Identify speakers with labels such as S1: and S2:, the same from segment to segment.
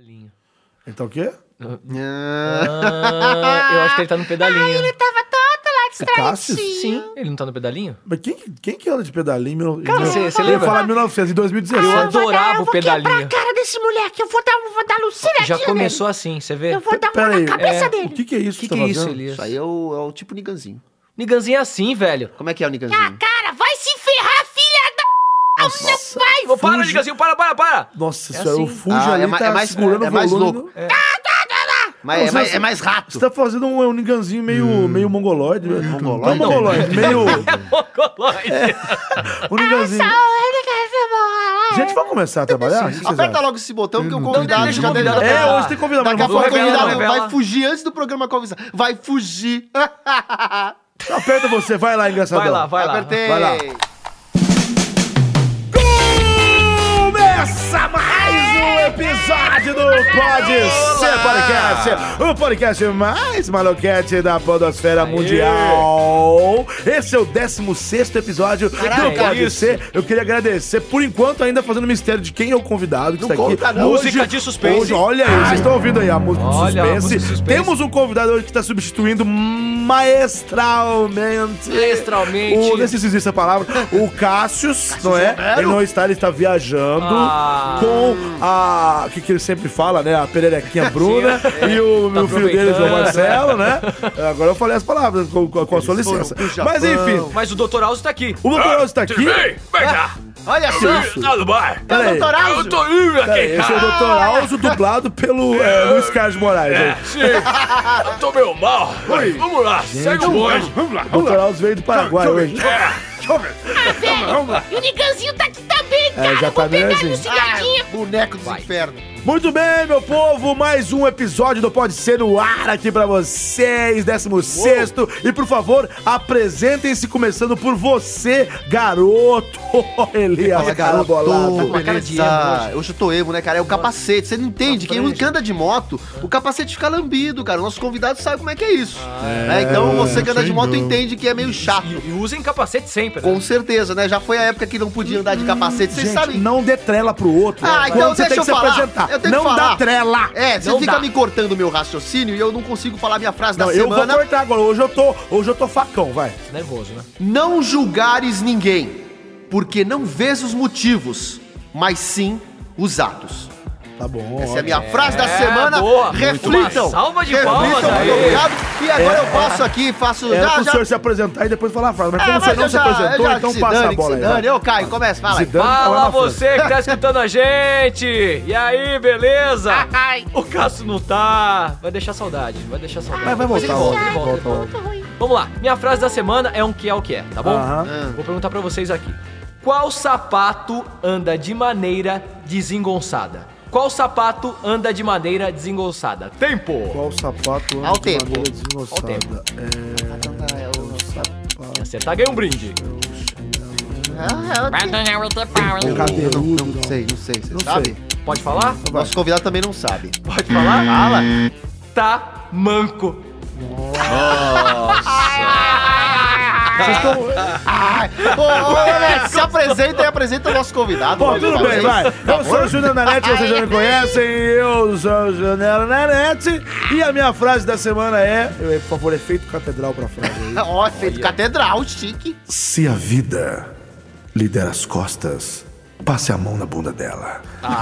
S1: vinho.
S2: Então o quê?
S3: É
S1: Ah, eu acho que ele tá no pedalinho.
S3: Tava todo lá
S2: É Cássio?
S1: Sim, ele não tá no pedalinho?
S2: Mas quem, quem que anda de pedalinho? em mil-
S1: Cara,
S2: em mil-
S1: você- você
S2: eu
S1: lembra?
S2: ia falar 1900, em 2016.
S1: Eu
S3: Eu Ah, vou dar,
S1: adorava
S3: eu
S1: o
S3: vou quebrar
S1: pedalinho.
S3: a cara desse moleque. Eu vou dar, eu vou dar Lucina
S1: Já começou assim, você vê?
S3: é Eu vou dar uma
S2: Peraí,
S3: na cabeça
S2: é,
S3: dele.
S2: o que, que é isso
S1: que,
S2: você
S1: que
S2: tá
S1: é isso,
S2: fazendo?
S1: Elias?
S4: Isso aí é o, é o tipo niganzinho.
S1: Niganzinho é assim, velho.
S4: Como é que é o
S3: Ah,
S4: niganzinho?
S3: cara, vai se ferrar, filha da...
S2: Nossa,
S1: Ai, vou para,
S2: Fuji.
S1: Niganzinho, para, para, para!
S2: Nossa
S1: É
S2: senhora, o
S1: assim.
S2: Fuji
S4: Ah,
S2: ali
S4: é ma-
S2: tá
S4: é mais-
S2: segurando
S4: é
S2: o
S4: mais
S2: volume.
S4: louco.
S2: né?
S4: Mas
S2: Não,
S4: é, mais,
S2: você-
S4: é mais
S2: Você
S4: rato.
S2: tá fazendo um, um niganzinho meio, meio mongoloide. né?
S4: Mongoloide?
S2: Não, mongoloide. Meio... um niganzinho. Gente, vamos começar a trabalhar? O que vocês
S4: Aperta
S2: acham?
S4: logo esse botão que o convidado
S1: deixa o
S4: já deve...
S1: convidado
S2: É,
S1: Ah,
S2: hoje tem convidado. mas
S4: Daqui a
S2: não vou
S4: pouco o
S1: revela,
S2: revelar, não.
S4: convidado
S1: revela.
S4: vai fugir antes do programa conversar. Vai fugir.
S2: Aperta você, vai lá, engraçadão.
S1: Vai lá, vai lá.
S4: Apertei.
S2: Vai lá. Começa mais um episódio do Pode Ser Podcast, o podcast mais maluquete da podosfera mundial. Esse é o 16º episódio do
S4: Caraca,
S1: é
S2: Pode
S4: isso.
S2: Ser. Eu queria agradecer, por enquanto, ainda fazendo mistério de quem é o convidado que
S4: Não
S2: está
S4: conta,
S2: aqui.
S4: não.
S2: Hoje-
S1: Música de suspense.
S2: Hoje, olha aí, vocês estão ouvindo aí a música de
S1: Olha, a
S2: suspense.
S1: música de suspense.
S2: Temos um convidado hoje que está substituindo maestralmente.
S1: Maestralmente.
S2: O, não sei se existe essa palavra. O Cassius, não é?
S4: Romero?
S2: Ele não está, ele está viajando
S1: Ah.
S2: com a. O que, que ele sempre fala, né? A pererequinha Bruna e o meu filho dele, João
S1: aproveitando.
S2: Marcelo, né? Agora eu falei as palavras com, com- com a sua
S4: foram
S2: licença.
S4: pro Japão.
S2: Mas enfim,
S1: Mas o Dr. Alzo tá aqui.
S2: o Dr. Alves está aqui.
S4: Olha só É isso. Tá
S5: Tudo bem?
S2: Peraí,
S4: um Doutor Alzo.
S5: livre
S2: peraí, esse é o Dr. Alves dublado pelo é, Luiz Carlos Moraes. né?
S5: Sim, eu tô meio mal. Vamos lá, segue o bonde. Vamos lá,
S2: O Dr. Alves veio do Paraguai hoje.
S3: Ah, velho, e o Niganzinho tá aqui também, cara.
S2: já
S3: eu vou
S2: tá
S3: pegar
S2: mesmo?
S3: ele,
S4: Ah,
S3: Lucinadinha.
S4: boneco dos infernos.
S2: Muito bem, meu povo, mais um episódio do Pode Ser no Ar aqui pra vocês, 16 E por favor, apresentem-se começando por você, garoto Elias
S4: Fala, garoto. Tá com
S2: Bolado.
S4: uma cara de emo hoje. Hoje eu tô emo, né, cara? É o capacete. Você não entende? Quem
S1: franja.
S4: anda de moto, o capacete fica lambido, cara. O nosso convidado sabe como é que é isso. É, então você que anda de
S2: sem
S4: moto
S2: dúvida.
S4: entende que é meio chato.
S1: E usem capacete sempre. né?
S4: Com certeza, né? Já foi a época que não podia andar de capacete. Vocês
S2: Gente,
S4: sabem.
S2: não dê trela pro outro.
S4: Ah, então
S2: Quando você tem
S4: deixa
S2: que
S4: eu
S2: se
S4: falar.
S2: apresentar.
S4: Eu tenho que
S2: não
S4: falar.
S2: dá trela.
S4: É, você
S1: Não
S4: fica
S1: dá.
S4: me cortando o meu raciocínio e eu não consigo falar minha frase
S2: Não,
S4: da
S2: eu
S4: semana.
S2: vou cortar agora. Hoje eu tô, hoje eu tô facão, vai.
S1: Nervoso, né?
S4: Não julgares ninguém, porque não vês os motivos, mas sim os atos.
S2: Tá bom.
S4: Essa é a minha frase da semana.
S1: boa.
S4: Reflitam.
S1: Uma salva de
S4: reflitam,
S1: palmas
S4: muito
S1: aí. É.
S4: obrigado. E agora eu passo aqui, faço.
S2: Era pro É, senhor se apresentar e depois falar a frase. Mas
S4: É,
S2: como
S4: mas
S2: você não
S4: eu
S2: se
S4: já- eu
S2: apresentou,
S4: já-
S2: então
S4: que se
S2: passa a
S4: dane,
S2: bola
S4: que
S2: aí.
S4: se
S2: vai.
S4: dane. Ô, Caio, começa, fala
S2: Se
S4: aí.
S2: dane, vai lá
S1: Fala
S2: na frente.
S1: você que tá escutando a gente! E aí, beleza?
S3: Ai,
S1: O Cássio não tá. Vai deixar saudade, vai deixar saudade.
S2: Mas vai
S1: Depois ele
S2: voltar
S1: volta,
S2: logo,
S1: ele volta,
S2: volta
S1: ele
S2: logo.
S1: volta.
S3: tá ruim.
S1: Vamos lá, minha frase da semana é um que é o que é, tá bom?
S4: Ah.
S2: Aham.
S1: Vou perguntar pra vocês aqui. Qual sapato anda de maneira desengonçada? Qual sapato anda de maneira desengonçada? Tempo!
S2: Qual sapato anda
S4: Ao
S2: de
S4: tempo.
S2: maneira desengonçada?
S1: Ao tempo.
S2: É,
S1: Se acertar, ganha um brinde.
S4: Ah, Eu
S2: Cadeirudo,
S4: não, não sei, não sei. Você
S2: Não
S4: sabe?
S2: sei.
S1: Pode falar?
S4: Nosso convidado também não sabe.
S1: Pode falar?
S4: Fala.
S1: Tá manco.
S4: Ai, ô, ô, Alex, se apresenta e apresenta o nosso convidado.
S2: Bom,
S4: mais
S2: tudo
S4: uma
S2: bem,
S4: vez.
S2: vai. Eu sou o Júnior Nanete, vocês já me conhecem. Eu sou o Júnior Nanete. E a minha frase da semana é... Eu, por favor, efeito catedral pra frase aí.
S4: Ó, efeito catedral, chique.
S2: Se a vida lhe der as costas, passe a mão na bunda dela.
S4: Mas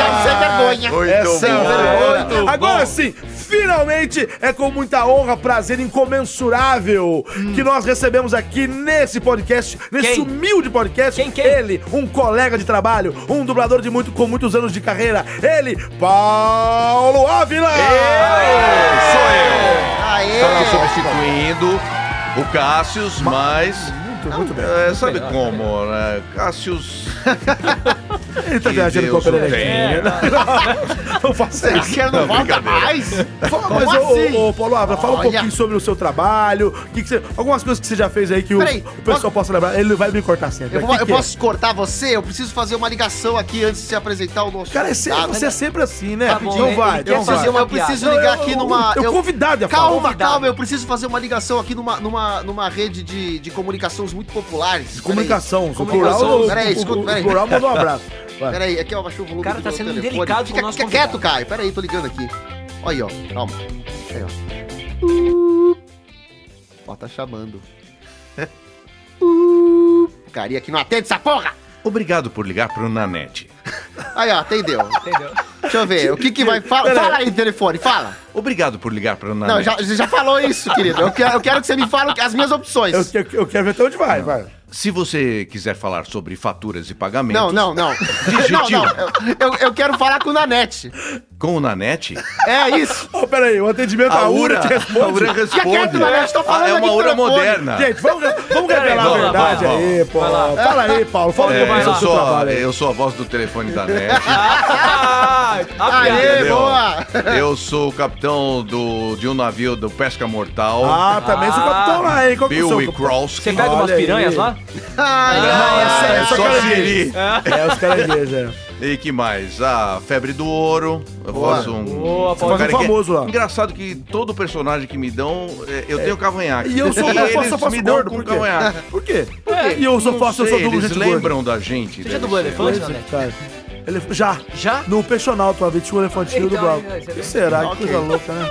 S4: é sem vergonha.
S2: Essa é a
S1: bom.
S2: verdade.
S1: Então, Muito
S2: Agora
S1: bom.
S2: sim, finalmente é com muita honra, prazer incomensurável que nós recebemos aqui nesse podcast, nesse
S1: Hum. Quem?
S2: humilde podcast,
S1: Quem, quem?
S2: ele, um colega de trabalho, um dublador de muito com muitos anos de carreira, ele, Paulo Ávila.
S4: Aê!
S6: Tá
S7: Estava substituindo o Cássius, mas.
S2: Muito, muito bem.
S7: é, sabe como, né? Cássius.
S2: Ele tá
S7: que
S2: viajando com a
S7: Deus o
S2: pererequinha, né? Não faça isso.
S4: Você não volta
S7: brincadeira.
S4: mais?
S2: Fala,
S4: Como
S2: mas, ô,
S4: assim?
S2: ô, ô, Paulo Ávila, fala um
S4: Olha.
S2: pouquinho sobre o seu trabalho, o que que você- algumas coisas que você já fez aí que o,
S4: Peraí,
S2: o pessoal possa lembrar. Ele vai me cortar sempre.
S4: Eu,
S2: né?
S4: vou-
S2: Que
S4: eu
S2: que é?
S4: posso cortar você? Eu preciso fazer uma ligação aqui antes de se apresentar o nosso
S2: Cara, é sempre,
S4: convidado.
S2: você é sempre assim, né?
S1: Tá bom,
S2: então
S1: ele- ele
S2: vai,
S4: Eu,
S2: então
S1: quer
S2: vai.
S4: fazer uma, eu preciso ligar aqui numa.
S2: Eu,
S4: eu-
S2: convidado ia falar.
S4: Calma,
S1: Convidado.
S4: calma, eu preciso fazer uma ligação aqui numa, numa, numa rede de, de comunicações muito populares.
S2: Comunicação, o
S1: Comunicação.
S2: plural, o,
S4: Peraí,
S2: o-
S4: escuta,
S2: o
S4: peraí.
S2: plural mandou um abraço. Vai.
S4: Peraí, aqui eu abaixei o volume
S1: Cara, tá
S4: meu
S1: sendo
S4: telefone.
S1: delicado
S4: Fica,
S1: com o nosso
S4: fica quieto, Caio. Peraí, tô ligando aqui. Olha aí, ó. Calma. Aí, ó. Ó, tá chamando. Cara, e aqui não atende essa porra!
S6: Obrigado por ligar pro Nanete.
S4: Aí, ó, atendeu.
S1: Entendeu?
S4: Deixa eu ver, o que que vai... Fala, fala aí, telefone, fala.
S6: Obrigado por ligar pro Nanete.
S4: Não, já, você já falou isso, querido. Eu quero, eu quero que você me fale as minhas
S2: Eu,
S4: opções.
S2: eu- eu quero ver até onde vai, vai.
S6: Se você quiser falar sobre faturas e pagamentos
S4: Não, não, não. Não, não. eu- Eu, eu quero falar com o Nanete.
S6: com o Nanete,
S4: É isso.
S2: Ô, peraí, o atendimento da URA te
S6: a
S2: responde.
S6: URA
S4: Fica quieto,
S6: responde.
S4: Nanete, tô falando
S6: Ah, é
S4: aqui
S6: uma
S4: no
S6: URA
S4: telefone.
S6: moderna.
S2: Gente, vamos, vamos revelar a
S6: Vamos lá,
S2: verdade
S6: vai,
S2: aí, Paulo. Fala aí, Paulo. Fala
S6: É,
S2: um pouco mais
S6: eu,
S2: sobre o seu
S6: sou,
S2: trabalho aí.
S6: eu sou a voz do telefone da NET.
S1: Ah, a piada.
S4: Aê,
S6: Entendeu?
S4: boa.
S6: Eu sou o capitão do, de um navio do Pesca Mortal,
S2: Ah, também sou
S1: Ah.
S2: capitão lá, hein? Qual que é o
S6: Bill
S2: seu
S6: e
S2: capitão?
S1: Você
S6: Krowski.
S1: pega umas
S2: Olha aí.
S1: piranhas lá?
S4: Ai,
S6: Ah,
S4: ai,
S2: é
S6: só
S2: só
S6: Siri.
S2: É, os caranguejos, é.
S6: E que mais? A Febre do Ouro. Eu faço um.
S1: Boa, Paulo.
S6: um
S2: Você faz um
S6: que é-
S2: famoso lá.
S6: Engraçado que todo personagem que me dão, é, eu tenho cavanhaque.
S2: E eu sou eu
S6: eles
S2: só faço
S6: me dão
S2: gordo,
S6: com
S2: por quê?
S6: cavanhaque.
S2: Por quê?
S1: É,
S2: E eu sou fácil, eu sou
S6: Sei,
S2: duplo,
S6: eles
S2: gente gorda.
S6: lembram da gente.
S1: Você já
S6: deve
S1: dublou
S6: ser.
S1: elefante,
S2: Pois é,
S1: André?
S2: cara. Ele, já.
S1: né? Já?
S2: No Peixonauto, uma vez tinha um elefantinho do
S1: Então,
S2: Bravo.
S1: é, você vê.
S2: Que será? Que
S4: Ok.
S2: coisa louca, né?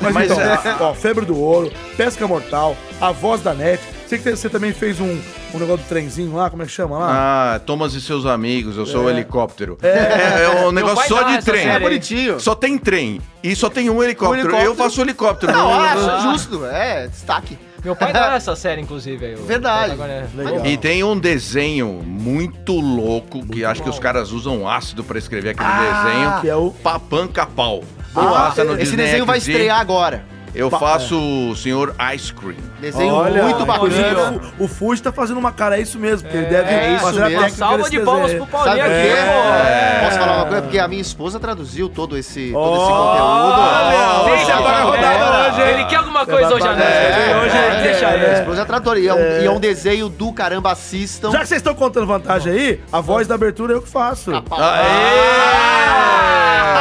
S2: Mas,
S6: Mas,
S2: então,
S6: é.
S2: ó, Febre do Ouro, Pesca Mortal, A Voz da Net. Sei que você também fez um, um negócio do trenzinho lá, como é que chama lá?
S6: Ah, Thomas e seus amigos, eu sou o helicóptero. É, é um negócio
S1: pai
S6: só
S1: dá
S6: de
S1: essa
S6: trem.
S1: série.
S4: é bonitinho.
S6: Só tem trem. E só tem um helicóptero.
S4: helicóptero.
S6: Eu faço helicóptero.
S4: Não,
S6: Não,
S4: acho
S1: Ah.
S4: justo. É, destaque.
S1: Meu pai dá essa série, inclusive. Aí, o-
S4: Verdade.
S1: Agora é-
S2: Legal.
S6: E tem um desenho muito louco que acho que os caras usam ácido pra escrever aquele desenho.
S2: que é o-
S6: Papanca Pau.
S4: Ah,
S6: Passa no
S4: esse
S6: Disney
S4: desenho vai
S6: XD.
S4: estrear agora.
S6: Eu faço o senhor Ice Cream.
S4: Desenho muito
S2: inclusive,
S4: bacana.
S2: O, o Fuji tá fazendo uma cara, é isso mesmo. porque ele deve
S4: é isso
S2: fazer a
S4: mesmo.
S1: Uma
S2: técnica
S1: salva
S2: desse
S1: de palmas
S2: desenho.
S1: pro Paulinho
S4: Sabe
S1: aqui,
S4: por quê?
S1: pô.
S4: Posso falar uma coisa? Porque a minha esposa traduziu todo esse, todo esse
S2: Olha,
S4: conteúdo.
S2: hoje
S1: Deixa
S2: é
S1: pra
S2: pra
S1: rodada
S2: rodada
S1: hoje, Ele quer alguma coisa hoje à noite. né?
S2: É,
S1: hoje ele deixa
S2: é,
S1: ele.
S4: Minha esposa é tradutora. E é, um, e é um desenho do caramba, assistam.
S2: Já que vocês estão contando vantagem aí, a voz da abertura é eu que faço.
S6: Ah,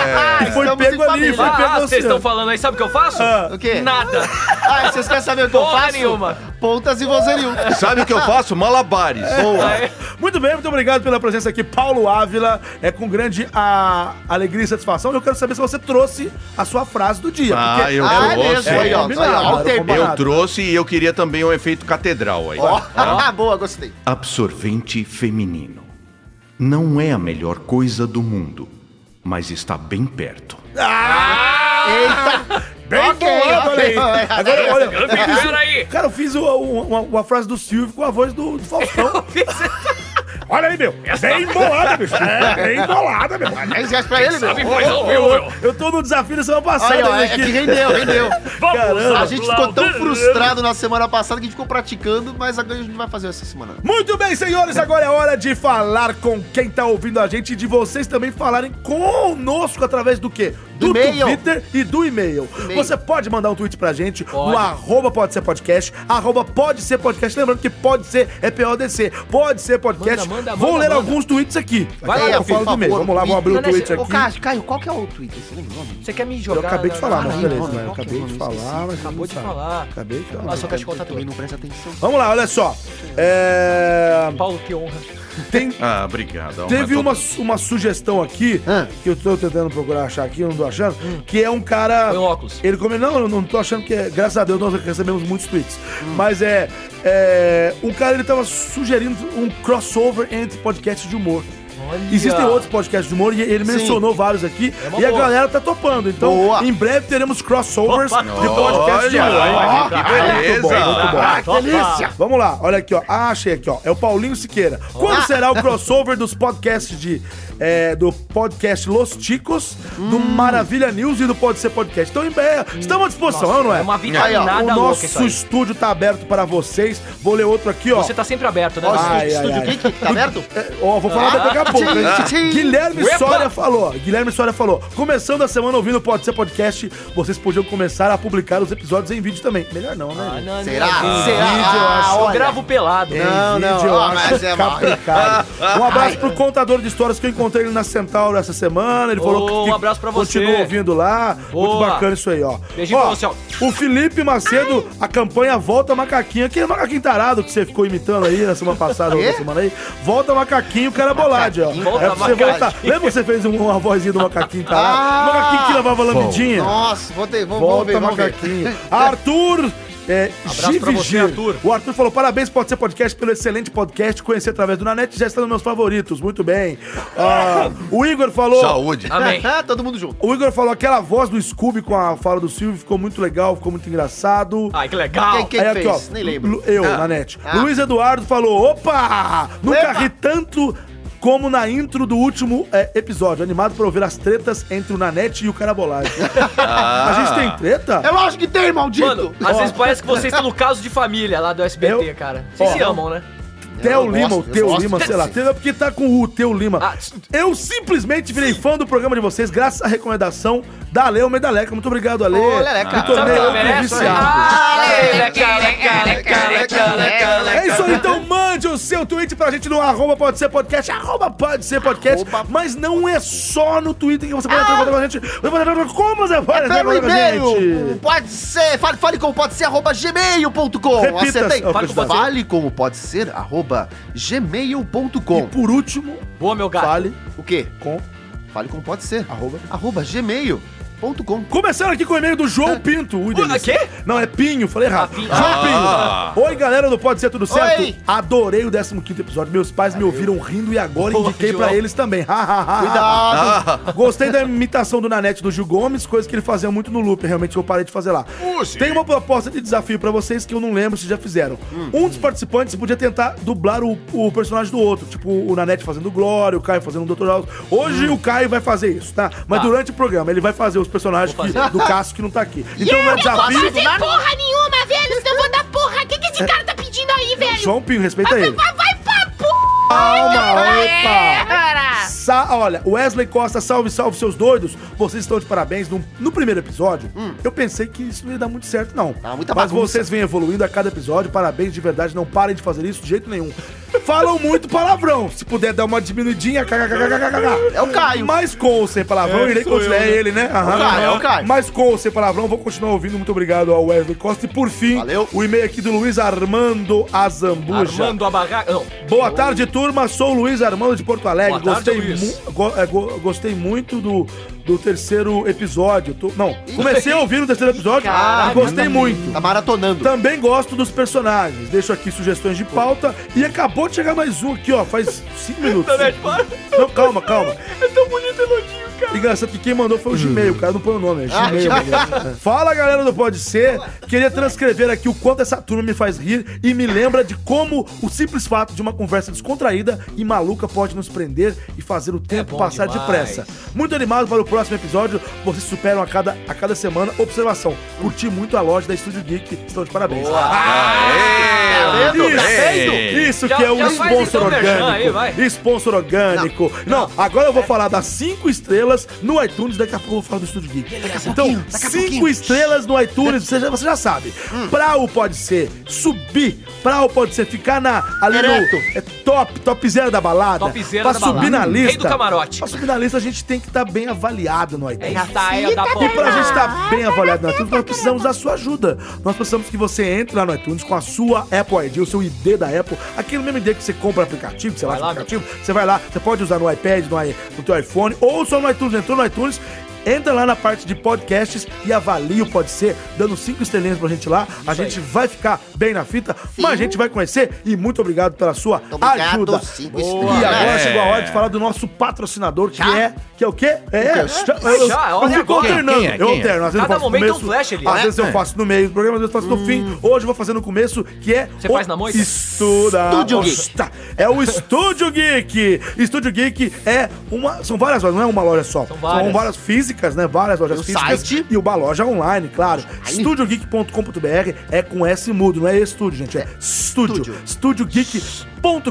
S4: Ah,
S2: Foi
S4: estamos
S2: pego
S4: em
S2: ali,
S4: família.
S2: foi pego.
S1: Ah, vocês
S2: você.
S1: estão falando aí, sabe o que eu faço?
S2: Ah.
S4: O quê?
S1: Nada.
S4: Ah, vocês querem saber o que eu
S1: Porra
S4: faço?
S1: nenhuma.
S4: Pontas e vozerio.
S6: é, Sabe o que eu faço? Malabares.
S4: É.
S2: Muito bem, muito obrigado pela presença aqui, Paulo Ávila. É com grande a, alegria e satisfação. Eu quero saber se você trouxe a sua frase do dia.
S6: Ah,
S2: porque-
S6: eu
S2: É,
S4: Ah, é
S6: gosto.
S4: mesmo.
S2: é,
S4: Aí, ó. Aí,
S2: combinado,
S4: ó. Olha o tempo.
S2: combinado.
S6: Eu trouxe e eu queria também um efeito catedral aí.
S4: Ó, ah, boa, gostei.
S6: Absorvente feminino. Não é a melhor coisa do mundo, mas está bem perto.
S4: Eita!
S2: Bem
S4: Ok,
S2: bolado,
S4: ok.
S2: olha aí. Agora, olha, eu fiz-
S1: Pera aí.
S2: cara, eu fiz uma, uma- uma frase do Silvio com a voz do, do Faustão. olha aí, meu. Bem bolada, bicho. É, bem bolada, meu.
S4: 10 reais pra ele, meu.
S5: Sabe coisa ao vivo, meu.
S2: Eu tô no desafio da semana passada.
S4: Aí, ó,
S2: né,
S4: é que
S2: que-
S4: rendeu, rendeu.
S2: Caramba.
S4: A gente ficou tão frustrado na semana passada que a gente ficou praticando, mas agora a gente vai fazer essa semana.
S2: Muito bem, senhores, agora é hora de falar com quem tá ouvindo a gente e de vocês também falarem conosco através do quê?
S4: Do e-mail.
S2: Twitter e do e-mail.
S4: E-mail.
S2: Você pode mandar um tweet pra gente
S1: Pode.
S2: no arroba pode ser podcast, arroba pode ser podcast, lembrando que pode ser é PODC, pode ser podcast.
S1: Manda, manda,
S2: Vou
S1: manda,
S2: ler
S1: manda.
S2: alguns tweets aqui.
S1: Vai
S2: Aí
S1: lá,
S2: eu falo do e-mail. Vamos lá, vou abrir o tweet
S4: Ô,
S2: aqui.
S4: Caio, Caio, qual que é o Twitter? Você lembra o nome?
S1: Você quer me jogar?
S2: Eu acabei de falar,
S1: na-
S2: mas
S1: na-
S2: beleza,
S4: mano,
S2: mas eu
S4: qual que é
S2: acabei
S4: o
S2: de
S4: nome?
S2: falar, mas
S1: tá Acabou
S2: não
S1: de
S2: sabe.
S1: falar.
S2: Acabei de falar.
S1: Ah, seu cachecol tá
S4: Também
S1: todo.
S4: não presta atenção.
S2: Vamos lá, olha só. É...
S1: Paulo, que honra.
S2: Tem,
S6: Ah, obrigado.
S2: Teve uma,
S6: Mas
S2: su- uma sugestão aqui,
S4: Ah.
S2: que eu tô tentando procurar achar aqui, eu não tô achando, que é um cara.
S1: Põe um óculos.
S2: Ele come, não, eu não tô achando que é. Graças a Deus nós recebemos muitos tweets. Mas é, é. Um cara ele tava sugerindo um crossover entre podcasts de humor.
S1: Olha. É
S2: Existem outros podcasts de humor e ele mencionou vários aqui.
S1: uma
S2: e a
S1: boa.
S2: galera tá topando. Então,
S4: Boa.
S2: em breve teremos crossovers de podcasts de
S6: Olha,
S2: humor.
S1: Ah,
S6: olha,
S2: Ó,
S6: que
S2: Muito bom,
S6: beleza.
S2: muito bom.
S4: Ah, que delícia!
S2: Vamos lá, olha aqui, ó. Ah, achei aqui, ó. É o Paulinho Siqueira. Quando será o crossover dos podcasts de. é, do podcast Los Ticos, do
S1: Hum.
S2: Maravilha News e do Pode Ser Podcast. Então, em breve, estamos à disposição,
S1: Nossa,
S2: não, não é?
S1: é uma
S4: Aí, ó,
S1: vitaminada
S2: o
S1: louca isso
S2: nosso
S1: aí.
S2: estúdio tá aberto para vocês. Vou ler outro aqui, ó.
S1: Você tá sempre aberto, né?
S4: Ó,
S2: Ai,
S4: estúdio-
S2: ai, ai.
S4: estúdio Geek, tá aberto?
S2: É, Ó, vou falar daqui a pouco. hein?
S4: Ah, tchim, tchim.
S2: Guilherme
S1: Uepa!
S2: Soria falou. Guilherme Soria falou. Começando a semana ouvindo o Pode Ser Podcast, vocês podiam começar a publicar os episódios em vídeo também. Melhor não, né?
S1: Ah,
S2: gente?
S1: não,
S4: Será?
S1: não.
S4: Será?
S1: Ah,
S4: Ah,
S1: eu
S4: olha.
S1: gravo pelado. né?
S2: Tem
S4: Não, não,
S2: vídeo, eu
S4: ah,
S2: acho
S4: mas é mal.
S2: complicado. Um abraço pro contador de histórias que eu encontrei ele na Centauro essa semana. Ele falou
S1: Ô,
S2: que
S1: um abraço pra você.
S2: continua ouvindo lá. Muito
S1: Boa.
S2: bacana isso aí, ó.
S1: Beijinho
S2: ó,
S1: pra você, ó.
S2: O Felipe Macedo, a campanha Volta Macaquinho, aquele macaquinho tarado que você ficou imitando aí na semana passada, outra semana aí. Volta Macaquinho, cara bolade. tarde, ó.
S1: Volta
S2: é pra você
S1: macaquinho.
S2: voltar. Lembra que você fez um- uma vozinha do macaquinho tá lá?
S4: Ah!
S2: macaquinho que lavava lambidinha?
S4: Nossa, vou ter, vamos, vamos
S2: é. Volta,
S4: ver, Um vamos ver.
S2: macaquinho. Arthur. É, Givigir.
S1: pra você, Arthur.
S2: O Arthur falou: parabéns, pode ser podcast, pelo excelente podcast. Conhecer através do Nanete já está nos meus favoritos. Muito bem. Ah, o Igor falou.
S6: Ah,
S7: Saúde.
S1: Amém.
S4: Todo mundo junto.
S2: O Igor falou aquela voz do Scooby com a fala do Silvio ficou muito legal, ficou muito engraçado.
S1: Ai, que legal.
S4: Ah, Quem- quem-
S2: Aí
S4: fez? Nem lembro.
S2: Lu- Eu, na net.
S4: Ah.
S2: Luiz Eduardo falou: opa! Nunca
S4: Epa!
S2: ri tanto como na intro do último é, episódio, animado pra ouvir as tretas entre o Nanete e o Carabolagem.
S7: Ah.
S2: A gente tem treta?
S4: É lógico que tem, maldito.
S1: Mano, às vezes parece que vocês estão no caso de família lá do SBT,
S2: Eu-
S1: cara. Vocês
S2: Ó.
S1: se amam, né?
S2: Theo
S4: Eu
S2: Lima,
S4: gosto,
S2: o
S4: eu
S2: Teu
S4: gosto
S2: Lima,
S4: desse.
S2: sei lá. Teu- Porque tá com o Teu Lima.
S1: Ah, tss.
S2: eu simplesmente virei fã do programa de vocês, graças à recomendação da Ale Medaleca. Muito obrigado, Ale.
S4: Ô, Leleca.
S2: Me tornei
S1: Sabe o que Ah, eu
S2: outro
S1: mereço?
S4: Ah,
S2: viciado.
S1: é.
S4: né,
S2: É isso aí, então mande o seu tweet pra gente no arroba pode ser podcast, arroba pode ser podcast, mas não é só no Twitter que você pode entrar em contato com a gente. Você pode entrar em contato- Como você pode entrar em
S4: Ah! É Pelo
S2: contato com a gente?
S4: e-mail, pode ser, fale, fale como pode ser, arroba gmail.com.
S2: Repita,
S4: Acertei.
S2: seu
S4: Fale
S2: candidato.
S4: como, pode ser. fale como pode ser, arroba
S2: E
S4: gmail.com.
S2: por último,
S1: Boa, meu gato.
S2: fale
S4: O quê?
S2: com...
S4: Fale como pode ser,
S2: Arroba.
S4: arroba gmail.com.
S2: Começando aqui com o e-mail do João Pinto. Ui, delícia.
S1: É. quê?
S2: Não, é Pinho, falei errado.
S1: Ah, Pinho. Ah.
S2: João Pinho. Oi, galera do Pode Ser Tudo Certo.
S4: Oi.
S2: Adorei o 15º episódio. Meus pais me ouviram rindo e agora
S1: Boa,
S2: indiquei
S1: João.
S2: pra eles também. Ha, ha, ha, ha.
S4: Cuidado.
S2: Gostei da imitação do Nanete do Gil Gomes, coisa que ele fazia muito no loop, realmente eu parei de fazer lá. Tem uma proposta de desafio pra vocês que eu não lembro se já fizeram. Um dos participantes podia tentar dublar o, o personagem do outro, tipo o Nanete fazendo Glória, o Caio fazendo o Dr. House. Hoje o Caio vai fazer isso, tá? Mas
S1: Tá.
S2: durante o programa ele vai fazer os personagens
S1: Vou
S2: que-
S1: fazer.
S2: do Cássio que não tá aqui. Então
S3: Eu
S2: meu
S3: não vou
S2: desafio.
S3: fazer porra nenhuma, velho, senão eu vou dar porra. O que, que esse cara tá pedindo aí, velho?
S2: João um Pinho, respeita
S3: Vai,
S2: ele.
S3: vai, vai pra porra!
S2: Calma,
S3: É,
S2: opa!
S3: cara.
S2: Sa Olha, Wesley Costa, salve, salve, seus doidos. Vocês estão de parabéns. No, no primeiro episódio, eu pensei que isso não ia dar muito certo, não.
S4: Ah, Hum. muita
S2: Mas
S4: bagunça.
S2: vocês vêm evoluindo a cada episódio. Parabéns, de verdade. Não parem de fazer isso de jeito nenhum. Falam muito palavrão. Se puder dar uma diminuidinha, kkkkkk.
S4: É o Caio.
S2: Mas com ou sem palavrão, irei continuar. É ele, né? Aham.
S4: Caio, é o Caio.
S2: Mas com ou sem palavrão, vou continuar ouvindo. Muito obrigado ao Wesley Costa. E por fim,
S4: Valeu.
S2: o e-mail aqui do Luiz Armando Azambuja.
S1: Armando a barraca. Não.
S2: Boa tarde, turma. Sou o Luiz Armando de Porto Alegre.
S1: Boa tarde,
S2: gostei,
S1: Luiz.
S2: mu- go- é, go- gostei muito do, do terceiro episódio. Tô- não, comecei a ouvir o terceiro episódio e
S4: Caraca.
S2: gostei muito.
S4: Tá maratonando.
S2: Também gosto dos personagens. Deixo aqui sugestões de pauta. E acabou de chegar mais um aqui, ó. Faz cinco minutos.
S1: Tá, né? para.
S2: Não, calma, calma.
S1: É tão bonito elogio, cara.
S2: Engraçado que quem mandou foi o Gmail, o cara não põe o nome, é Gmail.
S4: Ah,
S2: né? Fala galera do Pode Ser, queria transcrever aqui o quanto essa turma me faz rir e me lembra de como o simples fato de uma conversa descontraída e maluca pode nos prender e fazer o tempo
S1: É bom
S2: passar
S1: demais.
S2: depressa. Muito animado para o próximo episódio, vocês superam a cada, a cada semana. Observação, curti muito a loja da Estúdio Geek, estão de parabéns.
S4: Tá vendo? Tá
S2: Isso,
S4: vendo?
S2: isso
S1: Já-
S2: que é um
S1: já faz
S2: sponsor
S1: então o merchan
S2: orgânico.
S1: aí, vai. É.
S2: Sponsor orgânico. Não, agora eu vou falar das 5 estrelas no iTunes. Daqui a pouco eu vou falar do Estúdio Geek. Então, 5 estrelas no iTunes, você já, você já sabe.
S1: Hum.
S2: Pra o pode ser subir, pra o pode ser ficar na, ali
S4: Ereto.
S2: no é top, topzera da balada.
S1: Topzera
S2: pra
S1: da
S2: subir
S1: balada.
S2: na
S1: Rei
S2: lista.
S1: do camarote.
S2: Pra subir na lista, a gente tem que estar bem avaliado no
S1: É
S2: iTunes.
S1: isso aí, da
S2: E pra
S1: porra.
S2: gente estar tá bem avaliado no iTunes, nós precisamos da sua ajuda. Nós precisamos que você entre lá no iTunes com a sua Apple ID, o seu ID da Apple, aquele mesmo ID que você compra aplicativo, que você
S1: Vai
S2: baixa
S1: lá,
S2: aplicativo, você vai lá, você pode usar no iPad, no, i- no teu iPhone, ou só no iTunes, entrou no iTunes. Entra lá na parte de podcasts e avalia o Pode Ser, dando cinco estrelinhas pra gente lá. a gente vai ficar bem na fita, mas a gente vai conhecer. E muito obrigado pela sua
S4: Obrigado,
S2: ajuda.
S4: cinco
S2: E
S4: estrelas.
S2: agora
S7: É.
S2: chegou a hora de falar do nosso patrocinador, que é. Que é o quê? É. Já, eu,
S1: Já,
S2: eu
S1: olha
S2: fico
S1: agora.
S2: alternando.
S7: Quem é?
S2: Eu
S7: Quem é?
S2: alterno. Às vezes
S1: Cada
S2: eu faço no
S1: momento é um
S2: começo,
S1: flash ali,
S2: Às
S1: né?
S2: vezes eu
S7: É. Hum.
S2: faço no meio do programa, às vezes eu faço no fim. Hoje eu vou fazer no começo, que é.
S1: Você
S2: o
S1: faz na moita?
S2: Estuda.
S4: Estúdio Geek.
S2: Gosta. É o Estúdio Geek. Estúdio Geek é uma. São várias lojas, não é uma loja só. São
S1: várias.
S2: várias físicas, né? Várias lojas
S4: Tem o
S2: físicas.
S4: site.
S2: E uma loja online, claro. Estudiogeek.com.br é com S mudo, não é estúdio, gente. É estúdio.
S4: Estúdio.
S2: Estudiogeek.com.br.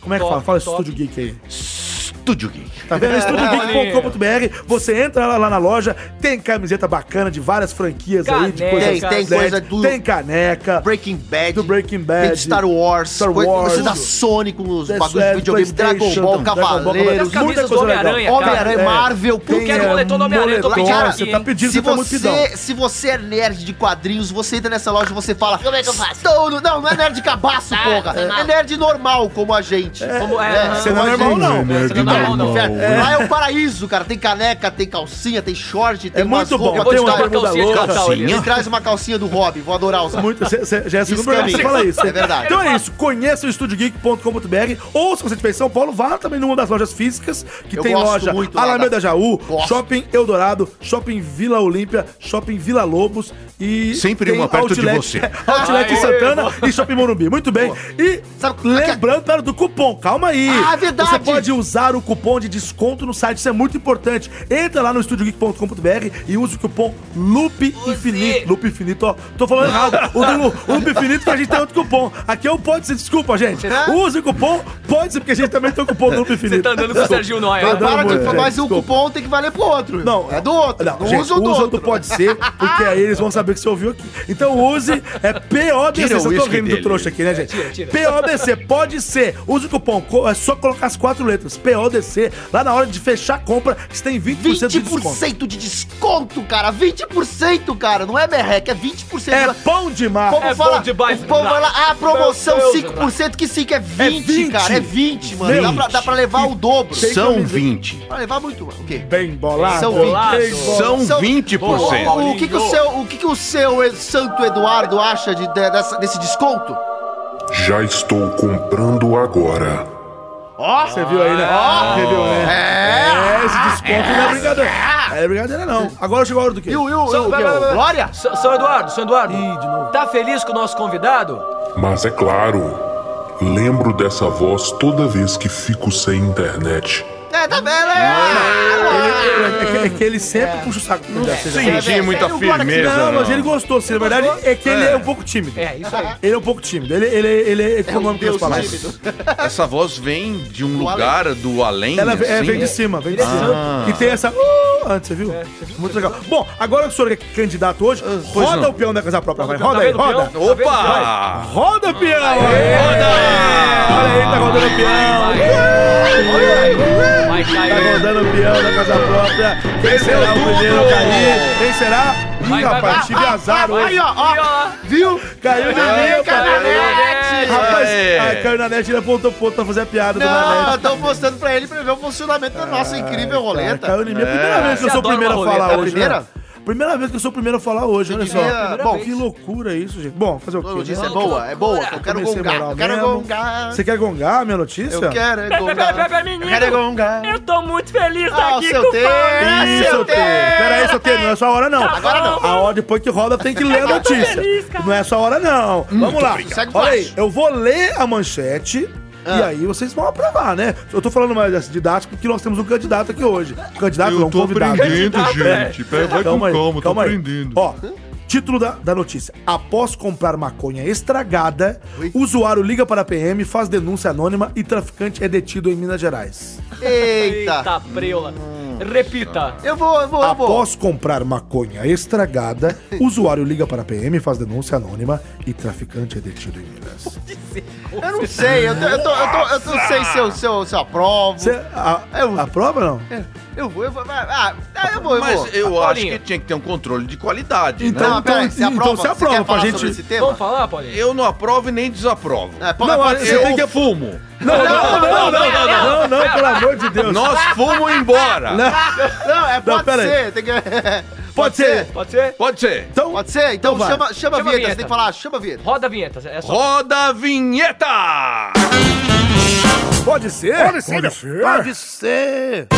S2: Como é que
S1: Top,
S2: fala? Fala
S1: top.
S2: Estúdio Geek aí.
S7: Estúdio Geek.
S2: Tá vendo? Estudiogeek.com.br. Você entra lá, lá na loja, tem camiseta bacana de várias franquias aí, de
S1: Caneca.
S2: coisas
S4: Tem- tem
S2: LED,
S4: coisa do-
S2: Tem caneca.
S4: Breaking Bad.
S2: Do Breaking Bad.
S4: Tem de Star Wars.
S2: Star
S4: coisa-
S2: Wars.
S4: coisa da Sony com os
S2: Tem
S4: bagulhos de
S2: série,
S4: videogame. Dragon
S2: PlayStation,
S4: Ball,
S2: Dragon Ball,
S4: Cavaleiros.
S1: Cavaleiros. As camisas do
S2: coisa legal.
S1: Homem-Aranha, cara.
S4: Homem-Aranha,
S2: É.
S4: Marvel.
S2: Tem,
S1: quero
S2: é,
S1: moletom do Homem-Aranha, tô
S2: moletom,
S1: pedindo aqui,
S2: Você
S1: hein?
S2: tá pedindo,
S4: Se
S2: você tá muito pidão.
S4: você, se você é nerd de quadrinhos, você entra nessa loja e você fala.
S3: Como é que eu faço?
S4: "Estou no-" Não, não é nerd cabaço,
S3: Ah,
S4: porra.
S3: foi mal.
S4: É nerd normal, como a gente.
S1: Como é, aham.
S2: Você não é normal, não.
S1: Você não é normal, não.
S4: Inferno. Lá é o paraíso, cara. Tem caneca, tem calcinha, tem short, tem
S2: É muito
S4: umas
S2: bom.
S4: roupas
S2: Tem
S4: de
S2: uma
S4: tal-
S2: bermuda
S1: calcinha de
S2: louca.
S1: calça, olha.
S4: Me traz uma calcinha do Robin, vou adorar usar.
S2: Muito, cê- cê- já é a segunda pergunta
S4: Descaminho.
S2: que fala isso.
S4: É verdade.
S2: Então é isso. Conheça o estudiogeek.com.br ou se você estiver em São Paulo, vá também numa das lojas físicas que
S4: Eu
S2: tem
S4: gosto
S2: loja
S4: muito lá
S2: Alameda
S4: da-
S2: Jaú,
S4: Gosto.
S2: Shopping Eldorado, Shopping Vila Olímpia, Shopping Vila Lobos e
S7: Sempre
S2: tem
S7: uma perto de
S2: Outlet-
S7: você.
S2: Outlet
S1: Aê,
S2: Santana e Shopping Morumbi. Muito bem. E
S4: Sabe- é?
S2: lembrando cara, do cupom, calma aí.
S4: Ah, verdade.
S2: Você pode usar o cupom de desconto no site, isso é muito importante. Entra lá no estudiogeek.com.br e usa o cupom Loop
S1: Use.
S2: Infinito. Loop Infinito, ó. Tô falando errado. O do Lu- o Loop Infinito que a gente tem outro cupom. Aqui é o Pode Ser, desculpa, gente. Use o cupom Pode Ser, porque a gente também tem o cupom do Loop Infinito.
S1: Você tá andando com o Serginho Noia.
S2: Tá
S1: né?
S2: andando
S4: Para de
S2: muito,
S4: falar,
S2: gente,
S4: mas o
S2: desculpa.
S4: cupom tem que valer pro outro.
S2: Não,
S4: é do outro.
S2: Não, gente, usa o do Pode Ser, porque aí eles vão saber que você ouviu aqui. Então use, é PODC.
S7: Tira o
S2: Vocês estão
S7: uísque
S2: rindo do
S7: dele.
S2: trouxa aqui, né, gente? PODC, pode ser. Use o cupom, co- é só colocar as quatro letras. PODC, lá na hora de fechar a compra, você tem 20%, de desconto.
S4: 20% de desconto, cara. 20%, cara. Não é merreca, é 20%.
S2: É pão demais.
S4: Como
S1: É
S4: fala,
S1: bom demais,
S4: o povo vai lá, ah, promoção
S1: Meu Deus,
S4: 5%, que 5 é 20,
S2: 20,
S4: cara, é 20, mano, Dá,
S2: 20.
S4: pra, dá pra levar o dobro,
S2: Tem
S7: São
S2: camiseta.
S7: 20.
S4: dá pra levar muito, mano, o quê?
S2: Bem bolado.
S4: São
S2: bolado.
S1: 20.
S2: Bem bolado.
S7: São
S4: São-
S7: 20%.
S4: O, o que que o seu, o que que o seu eh, santo Eduardo acha de- de- dessa- desse desconto?
S8: Já estou comprando agora.
S4: Ó,
S2: Você viu aí, né? Você viu, né? É, esse desconto não é brincadeira. Não é brincadeira, não. Agora chegou a hora do quê?
S4: e o, e o,
S1: São-
S4: e o-
S1: vai,
S4: e o-
S1: vai, vai.
S4: Glória?
S1: São São Eduardo, São Eduardo.
S2: Ih, de novo.
S1: Tá feliz com o nosso convidado?
S8: Mas é claro, lembro dessa voz toda vez que fico sem internet.
S4: É, tá bem, né?
S2: É que, é que ele sempre puxa o saco. Não,
S7: Senti muita
S4: Não,
S7: firmeza.
S2: é
S7: né?
S2: não, mas
S7: não.
S2: ele gostou. Se na verdade é que ele é um pouco tímido.
S1: É, isso aí.
S2: Ele é um pouco tímido. Ele, ele, ele é econômico nas
S4: um Deus
S2: palavras.
S4: tímido.
S7: Essa voz vem de um lugar do além.
S2: Ela é,
S7: assim?
S2: vem de cima, vem de cima. E tem essa. Uh, antes, você viu? Muito legal. Bom, agora que o senhor é candidato hoje, roda
S7: não.
S2: o peão da casa própria, vai.
S1: Tá
S2: Roda aí,
S1: vendo o
S2: roda.
S1: peão?
S2: Tá
S7: Opa!
S2: Roda, peão! Olha aí, tá rodando o peão!
S1: Vai
S2: Tá
S1: cair.
S2: rodando o peão da casa própria. Quem será o primeiro a cair? Quem será?
S1: Vai,
S2: Ih,
S1: vai,
S2: rapaz,
S1: vai.
S2: tive azar hoje.
S4: Aí, ó, ó, viu?
S2: Caiu na net,
S4: caiu
S2: rapaz.
S1: Caranete.
S2: Rapaz,
S7: É.
S2: ah, caiu na net, ele apontou o ponto pra fazer a piada do
S4: Não,
S2: Nanete.
S4: eu tô mostrando pra ele pra ver o funcionamento da nossa incrível roleta.
S2: Caiu em mim. É a primeira vez que
S1: Você
S2: eu sou o
S1: adora
S2: primeiro a
S1: uma
S2: falar
S1: roleta,
S4: é a
S2: hoje.
S4: primeira?
S2: né? Primeira vez que eu sou o primeiro a falar hoje, olha só.
S4: devia-
S2: Bom,
S1: vez.
S2: que loucura isso, gente. Bom, fazer o
S4: Boa
S2: quê?
S4: notícia
S2: né?
S4: é boa, é boa. Eu quero
S2: Comecei
S4: gongar,
S2: moral
S4: eu quero
S2: mesmo.
S4: gongar.
S2: Você quer gongar a minha notícia?
S4: Eu quero é gongar.
S9: pera, pera, menino.
S4: Eu quero é gongar.
S9: Eu tô muito feliz
S4: Ah, o
S9: aqui
S4: seu
S9: com o
S4: tempo.
S9: Fábio.
S4: Ih,
S2: Isso,
S4: seu
S2: Tê. Pera aí, seu Tê, não é sua hora não.
S4: Agora não.
S2: A hora depois que roda tem que ler a notícia.
S9: feliz, cara.
S2: não é sua hora não. Vamos lá.
S4: Hum, Segue
S2: Olha aí,
S4: baixo. Ah.
S2: eu vou ler a manchete e aí vocês vão aprovar, né? Eu tô falando mais assim, didático porque nós temos um candidato aqui hoje. Candidato não, um convidado.
S4: é.
S5: gente. Pera, vai
S2: Ó, título da, da notícia. Após comprar maconha estragada, usuário liga para a PM, faz denúncia anônima e traficante é detido em Minas Gerais.
S4: Eita.
S1: Eita, preula. Repita.
S4: Eu vou, eu vou, eu vou.
S2: Após comprar maconha estragada, usuário liga para a PM, faz denúncia anônima e traficante é detido em Minas.
S4: Eu não sei, eu, tô, eu, tô, eu, tô, eu tô- não sei se eu, se eu, se eu aprovo.
S2: Você a, aprova não?
S4: Eu vou, eu vou. vai, Ah, ah, eu vou, eu vou.
S7: Mas eu acho
S1: Paulinho.
S7: que tinha que ter um controle de qualidade,
S2: Então-
S7: né?
S4: Não, pera aí, você
S2: então
S4: aprova?
S2: você aprova
S4: quer
S2: pra
S4: falar
S2: gente-
S4: sobre esse tema?
S1: Vamos falar, Paulinho?
S7: Eu não aprovo e nem desaprovo.
S4: É, pode,
S2: Não,
S4: pode-
S2: olha,
S4: eu-
S2: tem que-
S7: fumo.
S2: Não, não, não, não, não, não, não, não, pelo amor de Deus.
S7: Nós fomos embora.
S2: Né?
S4: Não, é pode
S2: pera
S4: ser. Tem que...
S2: Pode ser.
S1: Pode ser?
S7: Pode ser.
S2: Então,
S4: Pode ser? Então,
S2: Então vai.
S4: chama, chama, a
S1: Chama a
S4: vinheta. Você
S1: vinheta.
S4: tem que falar, chama a vinheta.
S1: Roda a vinheta. É só...
S7: Roda a vinheta!
S2: Pode ser? Pode ser. Pode ser. Pode ser.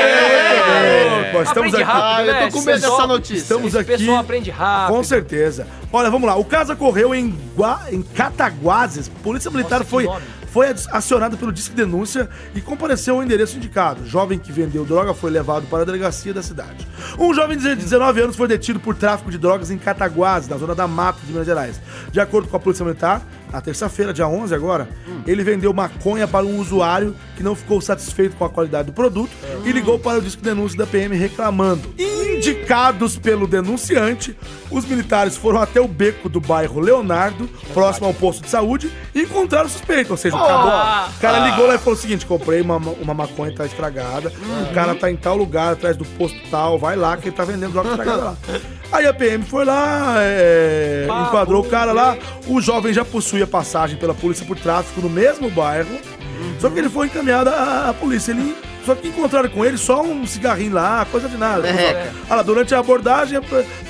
S2: Aê! Nós estamos
S1: Aprende
S2: aqui.
S1: rápido.
S4: Ah, eu
S1: né?
S4: tô com
S1: Esse
S4: medo
S1: pessoal-
S4: dessa notícia.
S2: Estamos
S1: Esse
S2: aqui.
S1: pessoal aprende rápido.
S2: Com certeza. Olha, vamos lá. O caso ocorreu em, Gua... em Cataguases. Polícia Militar
S1: Nossa, que
S2: foi,
S1: nome.
S2: foi ad- acionada pelo Disque Denúncia e compareceu ao endereço indicado. Jovem que vendeu droga foi levado para a delegacia da cidade. Um jovem de 19 anos foi detido por tráfico de drogas em Cataguases, na zona da Mata de Minas Gerais. De acordo com a Polícia Militar, na terça-feira, dia 11 agora, ele vendeu maconha para um usuário que não ficou satisfeito com a qualidade do produto e ligou para o disco denúncia da PM reclamando. Indicados pelo denunciante, os militares foram até o beco do bairro Leonardo, próximo ao posto de saúde, e encontraram o suspeito. Ou seja, o cara, o cara ligou lá e falou o seguinte: comprei uma, uma maconha, tá estragada, o cara tá em tal lugar, atrás do posto tal, vai lá que ele tá vendendo droga estragada lá. Aí a PM foi lá, é, enquadrou o cara lá, o jovem já possuía passagem pela polícia por tráfico no mesmo bairro, só que ele foi encaminhado à, à polícia. Ele, só que encontraram com ele só um cigarrinho lá, coisa de nada.
S4: Merreca.
S2: Ah lá, durante a abordagem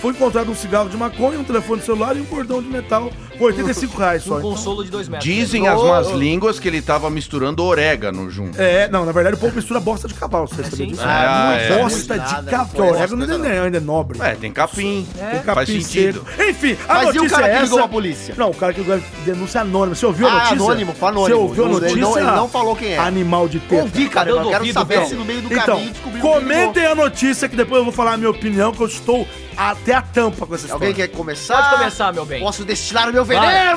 S2: foi encontrado um cigarro de maconha, um telefone celular e um cordão de metal por 85 reais só. então.
S1: Um consolo de dois metros.
S7: Dizem as más línguas que ele tava misturando orégano junto.
S2: É, não, na verdade o povo mistura bosta de cavalo,
S4: É,
S2: você sabia disso?
S7: Ah,
S2: Muito
S7: é.
S2: Bosta
S4: Muito
S2: de
S4: nada,
S2: cavalo.
S4: não
S2: Essa não
S4: pode.
S2: é, ainda é nobre.
S7: É, tem capim.
S2: Tem
S7: Faz
S2: capim
S7: sentido.
S2: cedo. Enfim, a
S4: Mas e o
S2: notícia
S4: cara
S2: é
S4: que
S2: essa.
S4: ligou pra polícia?
S2: Não, o cara que ligou é denúncia anônima. Você ouviu a
S4: Ah,
S2: notícia?
S4: anônimo, foi anônimo.
S2: Você ouviu a
S4: Ele não-
S2: notícia?
S4: ele não falou quem é.
S2: Animal de teta.
S4: Ouvi, cara, eu
S1: Dando
S4: quero
S1: ouvido,
S4: saber
S1: então.
S4: se no meio do
S2: Então,
S4: caminho descobriu
S2: comentem a notícia que depois eu vou falar a minha opinião, que eu estou até a tampa com essa história.
S4: Alguém quer começar?
S1: Pode começar, meu bem.
S4: Posso destilar o meu veneno?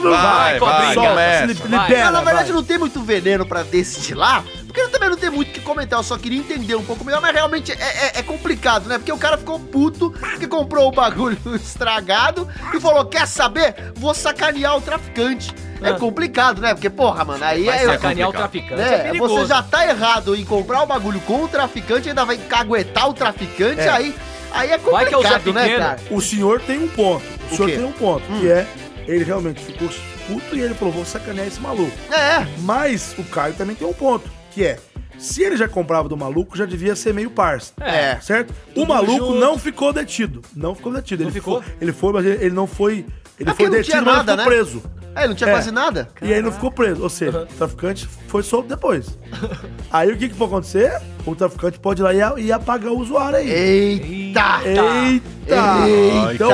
S7: Vai, vai,
S1: Vai, cobrinha.
S2: Solta,
S7: começa.
S2: se li-
S1: Vai.
S2: libera.
S4: Não, na verdade,
S2: vai.
S4: não tem muito veneno pra destilar, porque eu também não tenho muito o que comentar, eu só queria entender um pouco melhor, mas realmente é, é- é complicado, né? Porque o cara ficou puto, que comprou o bagulho estragado e falou: quer saber? Vou sacanear o traficante. É complicado, né? Porque, porra, mano, aí
S1: Ah. Vai
S4: é.
S1: sacanear o
S7: complicado.
S1: traficante.
S4: né?
S1: É perigoso.
S4: você já tá errado em comprar o bagulho com o traficante, ainda vai caguetar o traficante, aí, aí é
S1: Vai que é o Zé
S4: complicado, né,
S1: Pequeno.
S4: cara?
S2: O senhor tem um ponto. O, senhor
S4: quê? Hum.
S2: tem um ponto, que é, ele realmente ficou puto e ele falou, vou sacanear esse maluco.
S4: É,
S2: Mas o Caio também tem um ponto, que é, se ele já comprava do maluco, já devia ser meio parça.
S4: é.
S2: Certo? O maluco
S1: junto.
S2: não ficou detido. Não ficou detido. Ele
S1: Não ficou?
S2: Foi, ele foi, mas ele ele não foi. Ele
S4: É porque
S2: foi
S4: não
S2: detido,
S4: tinha
S2: mas não
S4: nada,
S2: ficou
S4: né?
S2: preso.
S4: Aí não tinha
S2: É.
S4: quase nada?
S2: E aí não ficou preso. Ou seja, o traficante foi solto depois. aí o que, que pode acontecer? O traficante pode ir lá e, a- e apagar o usuário aí.
S4: Eita!
S2: Eita!
S4: Eita.
S2: Então,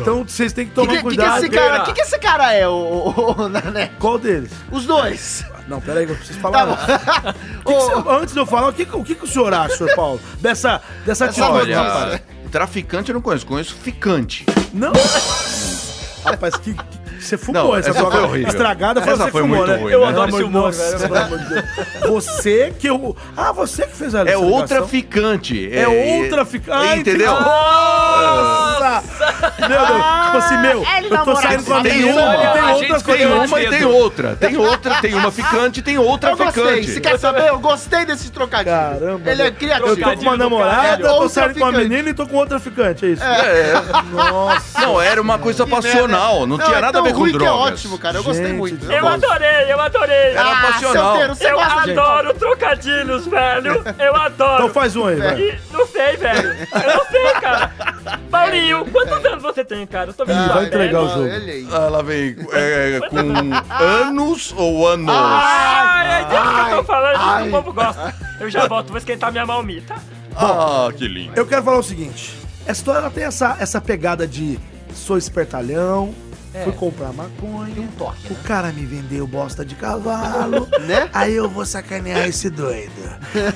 S2: então vocês têm que
S4: O
S2: tomar
S4: que, que, que
S2: cuidado.
S4: esse cara, que que esse cara é, o, o, o Nané?
S2: Qual deles?
S4: Os dois.
S2: Não, peraí, que eu preciso
S4: Tá
S2: falar.
S4: bom.
S2: antes. O que que você- antes de eu falar, o que, que- o que, que o senhor acha, senhor Paulo? Dessa, dessa atitude, rapaz?
S7: Olha, traficante eu não conheço, conheço ficante.
S2: Não! Rapaz, que, que- você fumou
S7: Não,
S2: essa,
S7: essa
S2: droga
S7: foi horrível.
S2: estragada,
S7: Essa
S2: você
S7: foi
S2: fumou,
S7: muito
S2: né?
S7: ruim,
S2: eu
S7: né?
S2: adoro esse
S1: Pelo
S2: humor,
S1: amor de
S2: velho. pelo amor de Deus. Você que eu... Ah, você que fez a
S7: É o
S2: ligação.
S7: traficante.
S2: É o traficante. Ah,
S7: é, Entendeu?
S2: entendi.
S1: Ah!
S2: Nossa! Meu Deus, tipo assim, meu,
S3: Ah, ele
S2: eu tô
S3: namorado.
S2: saindo com a
S7: Tem
S2: menina
S7: uma.
S2: e
S1: A
S2: tem outra
S1: gente
S7: Tem
S1: Eu
S2: coisa.
S7: uma e tem
S1: medo.
S7: outra. Tem outra, tem uma ficante, tem outra
S4: Eu gostei.
S7: ficante.
S4: Você quer saber? Eu gostei desse trocadilho.
S2: Caramba,
S4: Ele é
S2: meu.
S4: criativo.
S2: Eu tô com uma
S1: Trocadilho do
S2: namorada,
S1: caralho.
S2: eu tô
S4: Outro
S2: saindo com uma
S4: um traficante.
S2: menina e tô com outro traficante, é isso?
S7: É. Não, era uma coisa passional, não tinha
S4: né? é
S7: nada
S4: tão
S7: a ver com
S4: ruim que é
S7: drogas.
S4: ótimo, cara. Eu gostei
S2: Gente,
S4: muito.
S2: eu
S4: gosto.
S9: adorei, eu adorei.
S7: Era
S4: Ah,
S7: passional.
S4: solteiro, você
S9: eu
S4: gosta de...
S9: adoro trocadilhos, velho. Eu
S2: Então
S9: adoro.
S2: faz um aí, vai.
S9: E não sei, velho. Eu não sei, cara. Paulinho, quantos anos você tem, cara? Eu tô vendo né?
S2: Ih,
S9: sua
S2: vai
S9: velha.
S2: entregar o jogo.
S4: Olha aí.
S7: Ela Ah, vem é, com anos ou anos?
S4: Ah!
S9: Ai, é ai, Deus que eu tô falando,
S4: ai.
S9: isso que o povo gosta. Eu já volto, vou esquentar minha malmita.
S7: Ah, que lindo.
S2: Eu quero falar o seguinte: essa história ela tem essa, essa pegada de sou espertalhão,
S4: É.
S2: fui comprar maconha,
S4: um
S2: o cara me vendeu bosta de cavalo,
S4: Né?
S2: aí eu vou sacanear esse doido.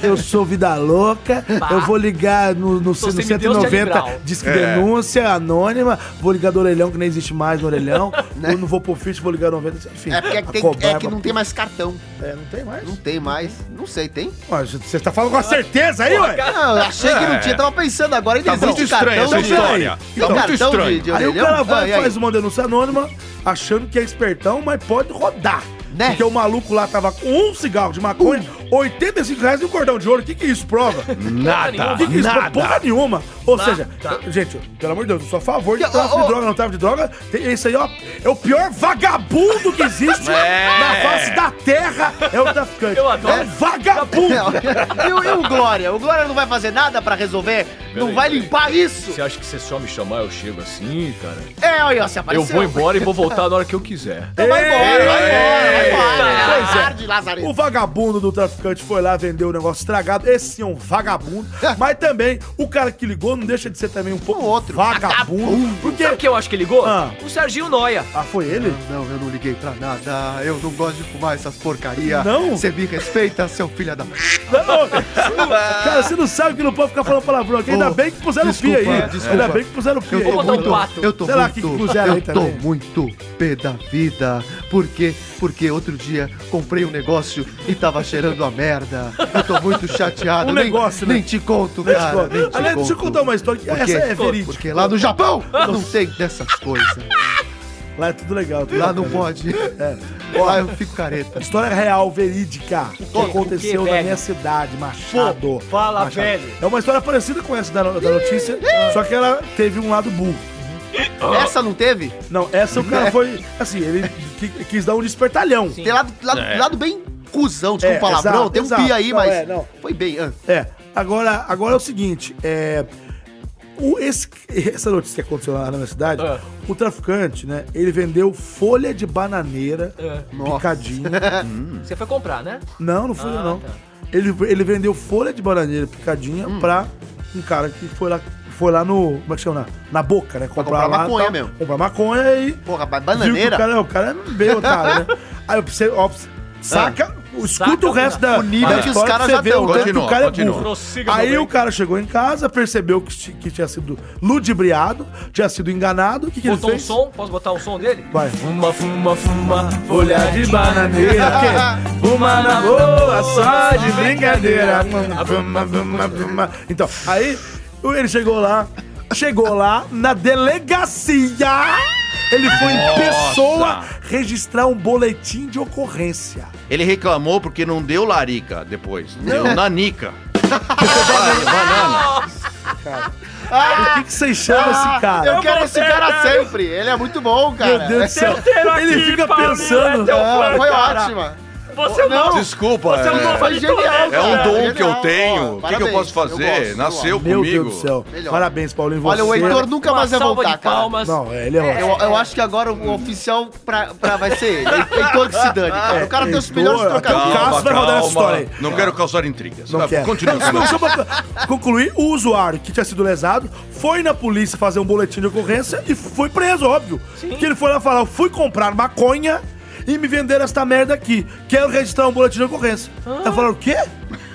S2: Eu sou vida louca, eu vou ligar no,
S4: Então,
S2: no,
S1: Sou
S2: no
S1: semideus de
S2: 190,
S1: Aligral.
S2: diz que denúncia anônima, vou ligar do orelhão que nem existe mais no orelhão, eu não vou pro fit, vou ligar 90, enfim.
S4: Né? É porque é
S2: a
S4: que, tem-
S2: cobrar
S4: é que não tem mais cartão.
S2: É, não tem mais.
S4: Não tem mais. Não sei, tem?
S2: Ué, Você tá falando com a certeza aí, ué?
S4: Não, eu achei que não tinha. Tava pensando agora. Ainda
S7: É. Tá muito estranha essa
S4: cartão. de-
S7: história.
S4: Tem um
S7: Tá muito
S4: cartão de-
S7: estranho.
S4: de
S2: Aí o
S4: orelhão?
S2: cara vai
S4: Ah, e
S2: e
S4: aí?
S2: faz uma denúncia anônima, achando que é espertão, mas pode rodar.
S4: Né?
S2: Porque o maluco lá tava com um cigarro de maconha, 85 reais e um cordão de ouro. O que que isso prova?
S7: Nada,
S2: O que que isso prova?
S7: nada.
S2: Porra nenhuma. Ou seja, gente, pelo amor de Deus, eu sou a favor de
S4: Que-
S2: tráfico
S4: ó,
S2: de
S4: ó.
S2: droga, não tráfico de droga. Tem- Isso aí, ó, é o pior vagabundo que existe
S7: É.
S2: na face da terra. É o traficante.
S1: Eu adoro.
S2: É um vagabundo.
S4: e, o, e o Glória? O Glória não vai fazer nada pra resolver? não
S1: aí,
S4: vai
S1: peraí.
S4: limpar isso?
S1: Você acha que você só me chamar eu chego assim, cara?
S4: É, olha, se
S1: Eu
S4: apareceu. É,
S1: vou embora e vou voltar na hora que eu quiser.
S4: Então vai embora, vai embora, vai embora.
S2: Pois é.
S4: Tarde, Lazareno.
S2: O vagabundo do traficante foi lá, vendeu o negócio estragado. Esse sim é um vagabundo. mas também, o cara que ligou não deixa de ser também um pouco
S4: Um outro.
S2: vagabundo. Porque...
S1: Sabe o que eu acho que ligou?
S2: Ah.
S1: O Serginho Noia.
S2: Ah, foi ele?
S4: Não, eu não liguei pra nada. Eu não gosto de fumar essas porcaria.
S2: Não?
S4: Você me respeita, seu filho da...
S2: Não, cara, você não sabe que não pode ficar falando palavrão aqui. Ainda
S4: Ô,
S2: bem que puseram o pi aí.
S4: desculpa, desculpa.
S2: Ainda bem que puseram o pi
S4: Eu
S2: aí.
S4: tô
S1: Vou botar um
S4: muito,
S1: quatro.
S4: eu tô
S2: Sei lá
S4: muito,
S2: que puseram aí
S4: eu tô
S2: também.
S4: muito pé da vida. Por quê? Porque outro dia comprei um negócio e tava cheirando a merda. Eu tô muito chateado.
S2: Um
S4: nem,
S2: negócio, né?
S4: nem te conto,
S2: Deixa eu
S4: cara.
S2: te
S4: nem
S2: contar.
S4: te
S2: Aliás, deixa eu
S4: conto.
S2: contar uma história que
S4: Porque,
S2: essa é verídica.
S4: porque lá no Japão não tem dessas coisas.
S2: Lá é tudo legal. tudo
S4: Lá
S2: legal.
S4: não pode.
S2: É.
S4: É. Lá eu fico careta.
S2: História real, verídica. O que aconteceu
S1: o que,
S2: na
S1: velho?
S2: minha cidade, Machado.
S9: Fala,
S2: Machado.
S9: velho.
S2: É uma história parecida com essa da, da notícia, só que ela teve um lado burro. Ah.
S4: Essa não teve?
S2: Não, essa o cara foi. Assim, ele qui- quis dar um despertalhão.
S4: Tem lado, lado, lado bem cuzão, desculpa
S2: É,
S4: o palavrão.
S2: exato,
S4: tem um
S2: exato.
S4: pi aí,
S2: Não,
S4: mas
S2: é, não.
S4: foi bem. ah.
S2: É, agora, agora é o seguinte: é. o- esse, essa notícia que aconteceu lá na minha cidade,
S1: Ah.
S2: o traficante, né? Ele vendeu folha de bananeira
S4: Nossa.
S2: picadinha. Hum.
S1: Você foi comprar, né?
S2: Não, não fui eu,
S1: Ah,
S2: não.
S1: tá. Hum.
S2: Ele, ele vendeu folha de bananeira picadinha pra um cara que foi lá, foi lá no. Como é que chama? Na, na boca, né? Comprar,
S4: comprar
S2: lá,
S4: maconha
S2: tal,
S4: mesmo.
S2: Comprar maconha e.
S4: Porra, mas
S2: Viu que
S4: bananeira.
S2: o cara, o cara é bem otário, né? Aí eu pensei, ó, saca, escuta
S1: Ah. Saca
S2: o resto
S1: o-
S2: da.
S4: o nível
S2: da
S4: que os
S2: história
S4: caras
S2: pra você
S4: já
S2: ver
S4: dão,
S2: o tanto que
S7: continua,
S2: o cara é
S7: continua.
S2: burro.
S1: Prossiga, meu
S2: Aí
S1: bem.
S2: o cara chegou em casa, percebeu que, ti- que tinha sido ludibriado, tinha sido enganado. O que, que ele
S1: Botou um
S2: fez?
S1: som? Posso botar o som dele?
S2: Vai.
S1: Fuma, fuma, fuma,
S2: Folha de bananeira, fuma na boa, só de brincadeira. Fuma, fuma, fuma. Então, aí ele chegou lá, chegou lá na delegacia. Ele foi em pessoa registrar um boletim de ocorrência.
S7: Ele reclamou porque não deu larica depois. Deu nanica. Vai, banana.
S2: O que, que vocês chamam é esse
S4: Ah,
S2: cara?
S4: Eu quero esse cara
S9: cara.
S4: sempre. Ele é muito bom, cara.
S2: Meu Deus do céu.
S9: Certeiro aqui,
S2: Ele fica
S9: Paulinho, é
S2: pensando.
S9: teu
S4: Ah,
S9: fã,
S4: foi
S9: cara.
S4: ótima.
S9: Você não.
S7: Desculpa.
S9: Você é um
S7: é-
S9: novo
S4: Foi genial,
S7: É um
S4: cara.
S7: dom que eu
S4: Genial.
S7: tenho. O que, que eu
S4: Parabéns,
S7: posso
S4: eu
S7: fazer?
S4: gosto, eu
S7: Nasceu
S2: Meu
S7: comigo.
S2: Deus do céu.
S4: Melhor.
S2: Parabéns, Paulinho.
S4: Olha, o
S2: você- é-
S4: Heitor nunca
S1: Uma
S4: mais vai
S1: salva
S4: voltar,
S1: de
S4: cara.
S1: palmas.
S2: Não, é, ele é ótimo.
S4: Eu, eu acho que agora o oficial pra, pra vai ser ele. Heitor que se dane, cara. O cara tem os melhores
S2: Heitor, O
S4: trocadilhos.
S2: Cássio vai rodar essa história aí.
S7: Não quero causar intrigas.
S2: Não
S4: Tá
S7: Vai,
S2: quer.
S7: Continua.
S2: Não, não, só pra concluir, o usuário que tinha sido lesado foi na polícia fazer um boletim de ocorrência e foi preso, óbvio. Porque ele foi lá falar, eu fui comprar maconha e me venderam esta merda aqui. Quero registrar um boletim de ocorrência. Ela falou, o quê?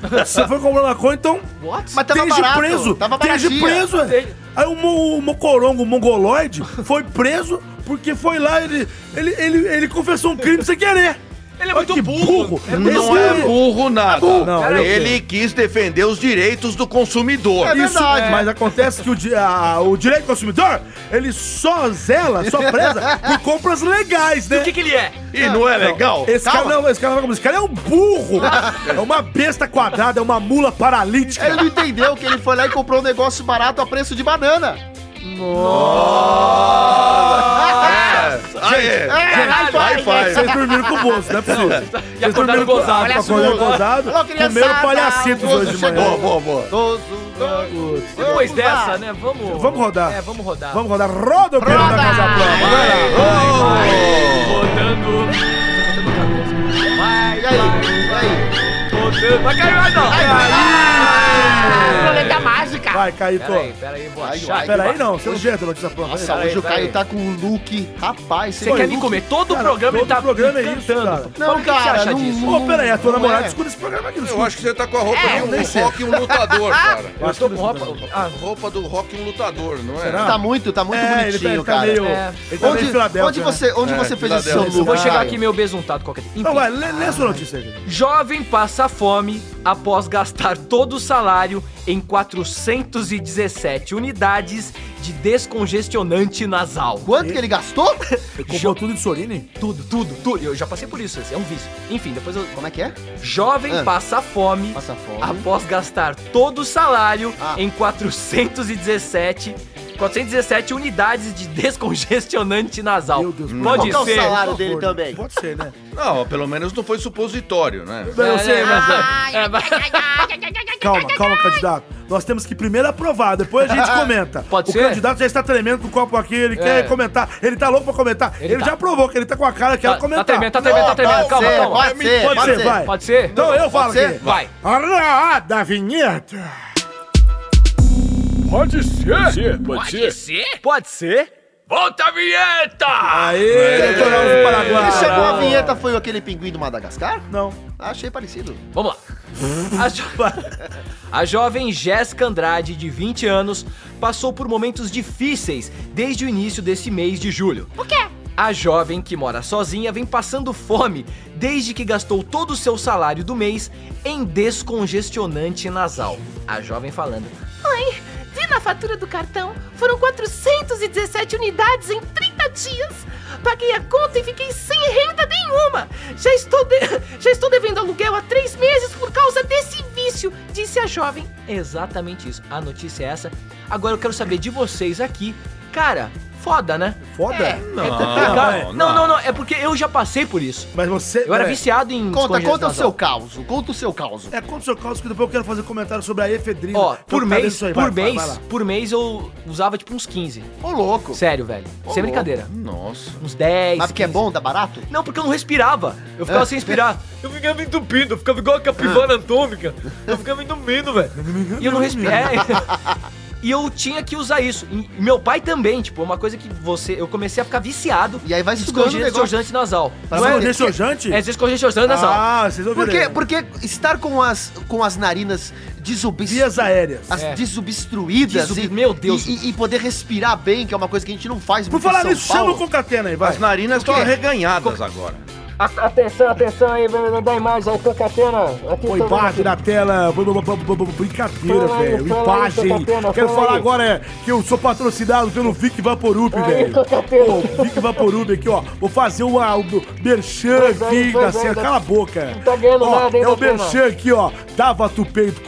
S2: Você foi comprar maconha, então...
S4: Mas tava
S2: esteja
S4: barato.
S2: preso.
S4: Tava
S2: esteja
S4: baratinha.
S2: preso. é. Aí o, mo, o mocorongo, o mongoloide, foi preso porque foi lá, ele, ele, ele, ele confessou um crime sem querer.
S1: Ele é
S2: Olha
S1: muito
S2: que
S1: burro.
S7: Não
S2: Esse-
S7: é burro nada.
S2: Não, é ele-
S7: ele quis defender os direitos do consumidor.
S4: É
S2: Isso,
S4: verdade.
S2: mas acontece que o, di- a- o direito do consumidor, ele só zela, só preza por compras legais, né?
S1: O que, que ele é?
S7: E não é legal?
S2: Esse cara, não, esse cara não é esse cara é um burro! é uma besta quadrada, é uma mula paralítica.
S4: Ele não entendeu que ele foi lá e comprou um negócio barato a preço de banana.
S7: É. Aê,
S4: Caralho,
S7: Vai, vai.
S2: Vocês dormiram com o bolso, não é possível. Vocês
S1: acordaram
S2: dormiram com-
S1: gozado. né?
S2: com-
S1: Olha
S2: acordaram
S4: sua.
S2: gozado,
S4: Alô, criançada,
S2: comeram palhacitos
S4: o gozo
S2: hoje de manhã.
S7: Boa, boa,
S4: chegou.
S7: boa.
S4: Doze,
S1: Depois
S4: Vamos
S1: dessa,
S4: lá.
S1: né? Vamos.
S2: Vamos rodar.
S1: É, vamos rodar.
S2: Vamos rodar, roda o peru da Casa Branca.
S4: Vai, e aí? E aí?
S1: Vai cair mais não.
S3: Roleta mágica.
S2: Vai, Caíto.
S1: Peraí, peraí, vou
S4: Vai,
S1: achar.
S4: vai.
S1: aqui.
S2: Pera aí, não, você não jeito, notícia pronta.
S4: Nossa,
S1: Peraí,
S4: hoje o
S1: peraí.
S4: Caio tá com um look. Rapaz,
S1: Você quer me comer? Todo o
S2: Cara,
S1: programa ele
S2: todo
S1: tá
S2: programa é isso,
S1: cantando.
S2: cara.
S4: Não,
S1: Como que você
S4: cara,
S1: acha
S4: não,
S1: disso?
S2: Ô, peraí, a tua
S4: Não
S2: namorada
S4: é.
S2: escuta esse programa aqui.
S5: Eu acho que você tá com a roupa
S2: É,
S5: de um rock e um lutador, cara.
S1: Eu tô com roupa. Ah,
S5: Roupa do rock e um lutador, não é?
S4: Tá muito, tá muito
S2: É, ele tá,
S4: bonitinho,
S2: ele tá
S4: cara.
S2: meio.
S1: É.
S2: Ele tá meio
S4: Onde,
S2: Filadélfia,
S4: onde
S2: né?
S4: você, onde
S5: É,
S4: você fez esse seu
S5: Filadélfia.
S4: look?
S1: vou chegar
S4: Caio?
S1: aqui meio besuntado qualquer dia.
S2: Não,
S1: Enfim,
S2: vai, lê, lê a sua notícia aí. gente.
S1: jovem passa fome após gastar todo o salário em 417 unidades de descongestionante nasal.
S4: Quanto que ele gastou?
S2: Comprou tudo de Sorine?
S1: Tudo, tudo, tudo. Eu já passei por isso, esse é um vício. Enfim, depois eu.
S4: Como é que é?
S1: Jovem
S4: Ah.
S1: passa fome Ah.
S4: Passa fome.
S1: após gastar todo o salário
S4: Ah.
S1: em 417 417 unidades de descongestionante nasal.
S2: Meu Deus,
S1: Pode
S4: qual que é o
S1: ser.
S4: salário dele também?
S2: Pode ser, né?
S6: Não, pelo menos não foi supositório, né?
S2: Eu não
S4: Ah.
S2: sei, mas...
S3: Ai,
S9: É,
S3: ai,
S9: vai.
S3: ai, ai, ai, ai, ai,
S2: Calma, calma, candidato. Nós temos que primeiro aprovar, depois a gente comenta.
S1: Pode
S2: o
S1: ser?
S2: candidato já está tremendo com o copo aqui, ele quer comentar. Ele tá louco pra comentar.
S1: É.
S2: Ele,
S1: Ele tá.
S2: já aprovou que ele tá com a cara, quer
S1: Tá, tá
S2: comentar.
S1: tremendo, tá tremendo, tá tremendo.
S4: Pode
S1: Calma,
S4: ser,
S1: calma.
S4: Pode ser,
S2: Pode ser, vai.
S1: Pode ser?
S2: Então eu falo
S4: ser?
S2: aqui.
S1: Vai.
S2: Ará, da vinheta.
S5: Pode ser. Pode ser.
S1: ser? Pode ser?
S5: Volta a vinheta!
S2: Aê, doutor Alves Paraguai.
S4: Quem chegou a vinheta foi aquele pinguim do Madagascar?
S2: Não.
S4: Achei parecido.
S1: Vamos lá. A, jo- a jovem Jéssica Andrade, de 20 anos, passou por momentos difíceis desde o início desse mês de julho.
S3: O quê?
S1: A jovem que mora sozinha vem passando fome desde que gastou todo o seu salário do mês em descongestionante nasal. A jovem falando.
S3: Mãe, vi na fatura do cartão. Foram 417 unidades em 30 dias. Paguei a conta e fiquei sem renda nenhuma. Já estou, de- já estou devendo aluguel há três meses por causa desse vício, disse a jovem.
S1: Exatamente isso. A notícia é essa. Agora eu quero saber de vocês aqui. Cara, foda, né?
S2: Foda.
S1: é complicado. Não, não, não, É porque eu já passei por isso.
S2: Mas você...
S1: Eu era
S2: peraí.
S1: viciado em
S4: Conta,
S1: descongestionante
S4: conta o
S1: nasal.
S4: seu caos. Conta o seu caos.
S2: É, conta o seu caso que depois eu quero fazer comentário sobre a efedrina.
S1: Ó,
S2: Então
S1: por
S2: tá
S1: mês,
S2: nisso aí,
S1: por
S2: vai, vai,
S1: mês,
S2: vai lá.
S1: por mês eu usava tipo uns 15.
S4: Ô, louco.
S1: Sério, velho. Sem brincadeira.
S6: Nossa.
S1: Uns 10.
S4: Mas porque é
S1: 15.
S4: bom, É. dá barato?
S1: Não, porque eu não respirava. Eu ficava sem respirar. Eu ficava entupido, eu ficava igual a
S4: É.
S1: capivara antômica. Eu ficava entupido, velho. E eu não respirava. E eu tinha que usar isso. E meu pai também, tipo, é uma coisa que você. Eu comecei a ficar viciado.
S4: E aí vai
S1: em
S4: sugando o
S1: descongestionante nasal.
S4: Pra
S1: Não é-
S2: Mas é desojante?
S1: É descongestionante nasal.
S2: Ah, vocês ouviram
S4: Porque,
S2: aí.
S4: porque estar com as, com as narinas desobstruídas.
S2: Vias aéreas.
S4: As
S9: Assim,
S1: É.
S4: desobstruídas.
S1: Desob-
S4: e-
S1: meu Deus.
S4: E, e- e poder respirar bem, que é uma coisa que a gente não faz
S2: Por
S4: em
S2: falar
S4: São
S2: nisso, chama o
S4: Paulo.
S2: concatena aí, vai.
S6: As narinas estão arreganhadas agora.
S9: Atenção, atenção aí, da imagem aí, Tocatena. Aqui
S2: Põe impacto na tela, b- b- b- b- b- brincadeira,
S9: Fala aí,
S2: velho.
S9: fala aí,
S2: Impagem.
S9: Tocatena,
S2: Quero
S9: fala
S2: falar
S9: aí.
S2: agora é, que eu sou patrocinado pelo Vic Vaporub, velho.
S9: Tocatena.
S2: Ô, Vic Vaporub aqui, ó. Vou fazer o, o merchan
S9: Pois é,
S2: aqui
S9: pois
S2: da
S9: é,
S2: cena.
S9: da-
S2: Cala a boca.
S9: Não tá ganhando
S2: ó,
S9: nada, hein,
S2: É o
S9: Tocatena?
S2: merchan aqui, ó. Dava tu peito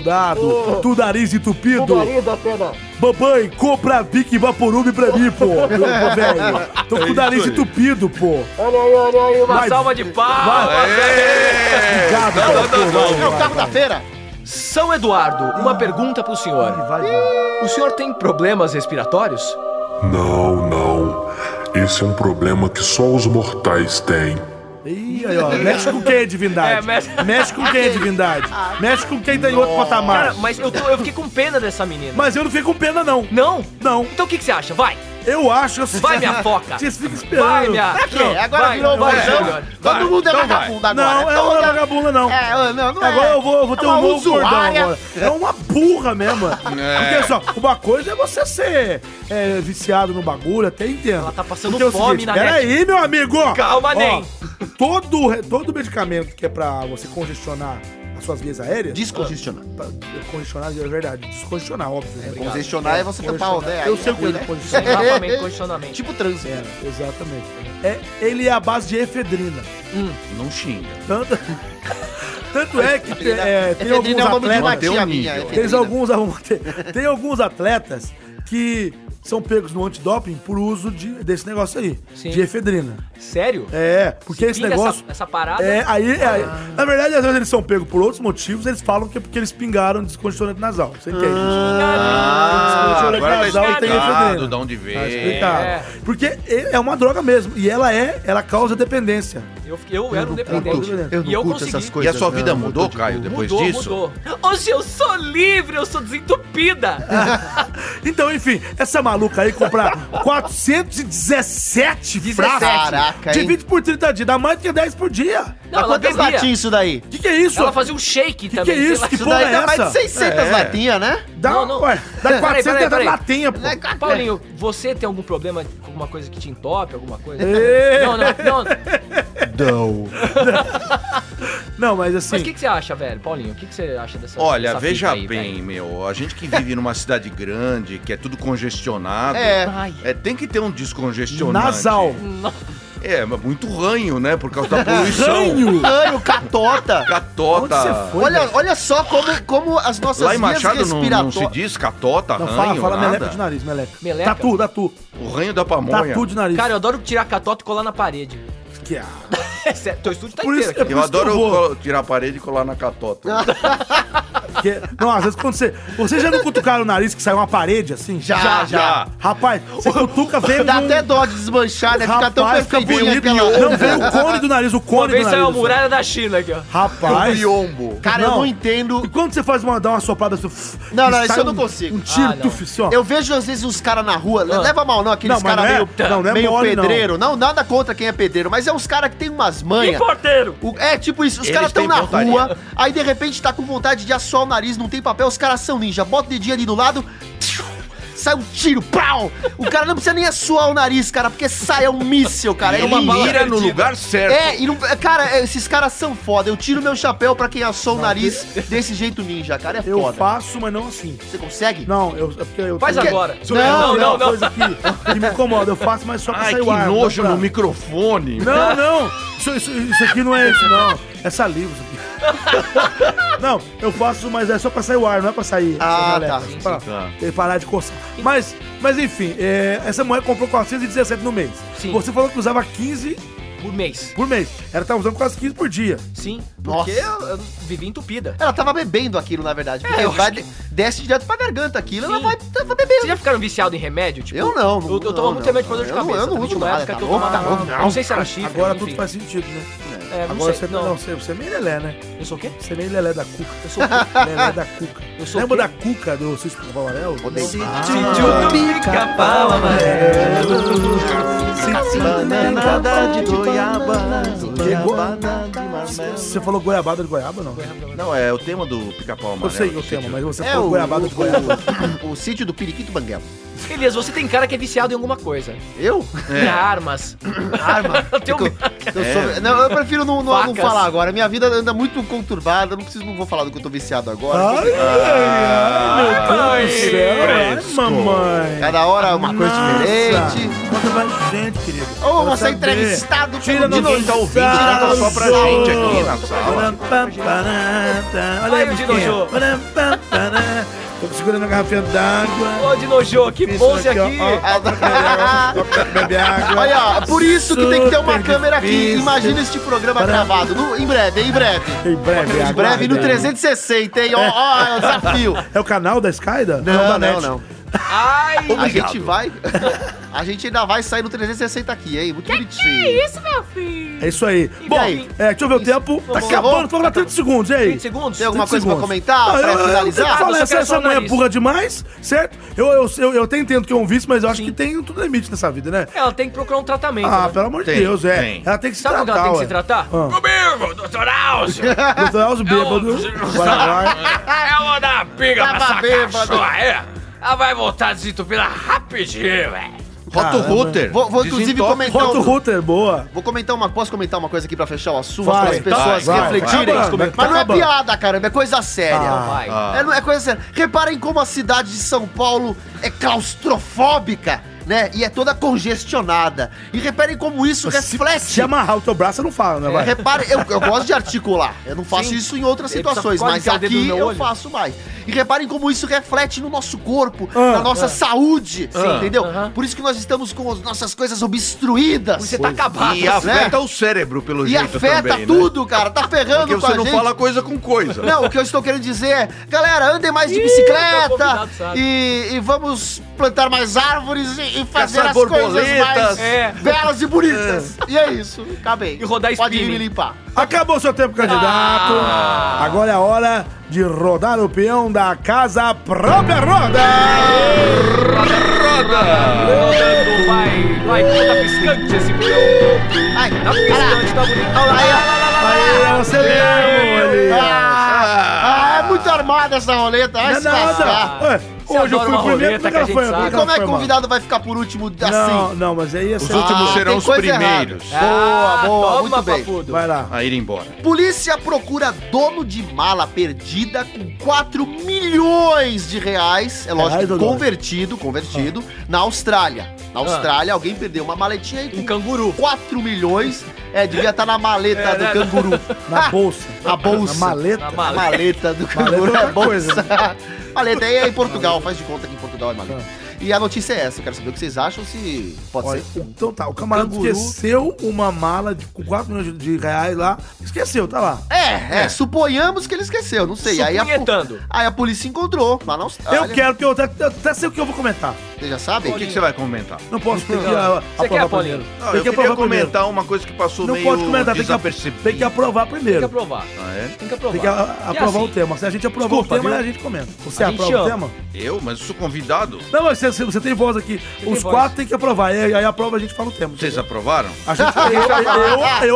S2: congestionado, tu nariz entupido.
S9: Atena.
S2: Mamãe, compra a Vic Vaporub pra mim, pô. Meu, velho. Tô com o nariz entupido, pô.
S9: Olha aí, olha aí,
S1: Uma
S2: vai-
S1: salva de palmas.
S2: Vai, É. Obrigado, Tocatena.
S4: É o carro da feira.
S1: São Eduardo, uma pergunta pro senhor.
S2: Vai, vai.
S1: O senhor tem problemas respiratórios?
S8: Não, não. Esse é um problema que só os mortais têm.
S2: Ih, aí, ó. Mexe com quem é divindade?
S1: É, mexe-
S2: Mexe com quem é divindade? Mexe com quem tá em outro patamar.
S1: Cara, mas eu, tô- eu fiquei com pena dessa menina.
S2: Mas eu não fiquei com pena, não.
S1: Não?
S2: Não.
S1: Então o que, que você acha? Vai!
S2: Eu acho assim.
S1: Vai, minha foca.
S2: Vocês ficam esperando.
S1: Vai, minha!
S4: Pra quê? agora
S1: vai,
S4: virou
S1: vai,
S4: vozão.
S1: vai.
S4: Todo mundo é vagabunda agora.
S2: Não, eu
S4: Todo
S2: não é
S4: mundo
S2: vagabunda, não.
S4: É, eu- não, não é.
S2: Agora eu vou, eu vou ter
S4: É uma
S2: um novo
S4: usuária.
S2: gordão agora. É uma burra mesmo.
S6: É.
S2: Porque só, uma coisa é você ser é, viciado no bagulho, até entendo.
S1: Ela tá passando
S2: Porque é o
S1: fome na
S2: Peraí, meu amigo!
S1: Calma,
S2: Ó,
S1: Nen.
S2: Todo, re- todo medicamento que é pra você congestionar as suas vias aéreas.
S4: Descongestionar.
S2: pra- Congestionar, é verdade. Descongestionar, óbvio. né?
S4: Congestionar é você tampar o né?
S2: Eu sei o que
S4: Aí,
S2: é
S4: né?
S2: congestionar.
S1: Engarrafamento, condicionamento.
S4: Tipo trânsito.
S2: É, exatamente. É, ele é a base de efedrina.
S6: Não xinga.
S2: Tanto, tanto é que tem, é, tem alguns
S4: Efedrina é o nome de
S2: atletas.
S4: uma tia
S6: Manter
S4: minha.
S6: o nível.
S2: Tem
S4: efedrina.
S2: alguns, um- tem alguns atletas que são pegos no antidoping por uso de, desse negócio aí,
S1: Sim.
S2: de efedrina.
S1: Sério?
S2: É, porque esse
S1: Pinga
S2: negócio.
S1: Essa, essa parada?
S2: É, aí, é, aí- Na verdade, às vezes eles são pegos por outros motivos, eles falam que é porque eles pingaram descongestionante nasal. Você entende? isso?
S6: Ah,
S2: Descongestionante
S6: agora tá
S2: nasal e tem
S6: explicado
S2: efedrina.
S6: um de onde veio.
S2: Tá explicado.
S1: É.
S2: Porque é é uma droga mesmo. E ela é, ela causa dependência.
S1: Eu, fiquei- eu era um dependente.
S2: curto, eu
S1: e eu consegui.
S6: E a sua vida mudou, Caio, depois
S1: mudou,
S6: disso?
S1: mudou. Hoje eu sou livre, eu sou
S2: É.
S1: desentupida.
S2: Então, enfim, essa maluca aí comprar 417 frascos.
S4: Caraca, hein?
S2: Divide por 30 dias, dá mais do que 10 por dia.
S1: Não,
S4: Mas
S1: ela
S4: quantas
S1: bebia.
S4: latinhas isso daí?
S2: O que, que é isso?
S1: Ela fazia um shake
S2: que
S1: também.
S2: é
S1: sei
S2: isso?
S1: lá.
S2: Que
S4: Isso
S2: porra
S4: daí
S2: é
S4: dá mais
S2: essa?
S4: de 600 latinhas, né?
S2: Dá,
S1: Não, não.
S2: Ué, dá
S1: Peraí,
S2: 400
S1: peraí, peraí.
S2: latinha, pô.
S4: é
S1: Paulinho, você tem algum problema com alguma coisa que te entope, alguma coisa?
S2: Ê.
S1: Não, não, não.
S2: Não, mas assim...
S1: Mas o que, que você acha, velho? Paulinho, o que, que você acha dessa
S6: Olha,
S1: dessa
S6: veja
S1: fita aí,
S6: bem,
S1: velho?
S6: meu, a gente que vive numa cidade grande, que é tudo congestionado,
S4: É.
S6: é, tem que ter um descongestionante.
S2: Nasal.
S6: É, mas muito ranho, né? Por causa da poluição.
S4: Ranho, catota.
S6: Catota.
S4: Olha, olha só como, como as nossas
S6: Lá em Machado não, não
S4: respiratórias.
S6: se diz catota,
S2: Não, fala,
S6: ranho,
S2: fala meleca de
S6: nada.
S2: nariz, meleca.
S1: Meleca?
S2: Tatu, tatu.
S6: O ranho da pamonha.
S2: Tatu de nariz.
S1: Cara, eu adoro tirar catota e colar na parede.
S2: Que a-
S1: É sério, teu estúdio tá
S2: é Por isso
S1: inteiro aqui.
S6: Eu
S2: Por isso que
S6: adoro
S2: eu vou.
S6: colo- tirar a parede e colar na catota.
S2: que- Não, às vezes quando você... Vocês já não cutucaram o nariz que sai uma parede assim?
S4: Já, já.
S2: Rapaz, você cutuca, veio
S4: Dá
S2: um-
S4: até dó de desmanchar, né? Fica tão
S2: Rapaz, fica
S4: perfeitinho
S2: bonito.
S4: aquela...
S2: Não, veio o cone do nariz, o
S1: Uma
S2: cone do
S1: vez saiu a
S2: nariz.
S1: muralha da China aqui, ó.
S6: O
S2: Rapaz...
S6: biombo.
S4: Cara, eu
S2: Não.
S4: não
S2: E
S4: entendo.
S2: quando você faz uma, dá uma soprada assim...
S4: Não, não,
S2: e
S4: isso
S2: sai
S4: eu não
S2: um-
S4: consigo.
S2: Um tiro,
S1: Ah, não.
S2: tuf, assim, ó.
S4: Eu vejo às vezes uns caras na rua, não leva mal não, aqueles
S2: Não, mas não
S4: caras
S2: é-
S4: meio,
S2: não, não é
S4: meio
S2: mole, não.
S4: pedreiro. Não. nada contra quem é pedreiro, mas é uns caras que tem umas
S9: E
S4: manhas.
S9: porteiro?
S4: O- é tipo isso, os
S6: Eles
S4: caras estão
S6: têm
S4: na
S6: pontaria.
S4: rua, aí de repente tá com vontade de assoar o nariz, não tem papel, os caras são ninja, bota o dedinho ali do lado, tchiu, sai um tiro, pau! O cara não precisa nem assoar o nariz, cara, porque sai é um míssil, cara. É
S6: Ele
S4: uma bala.
S6: mira no lugar certo.
S4: É, e não, é, cara, é, esses caras são foda. Eu tiro meu chapéu pra quem assoa o nariz desse jeito ninja, cara. É
S2: Eu
S4: foda.
S2: faço, mas não assim.
S4: Você consegue?
S2: Não, eu... é porque eu
S1: Faz
S2: tenho-
S1: agora.
S2: Não, não, não.
S1: não.
S2: coisa que, que me incomoda. Eu faço, mas só pra
S6: Ai,
S2: sair
S6: que
S2: o ar. não
S6: nojo
S2: pra-
S6: no microfone.
S2: Não, não. Isso, isso- isso aqui não é isso, não. É saliva isso aqui. Não, eu faço, mas é só pra sair o ar, não é pra sair.
S4: Ah,
S2: essa
S4: tá.
S2: meleca,
S4: Sim,
S2: pra ele parar de coçar. Mas, mas enfim, é, essa mulher comprou 417 no mês.
S1: Sim.
S2: Você falou que usava 15
S1: Por mês.
S2: por mês. Ela tá usando quase 15 por dia.
S1: Sim.
S4: Nossa.
S1: Porque eu, eu vivi entupida.
S4: Ela tava bebendo aquilo, na
S6: É,
S4: verdade. Porque vai, desce direto pra garganta aquilo, ela
S1: Sim.
S4: vai, vai bebendo.
S1: Vocês já ficaram viciados em remédio? Tipo,
S4: Eu não, não-
S1: Eu, eu tomava
S4: não,
S1: muito
S4: não.
S1: remédio pra dor de
S4: Eu não-
S1: cabeça.
S4: eu não
S1: também
S4: uso
S1: tinha uma
S4: nada,
S1: época
S4: tá
S1: que eu
S4: louco,
S1: tomava-
S4: tá louco,
S1: não sei se era chifre.
S2: Agora
S1: enfim.
S2: tudo faz sentido, né?
S1: É, não
S2: Agora
S1: sei,
S2: você,
S1: não.
S2: não, você, você é meio lelé, né?
S1: Eu sou o quê?
S2: Você é meio lelé da cuca.
S1: Eu sou o quê?
S2: lelé da cuca.
S1: Eu sou o
S2: Lembra
S1: quê?
S2: da cuca do Cisco Valarel?
S4: Odeio.
S1: Sentiu o pica-pau amarelo.
S2: Sentiu
S4: Bananada de goiaba, goiabada de marmelo.
S2: Você falou goiabada de goiaba, não?
S6: Não, é o tema do pica-pau amarelo.
S2: Eu sei o
S6: do
S2: tema,
S6: sítio.
S2: mas você
S4: É
S2: falou
S4: o,
S2: goiabada de goiaba.
S4: o, o sítio do Periquito Banguela.
S1: Elias, você tem cara que é viciado em alguma coisa.
S4: Eu?
S1: Em armas.
S4: Arma?
S1: Teu
S4: Eu- eu
S6: É.
S4: sou- não, eu prefiro não, não- não
S1: Facas.
S4: falar agora. Minha vida anda muito conturbada. eu Não preciso, não vou falar do que eu tô viciado agora.
S2: Ai, ai, meu Deus do céu. Ai,
S6: fresco.
S2: mamãe.
S4: Cada hora uma coisa
S2: Nossa.
S4: diferente.
S2: Conta pra gente, querido.
S4: Ou
S2: Quero
S4: você é
S2: saber.
S4: entrevistado
S2: Tira
S4: pelo
S2: ninguém tá ouvindo,
S6: Nada só pra gente aqui na sala.
S2: Olha aí,
S1: Vai, o
S2: musiquinha.
S1: Dinojo.
S2: Tô segurando a garrafinha d'água.
S1: Ô, de nojo, que
S2: Isso
S1: bonze aqui.
S2: ó, ó, ó, ó, Bebe água.
S4: Olha, ó, por isso que tem que ter uma
S2: Super
S4: câmera aqui.
S2: difícil.
S4: Imagina este programa
S2: Para-
S4: gravado. No- em breve, em breve.
S2: Em breve,
S4: Em breve no
S2: aguardem.
S4: 360, hein? Ó, ó, é o desafio.
S2: É o canal da Skyda?
S4: Não,
S2: da
S4: não,
S2: NET.
S4: não.
S1: Ai,
S4: A gente vai. A gente ainda vai sair no 360 aqui, hein? Muito bonitinho.
S3: Que isso, meu filho?
S2: É isso aí. Bom,
S4: aí?
S2: é, deixha eu ver o tempo. Tá
S4: Acabou?
S2: acabando, faltam 30 segundos, e aí?
S1: 20 segundos?
S4: Tem alguma
S2: 30
S4: coisa pra
S2: segundos.
S4: comentar?
S2: Ah, eu-
S4: pra
S2: eu- Eu,
S4: finalizar?
S2: falei,
S1: Você
S2: essa,
S1: quer
S2: essa
S1: só o
S2: mulher é
S1: nariz.
S2: burra demais, certo? Eu, eu, eu, eu até entendo que é um vício, mas eu acho que tem tudo limite nessa vida, né?
S1: Ela tem que procurar um tratamento.
S2: Ah,
S1: né?
S2: pelo amor de
S6: Tem,
S2: Deus, é.
S6: tem.
S2: Ela tem que se
S1: Sabe o que
S2: tratar,
S1: ela tem que se
S2: ué.
S1: tratar?
S5: Comigo, doutor Alcio.
S2: Ah, Doutor Elzo bêbado. Vai, vai.
S5: Eu vou dar uma pinga
S4: Tava
S5: pra essa
S4: bêbado.
S5: cachorra aí. Ela vai voltar a desentupida rapidinho, velho.
S6: Roto Router.
S4: Vou, vou, inclusive
S6: Desentope.
S4: comentar.
S2: Roto
S4: um-
S2: Router, boa.
S4: Vou comentar uma. Posso comentar uma coisa aqui pra fechar o assunto?
S2: Vai,
S4: para as pessoas
S6: vai, vai.
S4: refletirem.
S2: Tá acabando, tá
S4: Mas não é
S2: acabando.
S4: piada, caramba, é coisa séria.
S2: Ah,
S1: Vai.
S4: É, não é coisa séria. Reparem como a cidade de São Paulo é claustrofóbica, né? E é toda congestionada. E reparem como isso reflete.
S2: Se amarrar o teu braço, eu não falo, né? Vai.
S4: Reparem, É, eu, eu gosto de articular. Eu não faço
S1: Sim.
S4: isso em outras
S1: Ele
S4: situações,
S1: precisa
S4: mas
S1: quase enfiar o dedo
S4: aqui
S1: no meu
S4: eu
S1: olho.
S4: faço mais. E reparem como isso reflete no nosso corpo,
S2: Ah,
S4: na nossa saúde, entendeu?
S1: Aham.
S4: Por isso que nós estamos com as nossas coisas obstruídas.
S1: Você tá acabado.
S6: E afeta o cérebro, pelo
S4: E
S6: jeito
S4: afeta
S6: também, né?
S4: tudo, cara. Tá ferrando
S6: Porque
S4: com a
S6: você não
S4: gente.
S6: fala coisa com coisa.
S4: Não, o que eu estou querendo dizer é, galera, andem mais de
S1: Ih, tá
S4: bicicleta
S1: convidado, sabe?
S4: e, e vamos plantar mais árvores e, e fazer
S6: Caçar
S4: as coisas mais
S6: borboletas.
S1: É.
S4: belas e bonitas. E é isso, acabei.
S1: E rodar
S4: Pode ir
S1: spinning.
S4: me limpar.
S2: Acabou seu tempo, candidato. Agora é a hora de rodar o peão da casa própria roda.
S1: Rodando, vai. Vai, tá piscante esse peão.
S4: Ai,
S1: Tá
S4: caralho.
S1: piscante, tá bonito. Olha
S4: Aí,
S1: lá, lá, lá,
S4: ó.
S1: lá.
S2: Aí, é você mesmo, Elias.
S4: Ah, ah, é muito armada essa roleta, vai
S2: Não é
S4: se lascar.
S2: nada. Ué,
S3: Você
S2: Hoje eu
S3: adora
S2: fui o
S3: uma
S2: primeiro
S1: roleta
S2: que ela
S1: que a
S2: foi.
S1: gente sabe.
S4: E como é que o convidado vai ficar por último assim?
S2: Não, não, mas aí ia
S6: Os
S2: ser...
S6: últimos
S4: Ah,
S6: serão
S4: tem
S6: os
S4: coisa
S6: primeiros
S4: errada. Boa, boa,
S1: Ah, toma,
S4: muito bem.
S1: papudo.
S2: Vai lá.
S6: a ir embora.
S4: Polícia procura dono de mala perdida com 4 milhões de reais, é lógico,
S2: Reais ou dólares?
S4: convertido, convertido, na Austrália. Na Austrália, alguém perdeu uma maletinha aí
S1: Um
S4: com
S1: canguru.
S4: 4 milhões. É, devia estar na maleta do canguru.
S2: Na bolsa.
S4: Ah, Na bolsa.
S2: Na maleta.
S1: Na
S4: Na
S1: mala.
S4: maleta do canguru
S2: Maleta é
S4: é
S2: outra coisa,
S4: bolsa. maleta aí é em Portugal, faz de conta que em Portugal é maleta. E a notícia é essa, eu quero saber o que vocês acham, se pode
S2: Ah. Olha,
S4: ser.
S2: então tá, o camarada
S4: Canguru.
S2: esqueceu uma mala de, com 4 milhões de reais lá. Esqueceu, tá lá.
S4: É, é, suponhamos que ele esqueceu, não sei. Aí a,
S1: Supunhetando.
S4: aí a polícia encontrou lá na Austrália.
S2: Eu quero, porque eu até, eu até sei o que eu vou comentar.
S4: Vocês já sabem?
S6: O que, que você vai comentar?
S2: Não posso ter que
S1: Não.
S2: a-
S1: Você quer,
S2: aprovar
S1: Paulinho?
S2: primeiro.
S6: Não,
S2: Tem
S6: eu
S2: que
S6: queria
S2: aprovar primeiro.
S6: comentar uma coisa que passou
S2: Não
S6: meio
S2: pode comentar, tem que,
S6: desapercebida.
S2: ap- tem que aprovar
S1: Tem que
S2: primeiro.
S1: aprovar.
S6: Ah, é?
S1: Tem que aprovar.
S2: Tem que a-
S1: E
S2: aprovar
S1: assim,
S2: o tema. Se a gente aprovou
S1: Desculpa,
S2: o tema,
S1: viu?
S2: a gente comenta. Você
S1: A gente
S2: aprova o
S1: ama.
S2: tema?
S6: Eu? Mas eu sou convidado.
S2: Não, mas você, você tem voz aqui.
S1: tem
S2: Os
S1: voz.
S2: quatro tem que aprovar. Aí, aí aprova, a gente fala o tema.
S6: Vocês aprovaram?
S2: A gente, eu, eu, eu Tá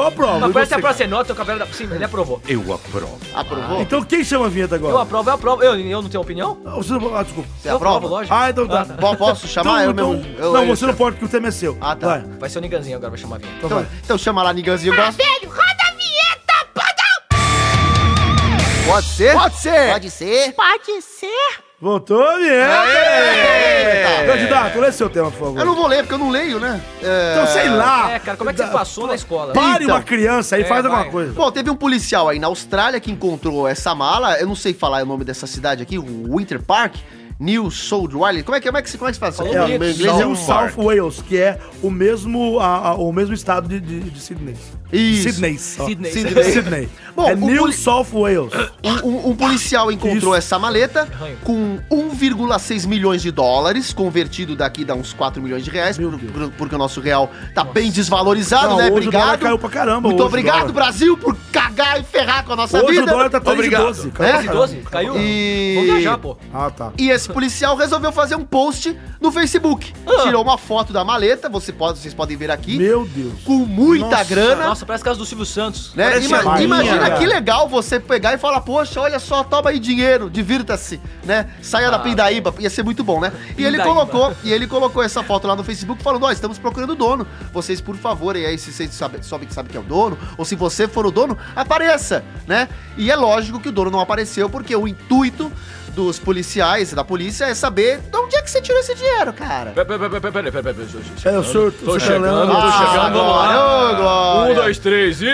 S2: aprovo.
S1: Não,
S2: E
S1: parece
S2: você?
S1: a próxima é nota, o cabelo da cima, ele aprovou.
S6: Eu aprovo.
S4: Aprovou?
S2: Então quem chama a vinheta
S1: Eu
S2: agora?
S1: aprovo, eu aprovo. Eu, eu não tenho opinião?
S2: Ah, você não- ah, desculpa.
S4: Você aprova?
S1: lógico.
S2: Ah, então tá.
S1: Ah, tá.
S4: Po- Posso chamar? eu
S2: então,
S4: mesmo. Eu-
S2: não,
S4: eu-
S2: você não pode, porque o tema é seu.
S4: Ah, tá.
S2: Vai,
S1: Vai ser o Niganzinho agora, vai chamar a vinheta.
S2: então
S4: Então,
S2: vai.
S4: então chama lá, Niganzinho. eu Gosto.
S3: Velho, roda a vinheta, pode...
S4: Pode ser? Pode ser. Pode ser.
S3: Pode ser?
S2: Voltou a vinheta. Candidato, lê seu tema, por favor.
S4: Eu não vou ler, porque eu não leio, né? É...
S2: Então, sei lá.
S1: É, cara, como é que você passou na escola?
S2: Pare
S4: Então.
S2: uma criança aí,
S1: É,
S2: faz alguma
S1: vai.
S2: coisa.
S4: Bom, teve um policial aí na Austrália que encontrou essa mala. Eu não sei falar o nome dessa cidade aqui, o Winter Park. New South Wales. Como é que, como é que, se- como é que se faz?
S1: Falou
S4: É,
S1: bonito.
S4: meu inglês é
S2: New
S4: um
S2: South Wales, que é o mesmo, a- a- o mesmo estado de, de, de Sydney.
S4: Isso.
S2: Sydney. só.
S1: Sydney.
S2: Sydney. Sydney.
S4: Bom,
S2: é
S4: o
S2: New
S4: poli-
S2: South Wales.
S4: Um, um- um policial encontrou
S2: Isso.
S4: essa maleta
S1: Arranho.
S4: com 1,6 milhões de dólares, convertido daqui dá uns 4 milhões de reais,
S2: Meu
S4: por-
S2: Deus.
S4: por- porque o nosso real tá bem desvalorizado,
S2: Não,
S4: né?
S2: hoje o dólar
S4: Obrigado.
S2: caiu pra caramba
S4: Muito
S2: hoje o
S4: obrigado,
S2: dólar.
S4: Brasil, por cagar e ferrar com a nossa
S2: Hoje
S4: vida.
S2: o dólar tá 3
S6: Obrigado.
S2: 12. cara.
S4: É?
S1: 12? Caiu?
S4: E-
S1: Vamos viajar, pô.
S2: Ah, tá.
S4: E esse policial resolveu fazer um post no Facebook. Tirou uma foto da maleta, você pode, vocês podem ver aqui,
S2: Ah. Meu Deus.
S4: com muita
S2: Nossa,
S4: grana.
S1: Nossa, parece casa do Silvio Santos.
S4: Né?
S6: Parece
S4: Ima-
S6: a Maria,
S4: imagina
S2: cara.
S4: que legal você pegar e falar, poxa, olha só, toma aí dinheiro, divirta-se, né? Saia da
S1: Ah,
S4: pindaíba, ia ser muito bom, né? E ele
S1: Pindaíba.
S4: colocou, e ele colocou essa foto lá no Facebook falando, ó, estamos procurando o dono. Vocês, por favor, e aí se vocês sabem sabe, sabe que é o dono, ou se você for o dono, apareça, né? E é lógico que o dono não apareceu, porque o intuito dos policiais, da polícia, é saber de onde é que você tirou esse dinheiro, cara.
S5: Peraí, peraí, peraí, peraí, peraí, peraí, tô chegando.
S2: É, eu sou-
S5: Tô
S2: sou
S5: chegando,
S2: chegando.
S5: tô
S2: Ah,
S5: chegando, vamos
S4: Glória,
S5: lá.
S4: ô, Glória.
S5: Um, dois, três e...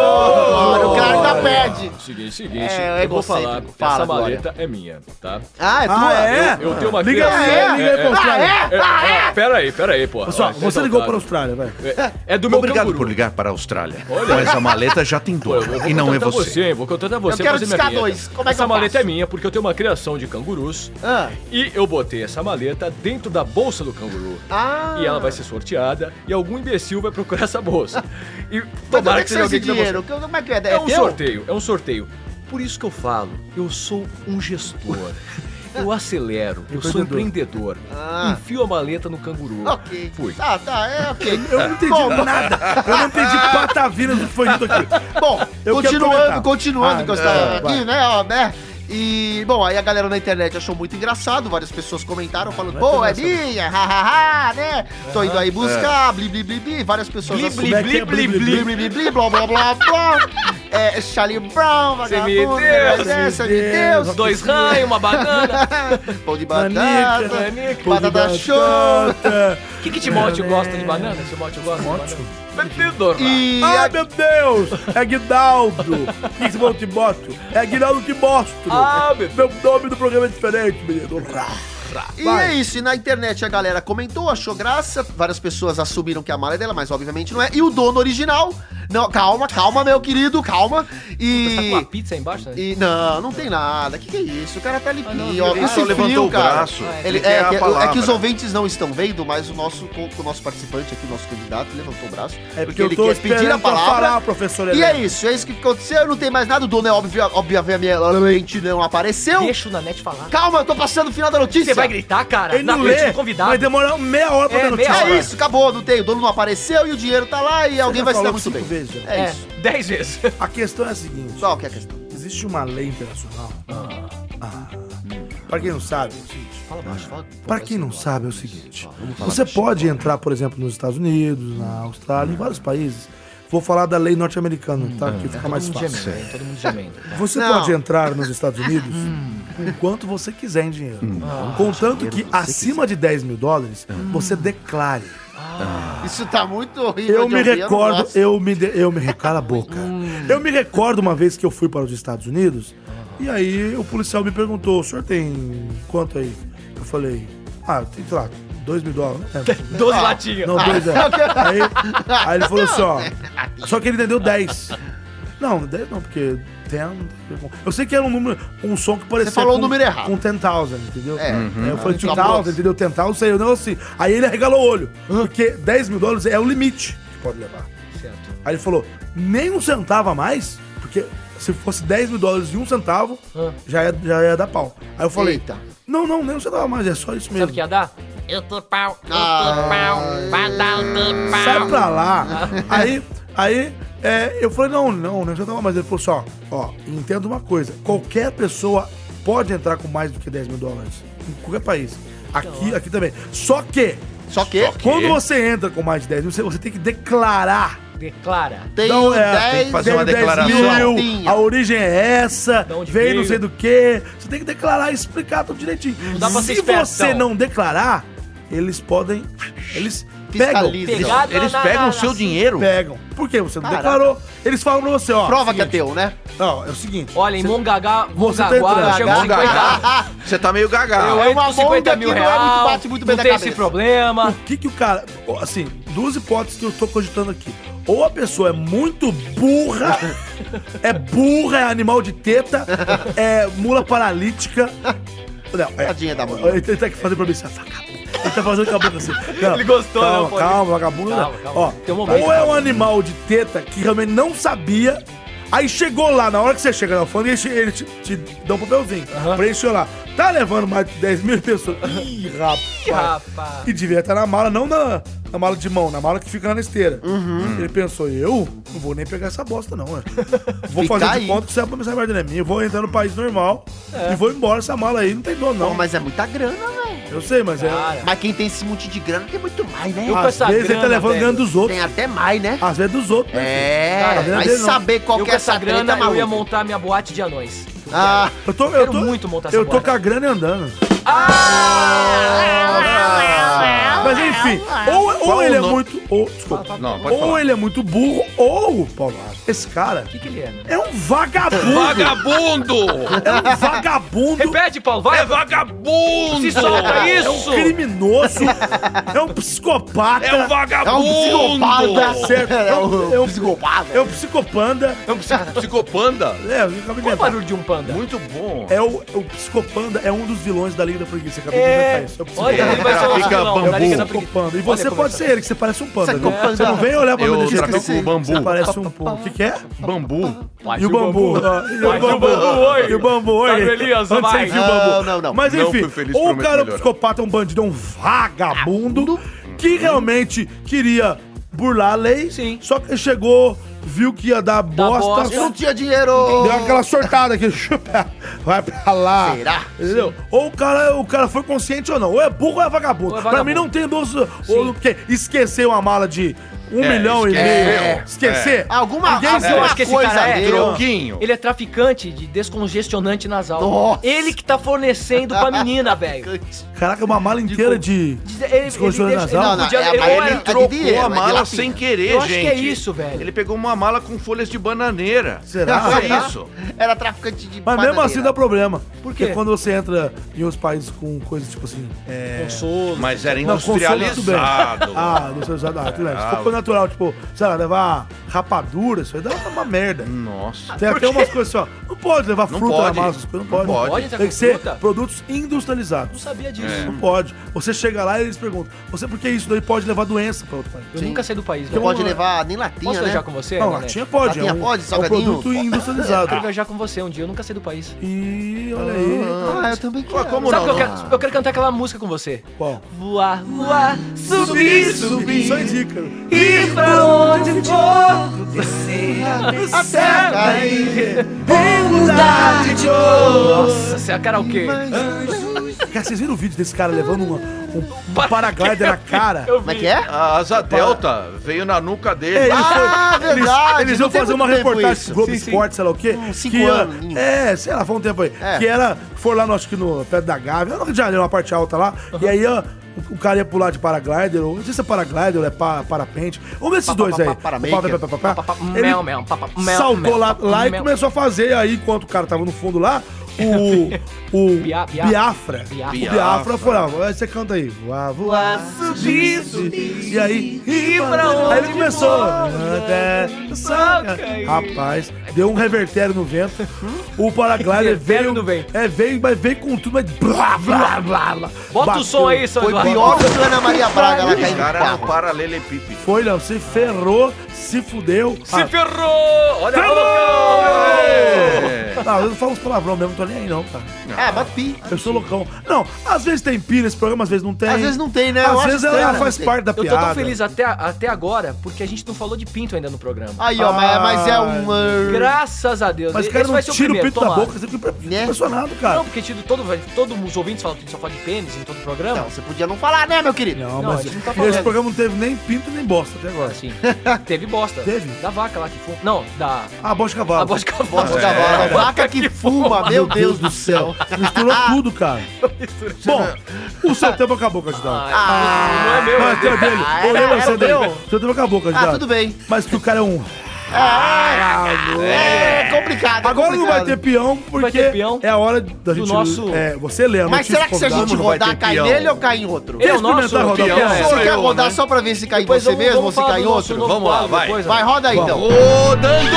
S4: Glória, o cara ainda pede.
S5: Seguinte, seguinte,
S4: É,
S5: eu vou falar,
S4: egocêntrico. Fala,
S5: essa maleta é minha, tá?
S4: Ah, é Ah, tua?
S2: Ah, é?
S5: Eu tenho uma
S2: Liga
S5: criança-
S2: aí,
S5: é,
S2: liga aí
S5: é,
S2: pra Austrália.
S5: É,
S4: Ah,
S5: é, peraí, peraí, pô.
S2: Pessoal,
S5: Olha,
S2: você
S5: é
S2: ligou para a
S5: saudável.
S2: Austrália, vai.
S5: É, é do meu
S6: Obrigado
S5: canguru.
S6: por ligar para a Austrália. Mas a maleta já tem
S5: Pô, eu
S6: dono.
S5: vou
S6: E não é
S5: contratar
S6: você.
S5: hein? Vou contratar você
S4: Eu quero
S5: pra fazer minha
S4: discar
S5: vinheta.
S4: dois. Como é que
S5: Essa
S4: eu
S5: maleta
S4: faço?
S5: é minha porque eu tenho uma criação de cangurus
S4: Ah.
S5: e eu botei essa maleta dentro da bolsa do canguru.
S4: Ah.
S5: E ela vai ser sorteada e algum imbecil vai procurar essa bolsa. E
S4: Mas onde é
S5: tomara
S4: que
S5: que
S4: saiu esse
S5: seja alguém que dê
S4: dinheiro?
S5: você.
S4: Que- Como é que é?
S5: É um
S4: teu?
S5: sorteio, é um sorteio. Por isso que eu falo, eu sou um gestor. Eu acelero, eu sou empreendedor.
S4: Ah.
S5: Enfio a maleta no canguru.
S4: Ok.
S5: Fui.
S4: Tá, tá, é ok.
S2: Eu não entendi
S4: Bom,
S2: nada. Eu não entendi patavina do que foi dito aqui.
S4: Bom,
S2: Eu quero
S4: continuando,
S2: comentar.
S4: continuando
S2: Ah,
S4: que eu estava
S2: é,
S4: aqui,
S2: vai.
S4: né, ó, né? E, bom, aí a galera na internet achou muito engraçado, várias pessoas comentaram falando, pô, é minha, hahaha, né? Tô indo aí buscar, bli, bli, bli, bli, várias pessoas
S1: Bli,
S4: assumindo.
S1: bli, bli, bli,
S4: Bli,
S1: bli.
S4: bli, bli, bli, blá, blá, blá, blá. É, Charlie Brown,
S1: Você
S4: vagabundo,
S1: me deu,
S4: né? Você me deu,
S1: Os dois ranhos, uma banana.
S4: pão de
S2: Manica,
S4: batata,
S1: manica,
S2: Pô, de
S4: batata show.
S2: batata.
S1: O que que Timóteo gosta de banana? Timóteo gosta de banana? Bebedor.
S4: E
S2: Ai, meu Deus! É Guinaldo! O que você falou, Timóteo? É Guinaldo que mostro!
S1: Ah, meu
S2: Meu nome do programa é diferente, menino. Rá.
S4: E
S2: Vai.
S4: é isso, e na internet a galera comentou, achou graça, várias pessoas assumiram que a mala é dela, mas obviamente não é. E o dono original. Não, calma, calma, meu querido, calma.
S1: Tá com uma
S4: E.
S1: pizza aí embaixo, né? Ah,
S4: e não, não tem nada. Que que é isso? O cara tá ali.
S1: não,
S4: ó,
S6: Ele
S4: esse
S6: só
S4: frio,
S6: Ah, levantou o
S4: cara.
S6: braço.
S4: Ele,
S6: Ele quer
S4: é,
S6: a
S4: que, é que os
S6: palavra.
S4: ouvintes não estão vendo, mas o nosso, o nosso participante aqui, o nosso candidato, levantou o braço.
S2: É porque eu tô esperando pra falar, professor
S4: E é
S2: Helena.
S4: isso, é isso que aconteceu. Não tem mais nada. O dono é obvio, obviamente não apareceu.
S1: Deixa o Nanete falar.
S4: Calma, eu tô passando o final da notícia.
S1: Você vai gritar, cara?
S2: Ele não
S5: é
S1: frente do
S5: tipo
S2: lê,
S1: convidado.
S2: vai demorar meia hora pra
S1: É,
S2: dar notícia.
S1: meia
S4: É
S1: hora.
S4: isso, acabou, não tem. O dono não apareceu e o dinheiro tá lá e alguém
S2: já
S4: vai se
S2: falou
S4: dar muito bem.
S2: cinco vezes, já.
S4: é,
S1: É,
S4: isso.
S1: dez vezes.
S2: A questão é a seguinte.
S4: Só o que é a questão.
S2: Existe uma lei internacional. Ah. Pra Ah. quem não sabe, é o seguinte,
S5: Fala baixo, fala.
S2: Para quem não sabe, é o seguinte: você pode entrar, por exemplo, nos Estados Unidos, na Austrália, em vários países. Vou falar da lei norte-americana, tá? Que fica mais fácil.
S5: Gemendo, todo Hum, é, mundo gemendo. tá? Hum.
S2: Você
S4: Não.
S2: pode entrar nos Estados Unidos com quanto você quiser em dinheiro.
S5: Ah,
S2: Contanto que acima de 10 mil dólares,
S5: Hum.
S2: você declare.
S4: Isso tá muito horrível.
S2: Ah. Eu
S4: de
S2: me
S4: ouvir, não
S2: recordo,
S4: gosto. Hum.
S2: eu me, de- eu me recala a boca. Eu me recordo uma vez que eu fui para os Estados Unidos e aí o policial me perguntou: "O senhor tem quanto aí?" Eu falei: "Ah, tem sei lá, 2 mil dólares." É,
S1: 12 latinhas.
S2: não, dois é. Aí, aí ele falou assim: ó, só que ele entendeu 10. Não, 10 não, porque tem. Eu sei que era um número, um som que parecia.
S4: falou o
S2: com-
S4: número errado.
S2: Com 10,000, entendeu?
S4: É.
S9: Uhum.
S2: Aí eu falei,
S4: Ah,
S2: 10,000, entendeu? 10,000, sei eu não assim. Aí ele arregalou o olho, porque 10 mil dólares é o limite que pode levar. Aí ele falou, nem um centavo a mais, porque se fosse 10 mil dólares e um centavo, já, ia, já ia dar pau. Aí eu falei,
S4: Eita.
S2: não, não, nem um centavo a mais, é só isso mesmo.
S9: Sabe o que ia dar? Eu tô pau, eu tô pau, badal de
S2: Sai pra lá. aí, aí, é, eu falei, não, não, não adianta não, mas ele falou só, ó, entenda uma coisa, qualquer pessoa pode entrar com mais do que 10 mil dólares, em qualquer país. Aqui, aqui também. Só que,
S4: Só que
S2: quando você entra com mais de 10 mil, você, você tem que declarar.
S1: Declara.
S4: tem
S2: Então, é,
S4: 10
S6: tem que fazer uma
S2: Veio 10
S6: declaração.
S2: mil, a origem é essa,
S1: Da onde
S2: veio
S1: veio.
S2: não sei do que. Você tem que declarar e explicar tudo direitinho.
S1: dá pra ser
S2: Se
S1: espertão.
S2: você não declarar, eles podem. Eles pegam.
S4: Fiscaliza.
S6: Eles,
S1: Pegado
S6: eles
S1: na-
S6: pegam
S1: na-
S6: o seu
S1: na-
S6: dinheiro.
S2: Pegam. Por quê? Você não
S4: Caraca.
S2: declarou. Eles falam pra você, ó.
S4: Prova que é
S2: seguinte,
S4: teu, né?
S2: Não, é o seguinte.
S1: Olha, em Mongagá,
S2: Você tá
S1: Mongaguá, eu
S2: entrando.
S1: chego com 50.
S6: Você tá meio gaga.
S1: Eu
S4: É
S1: entro
S4: uma
S1: com 50
S4: monga
S1: mil
S4: que não é muito-
S1: real,
S4: bate muito
S1: não
S4: bem na
S1: tem
S4: cabeça.
S1: esse problema.
S2: O que que o cara... Assim, duas hipóteses que eu tô cogitando aqui. Ou a pessoa é muito burra, é burra, é animal de teta, é mula paralítica... Não, é,
S4: Tadinha da mula.
S2: Ele tá aqui fazendo pra mim, assim, vagabundo. Ele tá fazendo com a boca assim. Não,
S1: Ele gostou,
S2: calma,
S1: né, pô?
S2: Calma, vagabundo.
S1: Calma,
S2: não.
S1: calma.
S2: Ó,
S1: Tem um momento,
S2: ou é um
S1: calma.
S2: animal de teta que realmente não sabia... Aí chegou lá, na hora que você chega na alfândega, eles te- eles te, te dão um papelzinho. Preencheu lá. Tá levando mais de 10 mil pessoas. Ih,
S1: Ih,
S2: rapaz.
S1: Rapaz.
S2: E devia estar na mala, não na, na mala de mão, na mala que fica lá na esteira.
S1: Uhum.
S2: Ele pensou, eu não vou nem pegar essa bosta, não, ué. Vou
S4: Fica
S2: fazer
S1: tá
S2: de
S4: aí.
S2: conta que essa essa merda não é minha. Vou entrar no país normal
S1: É.
S2: e vou embora. Essa mala aí não tem dono,
S4: Pô,
S2: não.
S4: mas é muita grana, velho.
S2: Eu sei, mas é.
S1: Cara,
S4: Mas quem tem esse monte de grana tem muito mais, né?
S1: Eu com
S2: Às
S1: essa
S2: vezes ele
S1: grana,
S2: tá levando
S1: velho.
S2: grana dos outros.
S4: Tem até mais, né?
S2: Às vezes dos outros. né?
S4: É,
S1: Cara,
S4: vai
S2: verdadeiro não.
S4: saber qual
S1: eu
S4: que
S1: com
S4: é
S1: essa grana, eu ia
S4: maluca.
S1: montar minha boate de anões.
S4: Ah,
S2: Eu tô, eu
S1: É. Quero
S2: tô,
S1: muito montar essa Ah!
S2: eu tô
S1: boate.
S2: com a grana andando. Ah! Mas enfim, ou, ou
S6: Qual
S2: ele
S6: o
S2: é
S6: nome?
S2: muito. Ou, desculpa.
S6: Não, pode
S2: Ou
S6: falar.
S2: ele é muito burro, ou, Paulo, esse cara
S1: O que, que ele é, né?
S2: é um vagabundo.
S6: Vagabundo!
S2: É um vagabundo.
S1: Repete, Paulo, vai.
S6: É vagabundo!
S1: Se solta
S2: É um
S1: isso.
S2: criminoso, é um psicopata,
S6: É um
S4: é um
S6: vagabundo!
S4: psicopata.
S2: certo?
S4: É um,
S2: é um,
S4: psicopata.
S2: é um psicopanda.
S6: É um psi- psicopanda.
S2: É, eu acabei de
S1: Qual o
S2: inventar.
S1: barulho de um panda?
S6: Muito bom.
S2: É o, o psicopanda é um dos vilões da Liga da Preguiça. eu Acabei de
S1: É.
S2: inventar isso. É o psicopanda.
S1: Olha, ele vai ser o nosso
S6: Trafica
S1: vilão da Liga da
S6: bambu.
S1: Preguiça.
S2: Psicopanda. E você
S1: Olha como
S2: pode
S1: é
S2: ser ele, que você parece um panda. viu?
S4: Psicopanda.
S2: Você não vem olhar pra mim
S6: Eu
S2: desse jeito.
S6: trafico o bambu.
S2: Você parece um panda. O que, que é?
S6: Bambu.
S2: E o bambu. ó, E
S1: Mas
S2: o
S1: e o
S2: bambu.
S1: bambu, oi?
S2: E o bambu, oi.
S1: Sabe, Elias,
S2: Onde você
S1: vai.
S2: viu o bambu?
S4: Não, não, não.
S2: Mas
S6: Não
S2: enfim,
S6: fui feliz,
S2: ou o
S6: prometo
S2: cara é um
S6: melhorar.
S2: psicopata, é um bandido, é um vagabundo que realmente queria burlar a lei,
S1: Sim.
S2: só que chegou, viu que ia dar bosta,
S1: bosta.
S4: Eu não tinha dinheiro.
S2: deu aquela sortada aqui, vai pra lá.
S4: Será?
S2: Entendeu? Ou o cara, o cara foi consciente ou não. Ou é burro ou é vagabundo.
S1: Ou é
S2: Pra
S1: vagabundo.
S2: mim não tem dois. Ou porque esquecer uma mala de um
S6: É,
S2: milhão e meio.
S6: esqueceu. É.
S2: Esquecer.
S4: Alguma,
S2: Alguém
S4: alguma
S2: viu?
S1: Acho que esse
S4: coisa
S1: cara é
S6: um
S4: deu.
S6: Troquinho.
S1: Ele é traficante de descongestionante nasal.
S4: Nossa.
S1: Ele que tá fornecendo pra menina, velho.
S2: Caraca, uma mala inteira de.
S1: Diz- Ele, ele deixa-
S2: Descongestionante nasal?
S1: não
S4: Não, não,
S1: podia-
S4: é a
S1: ele-
S4: Bahia,
S1: ou era-
S4: ele
S6: Trocou
S4: dinheiro,
S6: a
S4: mas de
S6: mala
S4: latinha.
S6: sem querer,
S1: Eu acho
S6: gente.
S1: que é isso, velho.
S6: Ele pegou uma mala com folhas de bananeira.
S2: Será?
S6: É isso.
S4: Ah, Era traficante de
S2: Mas mesmo assim dá problema.
S1: Por
S2: Porque
S1: quê?
S2: quando você entra em outros países com coisas tipo assim. É...
S1: Consolo.
S6: Mas era
S2: Não, consolo tudo bem.
S6: industrializado.
S2: Ah, não sei usar nada. tudo bem. Se
S6: Ah,
S2: for coisa natural, tipo, sei lá, levar rapadura, isso aí dá uma merda.
S6: Nossa.
S2: Tem até umas coisas assim, ó. Não pode levar
S6: Não
S2: fruta
S6: pode.
S2: na massa, essas coisas, não
S6: Não
S2: pode.
S6: pode.
S1: Pode entrar
S2: Tem
S1: com
S2: que ser
S1: fruta?
S2: produtos industrializados.
S1: Não sabia disso.
S6: É.
S2: Não pode. Você chega lá e eles perguntam, você por que isso daí pode levar doença pra outro país?
S1: Eu nunca saí do país,
S4: Não
S1: velho.
S4: pode levar nem latinha,
S1: Posso
S4: né?
S1: viajar com você?
S2: Não,
S1: Nanete?
S2: latinha pode.
S4: Latinha
S2: é um,
S4: pode,
S2: é um
S4: salgadinho?
S2: produto
S1: Eu quero
S2: industrializado.
S1: viajar com você um dia, eu nunca saí do país.
S2: Ih, olha aí.
S4: Ah, eu também quero.
S6: como
S1: Sabe
S6: não?
S1: o que eu quero? Eu quero cantar aquela música com você.
S2: Qual?
S1: Voar, voar, subir, subir.
S2: Só indica.
S1: E pra onde for,
S4: Até daí.
S1: Nossa, você é a karaokê.
S4: Mas-
S2: Cara, vocês viram o vídeo desse cara levando uma- um, um paraglider na cara?
S5: Eu
S4: Como é
S5: vi.
S4: que é?
S6: A asa delta veio na nuca
S2: É,
S6: dele.
S2: ele foi-
S4: Ah,
S2: eles-
S4: verdade,
S2: Eles
S4: não
S2: iam
S4: tem
S2: fazer
S4: muito
S2: uma
S4: tempo
S2: reportagem
S4: isso.
S2: Globo
S4: Sim, sim.
S2: Esporte, sei lá o quê.
S4: Hum, cinco
S2: que, era-
S4: anos, né?
S2: É, sei lá, foi um tempo aí.
S4: É.
S2: Que era. Foi lá, no, acho que no perto da Gávea, no Rio de Janeiro, uma parte alta lá. E aí, ó, o, o cara ia pular de paraglider, ou não sei se é paraglider ou é pa- parapente. Vamos ver esses dois aí. Pa-
S4: paramaker.
S2: pa- pa- pa- pa- Ele
S5: Mel, mel, pa- pa- mel,
S2: Saltou
S5: mel,
S2: lá,
S5: pa-
S2: lá e
S5: mel.
S2: começou a fazer. Aí, enquanto o cara tava no fundo lá, o. O
S5: Bia- Bia-
S2: Biafra. O
S5: Biafra.
S2: Biafra foi lá. "Vai, Você canta aí. Voar, voar.
S5: Subir,
S2: E aí, e
S5: pra onde
S2: Aí ele começou.
S5: voa?
S2: Até-
S5: Saca aí.
S2: Rapaz, deu um revertério no vento. O paraglider veio.
S5: Revertério no vento.
S2: É, veio, mas veio com tudo, mas. Blá, blá, blá, blá.
S5: Bota
S2: Bateu.
S5: o som aí, São
S4: Foi
S5: Eduardo.
S4: pior do que a Ana Maria Braga lá
S6: O
S4: caindo do
S6: cara no
S4: carro.
S6: paralelepípedo.
S2: Foi, não. Se ferrou, se fudeu. Ah.
S5: Se ferrou! Olha a
S6: É.
S2: Ah, não, eu não falo uns palavrão mesmo, não tô nem aí, não, cara.
S4: É, bota pi.
S2: Eu sou loucão. Não, às vezes tem pira esse programa, às vezes não tem.
S4: Às vezes não tem, né? Eu
S2: Às
S4: acho
S2: vezes ela
S4: estranho, né?
S2: faz
S4: Não tem.
S2: parte da
S5: Eu
S2: piada.
S5: tô tão feliz até, até agora, porque a gente não falou de pinto ainda no programa.
S4: Aí, ó, mas, mas é um...
S5: Graças a Deus.
S2: Ah. Mas,
S5: Esse
S2: cara, não
S5: vai ser
S2: tira o
S5: primeiro,
S2: pinto da
S5: tomara.
S2: boca, você fica
S4: Né?
S2: impressionado, cara.
S5: Não, porque tido todo, todos os ouvintes falam que a gente só fala de pênis em todo o programa.
S4: Não, você podia não falar, né, meu querido?
S2: Não,
S5: Não,
S2: mas
S5: a gente não tá
S2: esse
S5: falando.
S2: programa não teve nem pinto nem bosta até agora.
S5: Assim, teve bosta.
S2: Teve?
S5: Da vaca lá que foi. Não, da.
S2: Ah, bosta de cavalo.
S5: A bosta de cavalo.
S4: Bosta de
S5: é.
S4: cavalo, né? vaca que fuma, meu Deus do céu.
S2: Misturou tudo, cara. Bom, o seu tempo acabou, Cajidão.
S5: Não é meu.
S2: Não, é teu dele.
S4: Ah,
S2: Eu
S4: era-
S2: lembro
S4: era
S2: seu
S4: o
S2: dele.
S4: meu.
S2: Seu tempo acabou, Cajidão.
S4: Ah, tudo bem.
S2: Mas que o cara é um...
S4: É complicado. é
S2: Agora não vai
S4: complicado.
S2: ter peão, porque
S5: ter peão.
S2: é a hora da gente...
S5: nosso-
S2: É, você lê a
S4: Mas
S2: notícia
S4: será que se a
S2: convidada.
S4: gente
S6: não vai
S4: rodar,
S6: ter
S4: cai
S6: peão.
S4: nele ou cai em outro?
S5: Ele é o
S2: Quer
S5: nosso.
S2: experimentar rodar o
S6: peão?
S2: peão?
S6: Sou
S4: Você quer
S6: eu,
S4: rodar
S6: né?
S4: só pra ver se cai em
S5: Depois
S4: você
S5: eu vou-
S4: mesmo ou
S5: vamos
S4: se
S5: falar
S4: cai em
S5: do nosso
S4: outro?
S5: novo
S6: Vamos lá,
S5: quadro
S6: vai.
S5: depois,
S4: Vai,
S5: ó.
S4: roda aí, então.
S6: Rodando!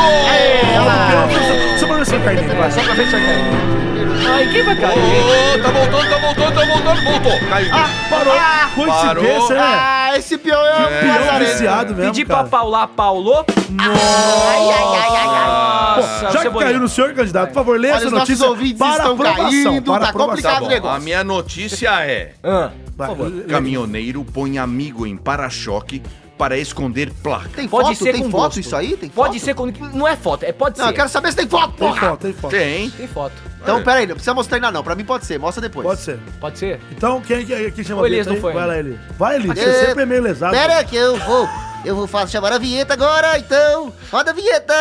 S2: Peão, só- Só pra ver se vai cair nele, vai.
S5: Só pra ver se vai cair. Ai, quem vai cair?
S6: Ô, tá voltando, tá voltando, tá voltando, voltou. Caiu.
S2: Parou.
S5: É.
S2: Coincidência, né?
S4: Ah, esse peão é um
S2: Peão
S4: lazarento.
S2: viciado mesmo,
S5: Pedi pra
S2: cara.
S5: Paula Paulo.
S4: Ai, ai, ai, ai, ai.
S5: Nossa,
S2: Já que
S5: Cebolinha.
S2: caiu no senhor, candidato, por favor, lê
S4: Olha,
S2: essa
S4: os nossos
S2: notícia
S4: ouvintes estão
S2: aprovação,
S4: caindo,
S2: para
S4: tá
S2: aprovação.
S6: Tá
S4: complicado.
S6: bom, a minha notícia é:
S5: Ah,
S2: Vai, lê-
S10: Caminhoneiro põe amigo em para-choque para esconder placa.
S4: Tem
S5: Pode
S4: foto?
S5: ser
S4: Tem
S5: com
S4: foto
S5: gosto.
S4: isso aí? Tem
S5: Pode
S4: foto?
S5: ser quando. Não é foto, é pode
S4: Não,
S5: ser.
S4: eu quero saber se tem foto,
S2: Tem
S4: porra!
S2: foto, tem foto.
S6: tem.
S5: Tem foto.
S4: Então, pera aí, não precisa mostrar ainda não. Pra mim pode ser, mostra depois.
S2: Pode ser.
S5: é. Pode ser?
S2: Então, quem, quem, quem chama
S5: O Elias
S2: vinheta
S5: não
S2: aí?
S5: foi
S2: Vai
S5: ainda.
S2: lá, Elias. Vai, Elias. Você
S4: É,
S2: sempre é meio lesado.
S4: Pera que eu vou, eu vou fa- chamar a vinheta agora, então. Roda a vinheta.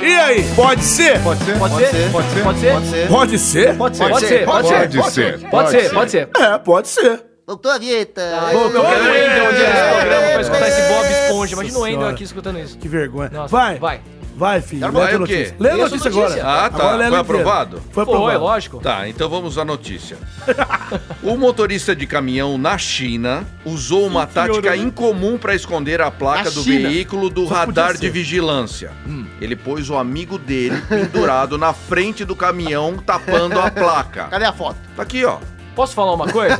S2: E aí? Pode ser?
S3: Pode ser?
S5: Pode ser? Pode ser? Pode
S4: Pode
S5: ser?
S4: ser.
S2: Pode ser?
S5: Pode ser? Pode ser? Pode ser?
S3: Pode ser.
S5: Pode ser? Pode ser?
S2: É, pode ser.
S4: Voltou a vinheta.
S5: Eu quero o Endel um dia nesse
S4: É,
S5: programa pra escutar esse Bob
S4: é,
S5: Esponja. Imagina o Endel
S2: senhora.
S5: aqui escutando isso.
S2: Que vergonha.
S5: Nossa,
S2: vai.
S5: vai.
S2: Vai, filho.
S6: Vai
S2: lê a
S6: o quê?
S2: notícia. Lê a
S5: Lê a
S2: notícia
S5: sua
S2: agora.
S5: notícia.
S6: Ah, tá.
S2: Agora lê a
S6: Foi
S2: letra.
S6: aprovado?
S2: Foi
S5: Foi,
S2: aprovado.
S5: é lógico.
S6: Tá, então vamos à notícia. O motorista de caminhão na China usou uma tática incomum para esconder a placa
S4: Na
S6: do
S4: China?
S6: veículo do radar de vigilância.
S4: Hum.
S6: Ele pôs o amigo dele pendurado na frente do caminhão, tapando a placa.
S4: Cadê a foto?
S6: Tá aqui, ó.
S5: Posso falar uma coisa?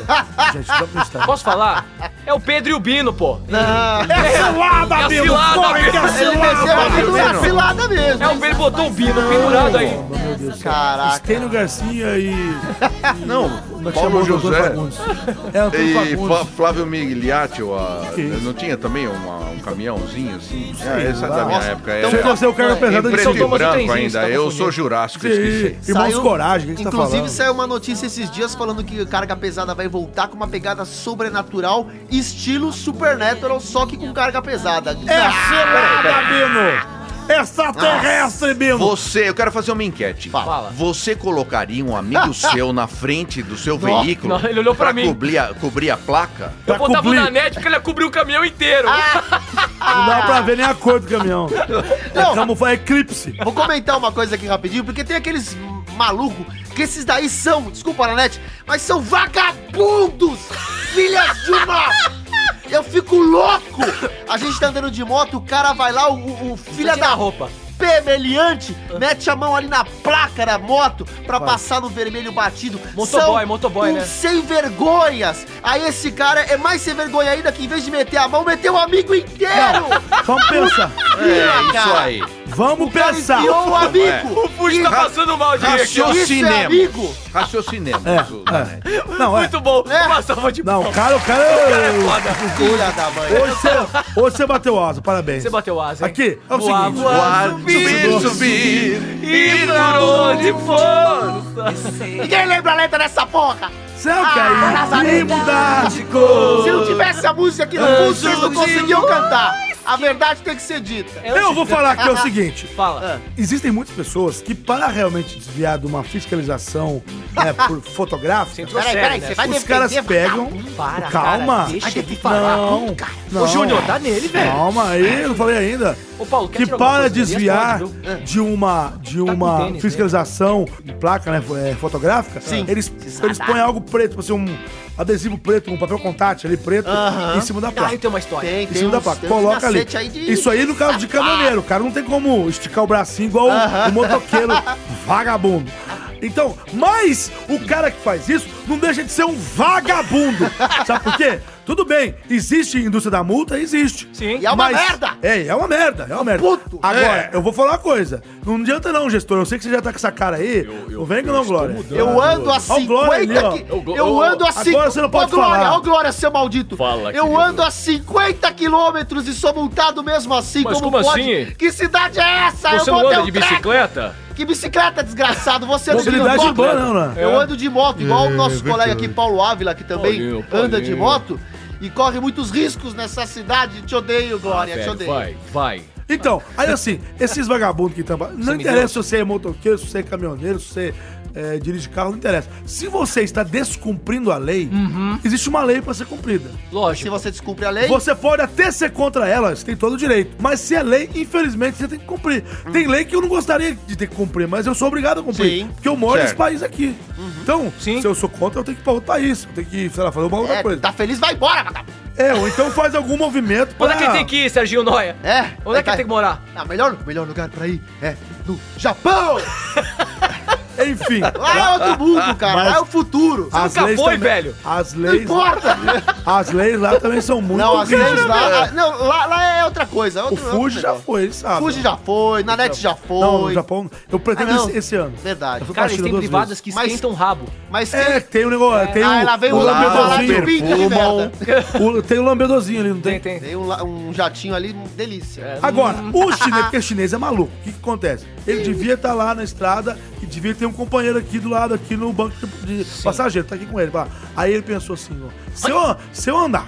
S2: Gente, um dá pra estar.
S5: Posso falar? É o Pedro e o Bino, pô.
S2: É cilada, amigo.
S5: cilada,
S2: Corre que é
S5: Bino.
S4: Ele desceu
S2: cilada.
S4: aqui na filada mesmo.
S5: É o Pedro botou o Bino pendurado aí.
S2: Meu Deus do céu.
S4: Caraca.
S2: Estênio Garcia e...
S6: Não,
S2: Como é que chama
S6: Paulo
S2: o doutor
S6: José
S2: Fagundes? É, Antônio
S6: e Fa-
S2: Fagundes.
S6: Flávio Migliatti, ó,
S2: Que isso?
S6: não tinha também uma- um caminhãozinho assim? É, essa é
S2: lá.
S6: da minha época.
S2: Então,
S6: É,
S2: quando você é o carga pesada de
S6: em preto
S2: São
S6: e
S2: Tomás.
S6: branco
S5: trenzinho,
S6: ainda.
S5: você tá
S6: Eu sou
S5: confundindo.
S6: jurássico, esqueci.
S2: Irmãos
S4: Saiu-
S2: Coragem, o que você tá falando?
S4: Inclusive, saiu uma notícia esses dias falando que carga pesada vai voltar com uma pegada sobrenatural, estilo Supernatural, só que com carga pesada.
S2: É
S6: Ah,
S2: selada, Bino! Extraterrestre, Bino!
S6: Você, eu quero fazer uma enquete.
S5: Fala.
S6: Você colocaria um amigo seu na frente do seu veículo?
S5: não, ele olhou pra mim.
S6: Cobrir a, cobrir a placa?
S5: Eu botava
S2: cobrir.
S5: na net porque ele ia cobrir o caminhão inteiro.
S4: Ah,
S2: Não dá pra ver nem a cor do caminhão.
S4: Não.
S2: É camufla- é eclipse.
S4: Vou comentar uma coisa aqui rapidinho, porque tem aqueles malucos que esses daí são, desculpa, Nanete, mas são vagabundos! Filhas de uma. Eu fico louco! A gente tá andando de moto, o cara vai lá, o, o filha
S5: Tira
S4: da
S5: a
S4: roupa.
S5: roupa.
S4: Pemeliante, mete a mão né? ali na placa da moto pra passar no vermelho batido.
S5: Motoboy,
S4: São
S5: motoboy,
S4: uns
S5: né?
S4: sem vergonhas. Aí esse cara é mais sem vergonha ainda que em vez de meter a mão, meteu o amigo inteiro.
S2: Vamos pensar.
S6: É isso aí.
S2: Vamos pensar.
S4: Enfiou o amigo.
S1: O Fuji tá passando mal, gente.
S4: Isso é
S6: Raciocinemos.
S4: amigo.
S6: Raciocinemos. Zanetti.
S2: Não, é.
S1: Muito bom. Uma salva de
S2: Não, o cara, o cara.
S4: Filha da mãe.
S2: Hoje você, hoje você bateu asa, parabéns.
S1: Você bateu asa, hein?
S2: Aqui, é o
S1: Voar,
S2: seguinte.
S1: voar.
S6: Voar, subir, subir.
S1: E pra onde for?
S4: Ninguém lembra a letra dessa porra.
S2: Você é não quer ir. mudar de
S4: Se não tivesse a música aqui no fundo, vocês não conseguiam cantar. A verdade tem que ser dita.
S2: Eu vou falar aqui é o seguinte.
S1: Fala.
S2: Existem muitas pessoas que, para realmente desviar de uma fiscalização né, por fotográfica,
S4: Peraí,
S1: né?
S4: peraí, você vai
S2: os caras pegam.
S1: Para,
S2: calma.
S1: Deixa ele falar.
S2: Não, não.
S1: Ô, Júnior, dá nele, velho.
S2: Calma aí, eu não falei ainda.
S1: Ô, Paulo, quer
S2: que
S1: tirar alguma
S2: para
S1: coisa?
S2: desviar
S1: Responde, viu?
S2: de uma de
S1: com
S2: uma
S1: tênis, né?
S2: fiscalização de placa né, fo- é, fotográfica,
S4: Sim.
S2: eles eles põem algo preto, tipo assim, um adesivo preto, um papel contact ali preto em cima da
S1: Ah, eu
S2: placa.
S1: tenho uma história.
S4: Tem,
S2: Em cima da
S4: uns-
S2: placa,
S4: uns
S2: coloca ali.
S4: cacete aí de-
S2: Isso aí no caso de caminhoneiro, o cara não tem como esticar o bracinho igual o- o motoqueiro vagabundo. Então, mas o cara que faz isso não deixa de ser um vagabundo. Sabe por quê? Tudo bem, existe indústria da multa? Existe.
S1: Sim.
S4: E é uma
S2: Mas-
S4: merda.
S2: É, é uma merda, é uma merda.
S4: Puto.
S2: Agora,
S6: É.
S2: eu vou falar uma coisa. Não adianta não, gestor. Eu sei que você já tá com essa cara aí. não vem que não, Glória.
S4: Eu ando a
S2: Ó o Glória ali,
S4: 50
S2: ó.
S4: qui-
S5: Glo-
S4: Eu
S5: ô,
S4: ando a
S2: agora
S4: 50
S2: você não pode
S4: Ô, Glória,
S2: falar.
S4: Ô, Glória, seu maldito.
S5: Fala,
S4: eu
S5: querido.
S4: ando a 50 quilômetros e sou multado mesmo assim.
S5: Mas como assim?
S4: Que cidade é essa?
S5: Você
S4: eu
S5: não
S4: vou ter
S5: anda
S4: um
S5: de
S4: treco.
S5: bicicleta?
S4: Que bicicleta, desgraçado. Você anda de
S2: Mobilidade
S4: moto.
S2: urbana, não, é? não.
S5: É.
S4: Eu ando de moto, igual o nosso colega aqui, Paulo Ávila, que também
S5: Paulinho,
S4: anda de
S5: Paulinho.
S4: moto. E corre muitos riscos nessa cidade. Te odeio, Glória, te
S5: Ah, Velho,
S4: odeio.
S5: vai, vai.
S2: Então, aí assim, esses vagabundos que estão... Não interessa se você é motoqueiro, se você é caminhoneiro, se você é, dirige carro, não interessa. Se você está descumprindo a lei,
S1: Uhum.
S2: existe uma lei para ser cumprida.
S4: Se
S1: Lógico.
S4: você descumpre a lei,
S2: Você pode até ser contra ela, você tem todo o direito. Mas se é lei, infelizmente, você tem que cumprir.
S1: Hum.
S2: Tem lei que eu não gostaria de ter que cumprir, mas eu sou obrigado a cumprir.
S4: Sim.
S2: Porque eu moro nesse
S6: Certo.
S2: país aqui. Então,
S1: Uhum. Sim.
S2: se eu sou contra, eu tenho que ir pra outro país. Eu tenho que, sei lá, fazer uma outra
S4: é,
S2: coisa.
S4: tá feliz, vai embora, vagabundo.
S2: É, ou então faz algum movimento pra...
S1: Onde é que ele tem que ir, Serginho Noia? Onde
S4: É.
S1: é que
S4: vai-
S1: ele tem que morar?
S4: Ah, melhor, melhor lugar pra ir é no Japão!
S2: Enfim.
S4: Lá é outro mundo, cara. Lá é o futuro.
S2: as
S1: nunca
S2: leis
S1: foi,
S2: também-
S1: velho?
S2: As
S4: Não
S2: leis,
S4: importa!
S2: as leis lá também são muito
S4: Não, às vezes
S2: rígidas.
S4: lá. ah, Não, lá, lá é outra coisa. é
S2: O
S4: outro-
S2: Fuji
S4: outro
S2: já
S4: negócio.
S2: foi, ele sabe.
S4: Fuji já foi, na net já foi.
S2: Não, no Japão... Eu pretendo
S4: Ah, não.
S2: esse, esse ano.
S4: Verdade.
S2: Eu fui pra
S1: Cara, eles
S2: China
S1: têm
S2: duas
S1: privadas
S2: vezes.
S1: que
S4: Mas-
S1: esquentam o rabo.
S4: Mas quem.
S2: É, tem um negócio... Tem
S4: ah,
S2: um,
S4: ela veio
S2: um
S4: lá falar de
S2: lambedozinho.
S4: pinga de merda.
S2: O- tem o lambedozinho ali, não tem?
S1: tem.
S4: Tem um, la- um jatinho ali, um delícia.
S1: É.
S2: Agora,
S1: Hum.
S2: o chinês, porque o chinês é maluco. O que, que acontece? Ele devia estar lá na estrada e devia ter um companheiro aqui do lado, aqui no banco de passageiro, tá aqui com ele. pá. Aí ele pensou assim, ó, se eu, se eu andar,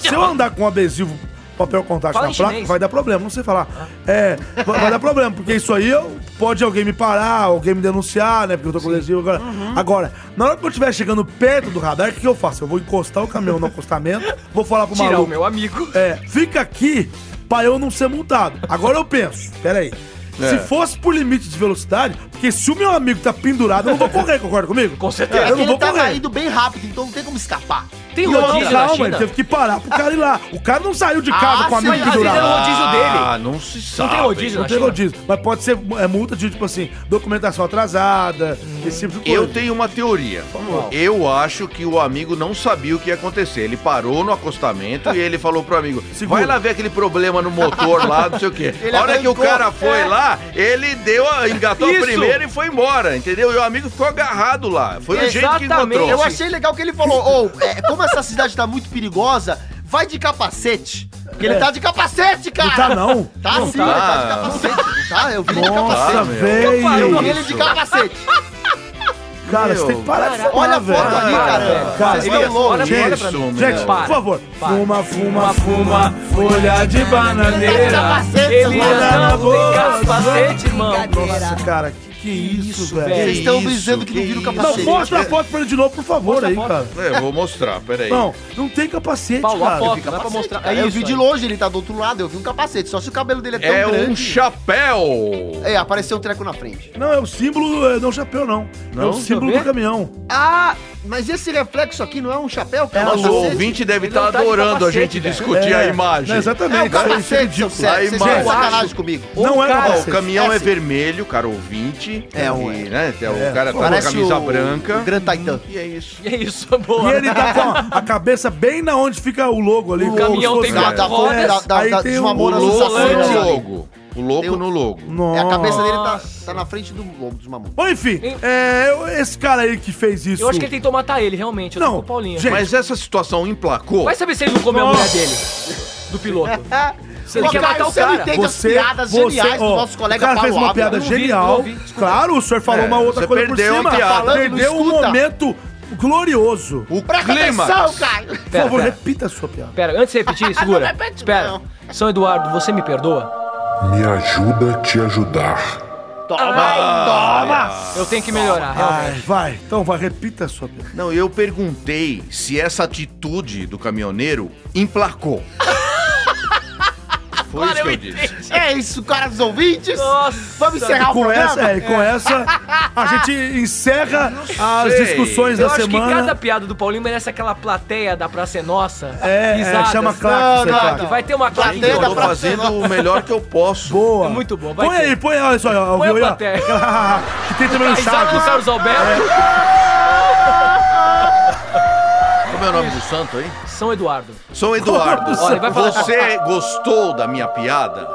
S2: se eu andar com adesivo papel contato
S1: Fala
S2: na
S1: em
S2: placa,
S1: chinês. Ah.
S2: vai dar problema, não sei falar. É, vai, vai dar problema, porque isso aí eu, pode alguém me parar, alguém me denunciar, né, porque eu tô com adesivo agora.
S1: Uhum.
S2: Agora, na hora que eu estiver chegando perto do radar, o que, que eu faço? Eu vou encostar o caminhão no acostamento, vou falar pro
S1: Tirar
S2: maluco,
S1: o meu amigo.
S2: é, fica aqui pra eu não ser multado. Agora eu penso, peraí.
S6: É.
S2: Se fosse por limite de velocidade, porque se o meu amigo tá pendurado, eu não vou correr, concorda comigo?
S1: Com certeza.
S2: Eu
S4: É que
S2: não
S4: ele
S2: vou
S4: tava
S2: correr.
S4: indo bem rápido, então não tem como escapar.
S1: Tem
S2: E outra,
S1: rodízio na
S2: calma, ele
S1: China?
S2: teve que parar pro cara ir lá. O cara não saiu de casa
S4: Ah,
S2: com É o amigo
S4: sim, mas
S1: Às vezes era
S2: pendurado.
S1: o rodízio dele.
S6: Ah, não se
S1: Não
S6: sabe.
S1: tem rodízio
S2: Não
S1: na
S2: tem né?
S1: China?
S2: rodízio. Mas pode ser é, multa de, tipo assim, documentação atrasada, esse tipo de coisa.
S6: Eu tenho uma teoria. Eu acho que o amigo não sabia o que ia acontecer. Ele parou no acostamento e ele falou pro amigo:
S2: Segura.
S6: vai lá ver aquele problema no motor lá, não sei o quê.
S4: Ele
S6: a hora que o
S4: arrancou.
S6: cara foi lá, ele deu a, engatou a primeira e foi embora, entendeu? E o amigo ficou agarrado lá. Foi o jeito que
S1: Exatamente.
S6: encontrou.
S4: Eu achei legal que ele falou, ô, é, como essa cidade tá muito perigosa, vai de capacete. Porque ele tá de capacete, cara.
S2: É. Não tá, não.
S4: Tá sim, ele tá de capacete, não tá? Eu vi ele de
S2: Nossa,
S4: capacete. Eu vi
S2: velho.
S4: ele de capacete. Tá
S2: Cara, você tem que parar de
S4: Olha
S2: fumar,
S4: a foto ali,
S2: velho.
S4: cara.
S2: Cara,
S4: Vocês estão
S1: olha,
S4: loucos.
S1: olha
S6: Gente,
S1: pra mim.
S2: Gente,
S1: Para.
S2: por favor.
S1: Para.
S2: Fuma, fuma, fuma, folha de bananeira.
S4: Capacete,
S1: Ele
S4: mano.
S2: Manda na
S1: anda
S2: boca.
S1: sem capacete, irmão.
S2: Nossa, cara, que, que isso,
S1: isso,
S2: velho.
S1: velho.
S4: Vocês estão
S6: É isso,
S4: dizendo que não
S6: que
S4: viram
S6: isso.
S2: Não,
S4: capacete.
S2: mostra a foto pra ele de novo, por favor, aí, cara.
S6: É, eu vou mostrar, peraí.
S2: Não, não tem capacete,
S1: Paulo, a
S2: cara.
S1: foto, né? dá pra mostrar.
S6: É
S1: É
S4: Cara, eu vi de
S1: aí.
S4: longe, ele tá do outro lado, eu vi um capacete. Só se o cabelo dele é tão
S6: é um
S4: grande.
S6: chapéu.
S4: É, apareceu um treco na frente.
S2: Não, é o símbolo, é, não é o chapéu, não. É o símbolo do caminhão.
S1: Ah,
S4: Mas esse reflexo aqui não é um chapéu, cara?
S6: Nossa,
S4: É um
S6: o
S4: cacete.
S6: ouvinte deve
S1: Ele não
S6: estar
S1: tá de
S6: adorando a
S1: capacete,
S6: gente
S1: velho.
S6: discutir a imagem.
S2: É, Não,
S4: É um
S2: exatamente. isso é
S4: capacete, seu
S2: ridículo.
S4: Sérgio. Vocês
S6: Lá
S4: estão de
S6: embaixo.
S4: sacanagem comigo.
S2: Não é
S6: Ó,
S2: normal.
S6: o caminhão é
S4: Esse-
S6: vermelho, cara, ouvinte.
S4: É, um-
S6: E, né, tem o
S2: é.
S6: cara com a
S4: Parece
S6: camisa
S4: o-
S6: branca.
S4: o Gran Titan.
S6: E é isso.
S1: E é isso, boa.
S2: E ele tá com a cabeça bem na onde fica o logo ali. O
S1: caminhão tem
S4: Da, da,
S1: rodas,
S4: da, da,
S2: aí
S4: da,
S2: tem um
S4: dos
S2: o-
S4: mamonas
S2: o
S4: dos
S6: Logo
S1: volante.
S4: assassinos
S6: no
S4: ali.
S6: logo. O louco
S4: Tem o-
S6: no logo.
S4: É, a
S2: Nossa.
S4: cabeça dele tá, tá na frente do lobo dos mamonas.
S2: Bom, enfim, é, eu- esse cara aí que fez isso.
S1: Eu acho que ele tentou matar ele, realmente. Eu tô
S2: Não,
S1: com o Paulinho.
S2: gente,
S6: Mas essa situação emplacou.
S1: Vai saber se ele não comeu a mulher dele. Do piloto.
S4: Você
S1: quer matar o
S4: você não
S1: cara.
S4: entende as piadas geniais do
S2: ó,
S4: nosso colega
S2: O cara fez uma
S4: Ávila.
S2: piada
S1: não vi,
S2: genial.
S1: não vi, desculpa.
S2: claro, o senhor falou
S6: É,
S2: uma outra
S6: você
S2: coisa
S6: perdeu
S2: por cima.
S6: a piada.
S4: Falando, não
S2: perdeu um
S4: escuta.
S2: momento glorioso.
S6: O
S4: Presta
S6: clima.
S4: atenção, Caio.
S2: Por favor,
S1: pera.
S2: repita a sua piada.
S1: Pera, antes de repetir, segura.
S4: repete,
S1: Pera.
S4: não.
S1: São Eduardo, você me perdoa?
S8: Me ajuda a te ajudar.
S1: Eu tenho que melhorar, realmente.
S2: Ai, vai. Então vai, repita a sua piada.
S6: Não, eu perguntei se essa atitude do caminhoneiro emplacou. Foi isso que eu disse.
S4: É isso, caras ouvintes. Vamos encerrar o
S2: Com
S4: programa?
S2: essa, é, com essa, a gente encerra as
S6: sei.
S2: discussões
S1: Eu
S2: da
S1: acho que cada
S2: semana.
S1: piada do Paulinho merece aquela plateia da Praça é Nossa.
S2: É, é,
S1: risadas.
S2: chama
S4: Não,
S2: claque,
S4: não,
S2: claque.
S1: Que vai ter uma claque.
S4: Plateia
S6: Eu
S4: da
S6: tô
S4: pra-
S6: fazendo o melhor que eu posso.
S2: Boa.
S1: É muito bom, vai
S2: Põe
S1: ter.
S2: aí, põe aí, olha só. ó,
S1: Põe a
S2: viu aí, ó?
S1: plateia.
S2: que tem também no
S1: Risada do
S2: Chaves.
S1: Carlos Alberto.
S6: Como é o nome do santo aí?
S1: São Eduardo.
S6: Sou Eduardo.
S1: Olha, ele vai falar-
S6: Você gostou da minha piada?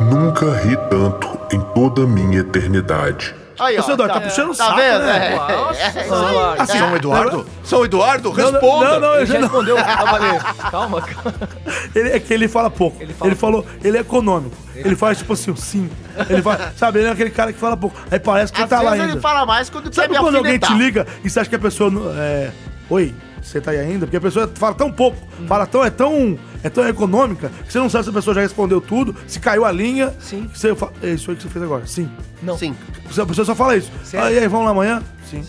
S8: Nunca ri tanto em toda a minha eternidade.
S4: Aí, ó,
S2: Seu Eduardo, tá puxando o saco,
S4: vendo?
S2: né?
S4: É.
S1: São Eduardo.
S2: Assim,
S4: um
S6: São Eduardo? São Eduardo, responda!
S2: Não, não,
S1: Ele
S2: eu
S1: já
S2: já não.
S1: respondeu. Calma, Ale. calma, calma.
S2: Ele, é que ele fala pouco. Ele,
S1: Ele fala
S2: falou, ele é econômico. Ele, faz tipo assim, um sim. Ele faz, sabe, ele é aquele cara que fala pouco. Aí parece que
S4: Às
S2: tá lá
S4: vezes ele
S2: ainda.
S4: fala mais quando quer
S2: Sabe
S4: me
S2: quando alguém te
S4: alfinetar.
S2: liga e você acha que a pessoa. não- É, Oi, você tá aí ainda? Porque a pessoa fala tão pouco, fala tão, é tão. É tão econômica que você não sabe se a pessoa já respondeu tudo, se caiu a linha.
S1: Sim.
S2: Você fala, é isso aí que você fez agora. Sim.
S1: Não.
S4: Então, Sim.
S2: Você- A pessoa só fala isso.
S1: Sério?
S2: Ah, e aí, vamos lá amanhã? Sim.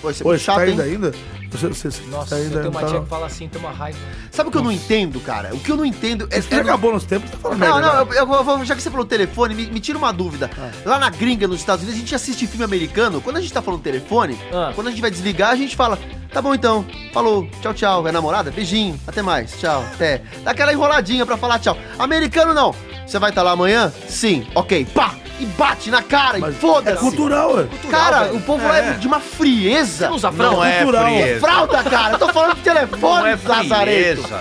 S4: Pô, você é
S2: Oi,
S4: muito
S2: você tá
S4: chato, hein?
S2: ainda ainda? Você, você, você
S1: Nossa,
S2: tá
S1: eu
S2: ainda
S1: tenho uma
S2: tá-
S1: tia que fala assim, tem uma raiva.
S4: Sabe o que eu não entendo, cara? O que eu não entendo é...
S2: Isso já
S4: é no-
S2: acabou nos tempos, tá falando
S4: Não,
S2: merda Ah.
S4: não,
S2: agora.
S4: eu, eu vou- já que você falou telefone, me, me tira uma dúvida. Lá na gringa, nos Estados Unidos, a gente assiste filme americano. Quando a gente tá falando telefone,
S1: Ah.
S4: quando a gente vai desligar, a gente fala: tá bom então, falou, tchau, tchau. É namorada? Beijinho, até mais, tchau, até. Dá aquela enroladinha pra falar tchau. Americano não. Você vai estar lá amanhã? Sim, ok, pá! E bate na cara, e
S2: Mas
S4: foda-se.
S2: É cultural, ué.
S4: Cara, o povo lá é de uma frieza.
S1: Não usa fralda?
S6: Não é
S2: cultural.
S4: É
S6: frieza.
S4: fralda, cara. Eu tô falando de
S6: Não
S4: telefone,
S6: é
S4: Lazareto.
S6: frieza.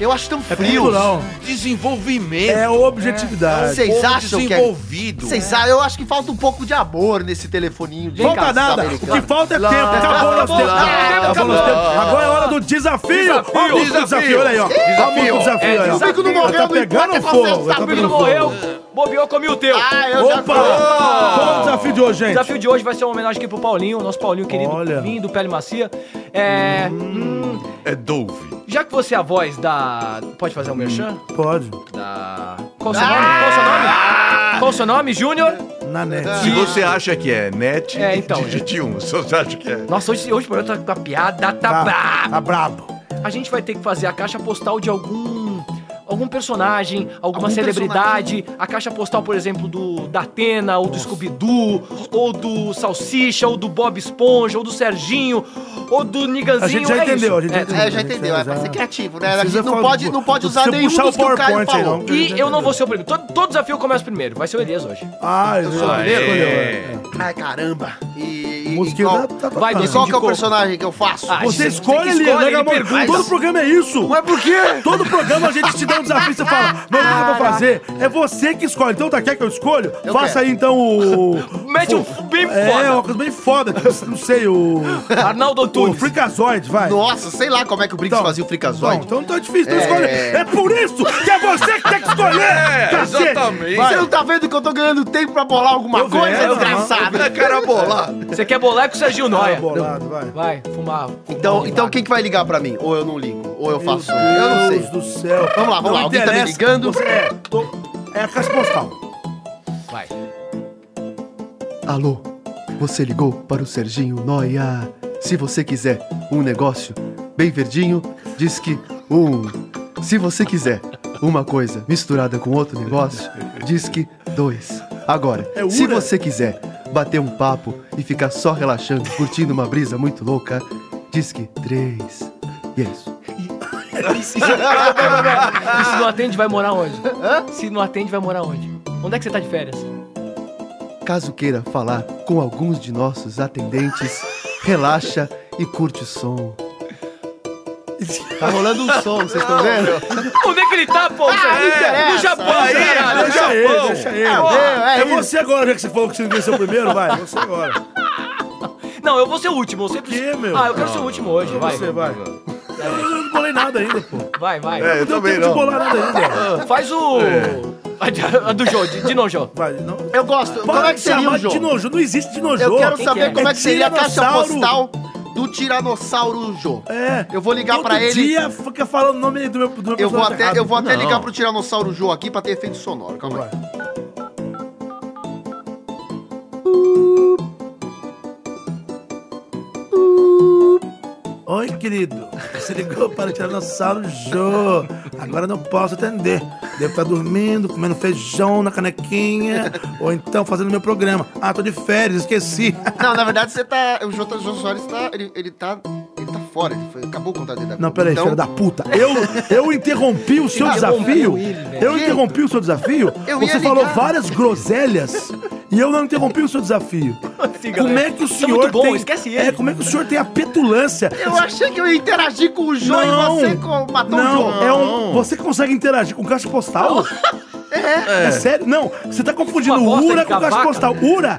S4: Eu acho tão
S2: É
S4: frio.
S2: cultural.
S6: Desenvolvimento. Um
S2: É objetividade.
S4: Vocês
S6: Povo
S4: acham que é
S6: desenvolvido.
S4: Vocês ah, eu acho que falta um pouco de amor nesse telefoninho de
S2: Falta
S4: casa
S2: nada. O
S4: americana.
S2: que falta é tempo. Acabou nosso tempo.
S6: Acabou,
S2: Acabou nosso tempo.
S6: acabou.
S2: Agora é hora do desafio. Ó, a música do
S6: Desafio.
S2: desafio. Olha aí, ó. Ó, a música do desafio.
S1: É,
S2: olha aí, ó.
S1: desafio.
S4: não morreu,
S2: Tá
S4: não importa,
S2: pegando
S4: é
S2: fogo.
S4: você,
S2: Tá
S4: sabe,
S1: Amigo
S2: pegando
S1: não morreu,
S2: fogo.
S1: bobeou, comi o teu.
S4: Ah, eu já
S2: Opa! Qual é o desafio de hoje,
S1: O
S2: gente?
S1: desafio de hoje vai ser uma homenagem aqui pro Paulinho, nosso Paulinho querido,
S2: Olha.
S1: lindo, pele macia. É, hum,
S6: É Dove.
S1: já que você é a voz da... Pode fazer o merchan?
S2: Pode.
S1: Da... Qual o seu nome? Qual o seu nome? Qual o seu nome, Júnior?
S2: Na net.
S6: Se você acha que é net,
S1: É, então,
S6: digite um. Se você acha que é...
S1: Nossa, hoje, hoje o programa tá com a piada, tá
S2: Tá,
S1: brabo.
S2: tá brabo.
S1: A gente vai ter que fazer a caixa postal de algum... Algum personagem, alguma
S4: Algum
S1: celebridade. A caixa postal, por exemplo, do da Atena, ou do Scooby-Doo, ou do Salsicha, ou do Bob Esponja, ou do Serginho, ou do Niganzinho.
S2: A gente já
S1: é isso.
S2: entendeu, a gente
S1: É,
S2: já entendeu.
S4: É, já entendeu, é pra ser criativo, né? A
S2: Precisa
S4: gente não
S2: falar-
S4: pode, não pode
S2: precisa
S4: usar nenhum
S2: puxar
S4: dos
S2: o
S4: que o Caio
S2: PowerPoint aí,
S4: falou.
S2: não.
S1: E eu não vou ser o primeiro. Todo, todo desafio começa primeiro. Vai ser o Elias hoje.
S2: Ah, eu
S6: Ah, é.
S4: Ai, caramba. E, e- e
S2: Musiquinha
S4: qual,
S2: tá, tá
S1: Vai,
S2: tocando.
S4: e qual que é o
S1: Indicou.
S4: personagem que eu faço?
S1: Ah,
S2: Você
S1: Você
S2: escolhe,
S1: que
S2: Elias,
S1: escolhe,
S2: né,
S1: ele
S2: Gamão?
S1: pergunta.
S2: Todo programa é isso. Mas por quê? Todo programa a gente te dá um desafio, você fala, não, o que eu vou fazer? É você que escolhe. Então, tá, quer que eu escolho?
S4: Eu
S2: Faça
S4: quero.
S2: aí, então, o...
S1: Mete um
S2: o-
S1: bem
S2: É,
S1: foda.
S2: uma coisa bem foda. tipo, não sei, o...
S1: Arnaldo
S2: O
S1: Antunes.
S2: Freakazoid, vai.
S4: Nossa, sei lá como é que o Briggs
S2: Então,
S4: fazia o
S2: Não,
S4: fricazoide.
S2: então não tá difícil, então
S4: É.
S2: escolhe. É por isso que é você que tem que escolher!
S6: É,
S2: cacete.
S6: exatamente.
S2: Vai.
S4: Você não tá vendo que eu tô ganhando tempo pra bolar alguma
S2: Eu
S4: coisa,
S2: vendo,
S4: desgraçado?
S6: Na cara bolada.
S1: Você quer bolar é com o Serginho
S2: Ah,
S1: Noia.
S2: bolado, vai.
S1: Vai, fumar.
S4: Então, então quem que vai ligar pra mim? Ou eu não ligo, ou eu faço. um. Eu não
S2: Meu Deus
S4: sei.
S2: do céu.
S4: Vamos lá, vamos
S2: Não
S4: lá, alguém tá me
S2: interessa.
S4: ligando?
S2: Você- é, tô- é a caixa postal.
S1: Vai.
S4: Alô, você ligou para o Serginho Noia. Se você quiser um negócio bem verdinho, diz que um. Se você quiser uma coisa misturada com outro negócio, diz que dois. Agora,
S2: É ura.
S4: se você quiser bater um papo e ficar só relaxando, curtindo uma brisa muito louca, Disque 3. Yes.
S1: E se não atende, vai morar onde? Se não atende, vai morar onde? Onde é que você tá de férias?
S4: Caso queira falar com alguns de nossos atendentes, relaxa e curte o som. Tá rolando um som, vocês estão vendo?
S1: Onde é que ele tá, pô?
S4: interessa.
S1: no Japão,
S6: Aí,
S1: caralho.
S6: no
S2: Deixa ele,
S6: Japão.
S2: deixa ele.
S4: Meu, é
S2: É
S4: isso.
S2: você agora, já que você falou que você não venceu primeiro, vai. Você agora.
S1: Não, eu vou ser o último. Eu sempre...
S2: quê, meu?
S1: Ah, eu quero ser o último hoje. Vai, É,
S2: Você vai. Eu não bolei nada ainda, pô.
S1: vai, vai.
S2: Não deu tempo de bolar nada ainda.
S1: Ah, Faz o...
S4: É.
S1: A de- a do Jô, de, de Nojo.
S2: Vai, não.
S4: Eu gosto. Como
S2: Para
S4: é
S2: de
S4: que seria
S2: chamar
S4: o
S2: de
S4: jogo?
S2: Dinojo, não existe Dinojo.
S4: Eu quero
S1: Quem
S4: saber
S1: que é?
S4: como é que seria a caixa
S2: Tiranossauro.
S4: postal do Tiranossauro Jô.
S2: É.
S4: Eu vou ligar pra ele.
S2: dia fica falando o nome do meu, do meu
S4: Eu vou,
S2: personagem Ah,
S4: até,
S2: errado.
S4: eu vou até
S6: Não.
S4: ligar pro Tiranossauro Jô aqui pra ter efeito sonoro. Calma aí.
S2: Oi, querido. Você ligou para o Tiranossauro Jô. Agora não posso atender. Devo estar dormindo, comendo feijão na canequinha, ou então fazendo meu programa. Ah, tô de férias, esqueci.
S4: Não, na verdade você tá. O Jô, tá- o Jô Soares tá. Ele, ele tá. Ele tá fora. Ele foi- acabou o contrato dele da Então,
S2: Não,
S4: Globo.
S2: peraí, filha da puta. Eu, eu interrompi o seu desafio. Eu interrompi o seu desafio.
S4: Eu ia
S2: Você falou
S4: ligar.
S2: várias groselhas e eu não interrompi o seu desafio. Como é que o senhor
S1: muito bom,
S2: tem...
S1: esquece ele.
S2: É, como é que o senhor tem a petulância
S4: Eu achei que eu ia interagir com o Jô e você co- matou o
S2: não,
S4: Jô.
S2: é um. Você consegue interagir com caixa postal? É. é sério? Não, você tá confundindo
S1: Uma bosta
S2: URA
S1: de
S2: com caixa
S1: cavaca.
S2: postal. URA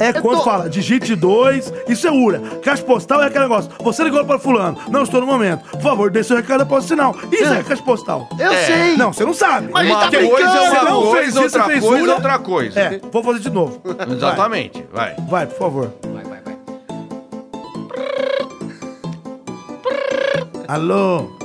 S2: é
S4: Eu
S2: quando
S4: tô-
S2: fala digite dois, isso é URA. Caixa postal é aquele negócio. Você ligou para fulano, não estou no momento. Por favor, deixe seu recado após o sinal. Isso é, caixa postal.
S4: Eu sei.
S2: Não, você não sabe.
S4: Mas
S6: Uma
S4: Ele tá
S6: coisa é
S4: brincando.
S6: uma
S2: Não fez
S6: coisa,
S2: isso,
S6: outra
S2: fez
S6: coisa é
S2: uma.
S6: outra coisa.
S2: É, vou fazer de novo.
S6: Exatamente, vai.
S2: Vai, por favor.
S1: Vai, vai, vai.
S2: Alô?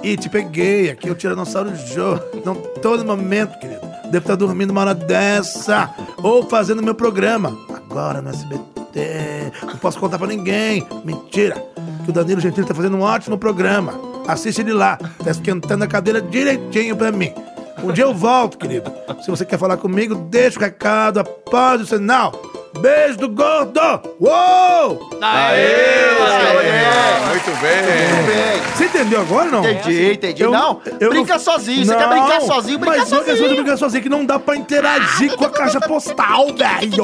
S2: Ih, te peguei. Aqui é o Tiranossauro Joe. Não tô no momento, querido. Devo estar dormindo uma hora dessa. Ou fazendo meu programa. Agora no SBT. Não posso contar pra ninguém. Mentira. Que o Danilo Gentili tá fazendo um ótimo programa. Assiste ele lá. Tá esquentando a cadeira direitinho pra mim. Um dia eu volto, querido. Se você quer falar comigo, deixa o recado após o sinal. Beijo do gordo! Uou!
S6: É, Muito bem.
S2: Você entendeu agora, não?
S4: Entendi, entendi. não, brinca sozinho. Você quer
S2: Não,
S4: brincar sozinho, brinca
S2: Mas outra
S4: sozinho.
S2: pessoa de brincar sozinho que não dá pra interagir com a caixa postal, velho.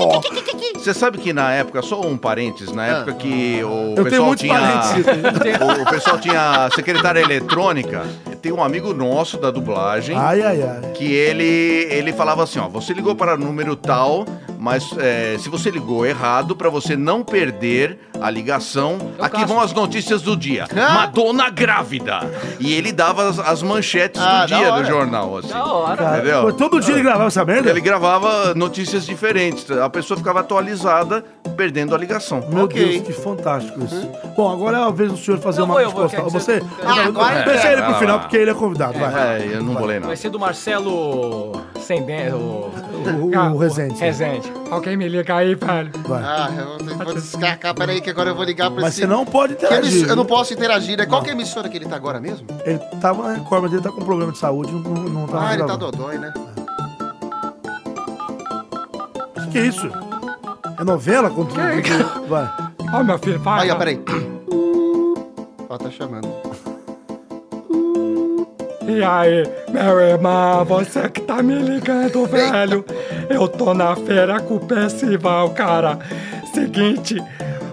S6: Você sabe que na época, só um parênteses,
S4: Ah.
S6: na época que o
S2: Eu tenho
S6: pessoal
S2: muitos
S6: tinha.
S2: parênteses.
S6: o, o pessoal tinha secretária eletrônica, tem um amigo nosso da dublagem.
S2: Ai, ai, ai.
S6: que ele, ele falava assim, ó, você ligou para número tal, mas é, se você ligou errado, para você não perder a ligação,
S4: É
S6: aqui vão as notícias do dia.
S4: Ah.
S6: Madonna grávida. E ele dava as, as manchetes
S4: Ah,
S6: do
S4: da
S6: dia do
S4: hora.
S6: jornal, assim.
S1: Da hora.
S2: Cara,
S6: Entendeu?
S2: pô, todo dia ele gravava essa merda?
S6: Ele gravava notícias diferentes, a pessoa ficava atualizada, perdendo a ligação.
S2: Meu
S4: Ok.
S2: Deus, que fantástico isso. Bom, agora é a vez do senhor fazer
S1: Eu
S2: uma
S1: vou, eu
S2: caixa
S1: vou,
S2: postal.
S1: quer
S2: Você...
S1: dizer-
S4: Ah, agora é.
S2: Deixa ele
S6: Vai
S2: pro final,
S6: lá, vai lá.
S2: porque ele é convidado. Vai.
S6: É, eu não bolei nada.
S1: Vai ser do Marcelo... Sem dentro.
S4: É,
S2: O, o, o Rezende.
S9: Resende. Alguém me liga aí, velho.
S4: Ah, eu vou- vou descarcar. Peraí, que agora eu vou ligar pra
S2: Mas você não pode
S4: Que
S2: interagir.
S4: emissora- eu não posso interagir, né? Qual que é a emissora que ele tá agora mesmo?
S2: Ele tava na Record, mas ele tá com problema de saúde. Não, não, não tá
S4: Ah,
S2: mais
S4: ele tá
S2: gravando.
S4: dodói, né?
S2: Que isso? É novela? Quando... Vai.
S9: Ó, meu filho, vai.
S4: Aí, ó,
S9: vai.
S4: peraí. Ó, tá chamando.
S9: E aí, meu irmão, você que tá me ligando, velho. Eu tô na feira com o festival, cara. Seguinte,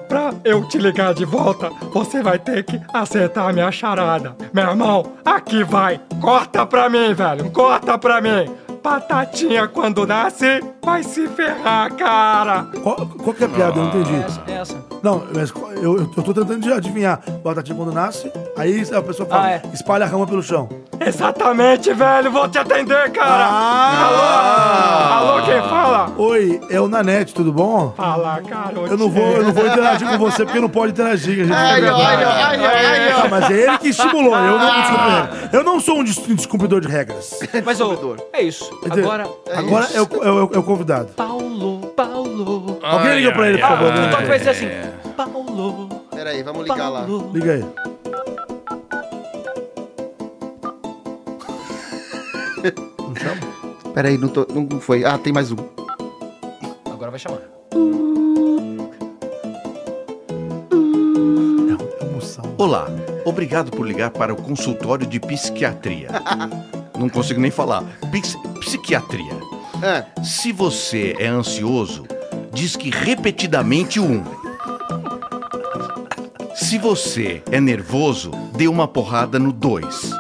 S9: pra eu te ligar de volta, você vai ter que acertar a minha charada. Meu irmão, aqui vai. Corta pra mim, velho. Corta pra mim. Batatinha quando nasce, vai se ferrar, cara.
S2: Qual, qual que é a piada? Eu não entendi.
S1: Essa, essa.
S2: Não, mas qual- eu, eu tô tentando de adivinhar. Batatinha quando nasce, aí a pessoa fala,
S1: Ah, é.
S2: espalha a rama pelo chão.
S9: Exatamente, velho. Vou te atender, cara.
S4: Ah.
S9: Alô, alô, quem fala?
S2: Oi, é o Nanete, tudo bom?
S9: Fala, cara.
S2: Eu não vou, eu não vou interagir com você porque não pode interagir. que A gente
S4: Ai, ó, ai, ó, ai, Ah. ó, ai, ó.
S2: Ah, mas é ele que estimulou, eu não desculpo ele. Eu não sou um des- descumpridor de regras.
S1: Mas, ô, é isso.
S2: Entendeu?
S1: Agora,
S2: Agora é o, é o- é o convidado.
S1: Paulo, Paulo...
S2: Alguém liga pra ele, por
S1: Ah,
S2: favor.
S1: o
S5: então,
S1: toque
S2: né?
S1: vai ser assim. Paulo,
S4: Peraí, vamos é. ligar lá.
S1: Paulo...
S2: Liga aí.
S4: Peraí, não, tô, não foi. Ah, tem mais um.
S1: Agora vai chamar.
S2: É
S6: Olá, obrigado por ligar para o consultório de psiquiatria. Não consigo nem falar. Pis- psiquiatria.
S4: Ah,
S6: Se você é ansioso, diz que repetidamente um. Se você é nervoso, dê uma porrada no dois.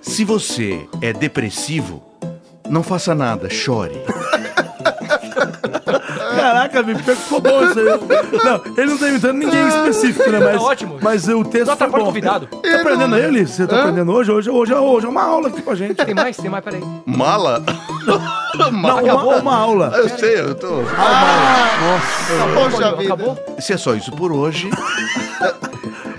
S6: Se você é depressivo, não faça nada, chore.
S2: Caraca, me pior que ficou bom isso aí. Não, ele não tá imitando ninguém em específico, né? Mas,
S5: Tá ótimo.
S2: Mas o texto
S5: Só
S2: foi
S5: atrapalha
S2: bom.
S5: o convidado.
S2: Tá aprendendo aí, Ulisses? Você tá aprendendo hoje? Hoje, hoje, hoje é uma aula aqui com a gente.
S5: Tem mais? Tem mais, peraí.
S6: Mala?
S2: Não, uma, uma aula.
S6: Eu sei, eu tô.
S4: poxa vida.
S5: Acabou?
S6: Se é só isso por hoje,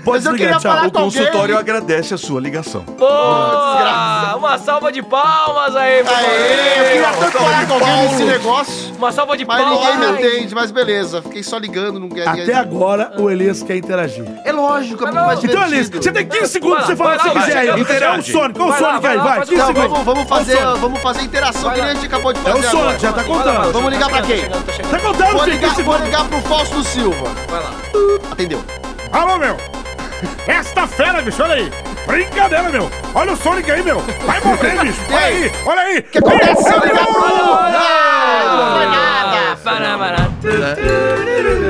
S2: Pode
S4: Mas eu
S2: desligar,
S4: queria
S2: tchau.
S4: falar
S6: o consultório agradece a sua ligação.
S5: Boa! Uma salva de palmas aí, meu
S4: Aê, eu queria
S5: amigo.
S4: tanto falar com alguém nesse negócio,
S5: Uma salva de
S4: mas
S5: palmas.
S4: ninguém me atende, mas beleza. Fiquei só ligando, não quer
S2: Até agora, o Elias quer interagir.
S4: É lógico, é muito mais
S2: Então, Elias,
S4: divertido.
S2: você tem 15 segundos pra você falar
S5: Vai lá,
S2: o que você
S5: vai
S2: quiser
S5: lá,
S2: aí.
S5: vai lá,
S2: É o
S6: interage.
S2: Sonic, é o
S5: Vai lá,
S2: Sonic
S5: vai
S2: aí,
S5: lá,
S2: vai.
S5: faz
S2: 15
S4: Não,
S2: segundos.
S4: vamos, vamos fazer, vamos fazer interação
S5: Vai
S4: que
S5: lá.
S4: nem a gente acabou de
S2: É o
S4: fazer agora.
S2: Sonic, já tá
S5: Vai lá, vai lá.
S2: contando.
S4: Vamos ligar pra
S5: Tô
S4: quem?
S5: chegando, tô chegando.
S2: Tá contando,
S4: Vou
S2: filho,
S4: ligar,
S2: 15
S4: vou
S2: segundos.
S4: ligar pro Fausto Silva.
S5: Vai lá.
S4: Atendeu.
S2: Alô, meu. Esta fera, bicho, olha aí. Brincadeira, meu. Olha o Sonic aí, meu. Vai morrer, bicho. Olha
S4: E aí?
S2: aí, olha aí.
S4: que acontece?
S2: Ei, olha aí.
S5: Ah, Paramará.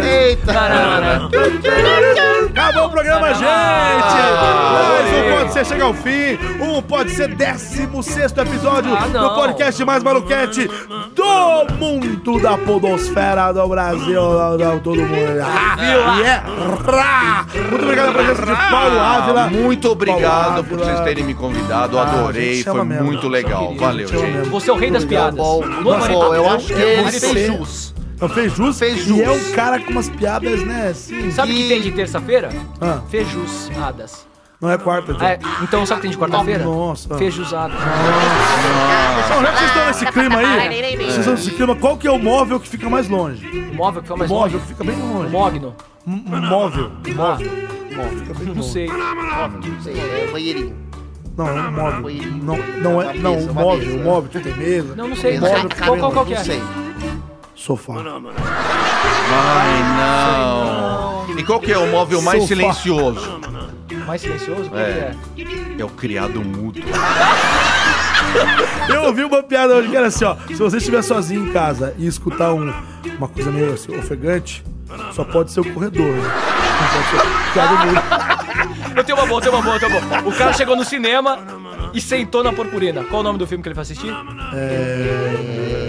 S4: Eita.
S5: Paramará.
S2: Acabou o programa, gente!
S5: Ah,
S2: Mais um Pode Ser chega ao fim. Um Pode Ser 16 episódio
S5: Ah, não.
S2: do podcast mais maluquete do mundo da podosfera do Brasil. do- do- Todo mundo. Ah, e é rá. Muito obrigado pela presença de Paulo Ávila.
S6: Ah, Muito obrigado
S2: Paulo
S6: por
S2: Ávila.
S6: vocês terem me convidado, eu
S2: Ah,
S6: adorei,
S2: gente, chama
S6: foi
S2: mesmo.
S6: muito legal. Valeu,
S2: Chama
S6: gente.
S2: mesmo.
S5: Você é o rei das piadas.
S4: Bom, tá
S5: Novo
S4: bom,
S5: animal.
S4: eu acho que
S5: é um
S4: ele
S2: você.
S4: fez jus.
S2: Então fez jus.
S4: Fez
S2: E é
S4: jus.
S2: um cara com umas piadas, né? Assim.
S5: Sabe o que
S4: E-
S5: tem de terça-feira?
S2: Ah,
S5: Feijuzadas.
S2: não é quarta,
S5: Ah, é,
S2: gente.
S5: então sabe o que tem de quarta-feira?
S2: Nossa.
S5: Feijuzadas.
S2: Não, já é que vocês estão nesse clima aí, vocês estão nesse clima, qual que é o móvel que fica mais longe?
S5: Móvel que foi mais
S2: Móvel
S5: longe.
S2: que fica bem longe.
S5: Mogno. Ah,
S2: M- Móvel. Móvel.
S5: Não sei.
S4: Não sei, é banheirinho.
S2: Não, é um móvel.
S4: Foi-
S2: Não, não é.
S4: uma
S2: Não,
S4: mesa,
S2: um
S4: uma
S2: móvel,
S4: mesa.
S2: um móvel que tem mesa.
S5: Não, não sei.
S4: Mesa,
S5: Móvel. Qual, qual, qual que é?
S4: Não sei.
S2: Sofá.
S6: Ai, não. E qual que é o móvel mais
S2: Sofá.
S6: silencioso?
S5: Mais silencioso? Qual
S6: É.
S5: que
S6: É o criado mudo.
S2: Eu ouvi uma piada hoje que era assim, ó. Se você estiver sozinho em casa e escutar um- uma coisa meio assim, ofegante, só pode ser o corredor. Né?
S5: é? Eu tenho uma boa, eu tenho uma boa, eu tenho uma boa. O cara chegou no cinema e sentou na purpurina. Qual o nome do filme que ele vai assistir?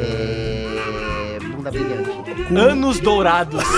S4: É, Bunda brilhante.
S5: Anos Dourados.
S2: Bom,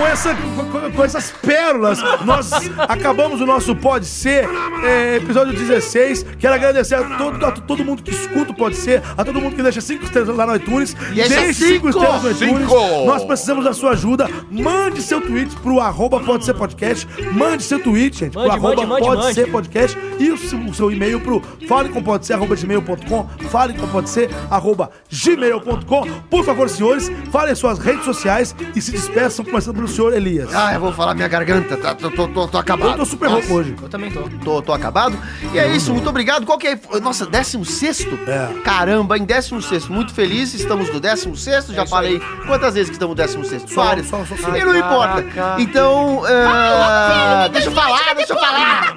S2: com, essa, com, com essas pérolas, nós acabamos o nosso Pode Ser, é, episódio 16. Quero agradecer a todo, a todo mundo que escuta o Pode Ser, a todo mundo que deixa 5 estrelas lá no iTunes.
S4: Deixa
S2: Deixe
S4: cinco!
S2: 5 estrelas no iTunes.
S6: Cinco!
S2: Nós precisamos da sua ajuda. Mande seu tweet pro arroba Pode Ser Podcast. Mande seu tweet, gente,
S5: Mande,
S2: pro arroba
S5: mande, mande,
S2: Pode
S5: mande.
S2: Ser Podcast. E o seu, o seu e-mail pro falecompodser.gmail.com falecompodser.gmail.com Por favor, senhores, falem suas redes sociais e se despeçam começando pelo senhor Elias.
S4: Ah, eu vou falar minha garganta. Tá, tô, tô, tô, tô acabado.
S2: Eu tô super rouco hoje.
S5: Eu também tô.
S4: tô, tô acabado. E é isso, muito obrigado. Qual que é? Nossa, 16?
S2: É.
S4: Caramba, em 16. Muito feliz, estamos no 16. Já falei quantas vezes que estamos no 16?
S2: Só, um,
S4: Várias.
S2: só, só, só.
S4: E não importa. Então, ah, deixa eu falar, deixa eu falar.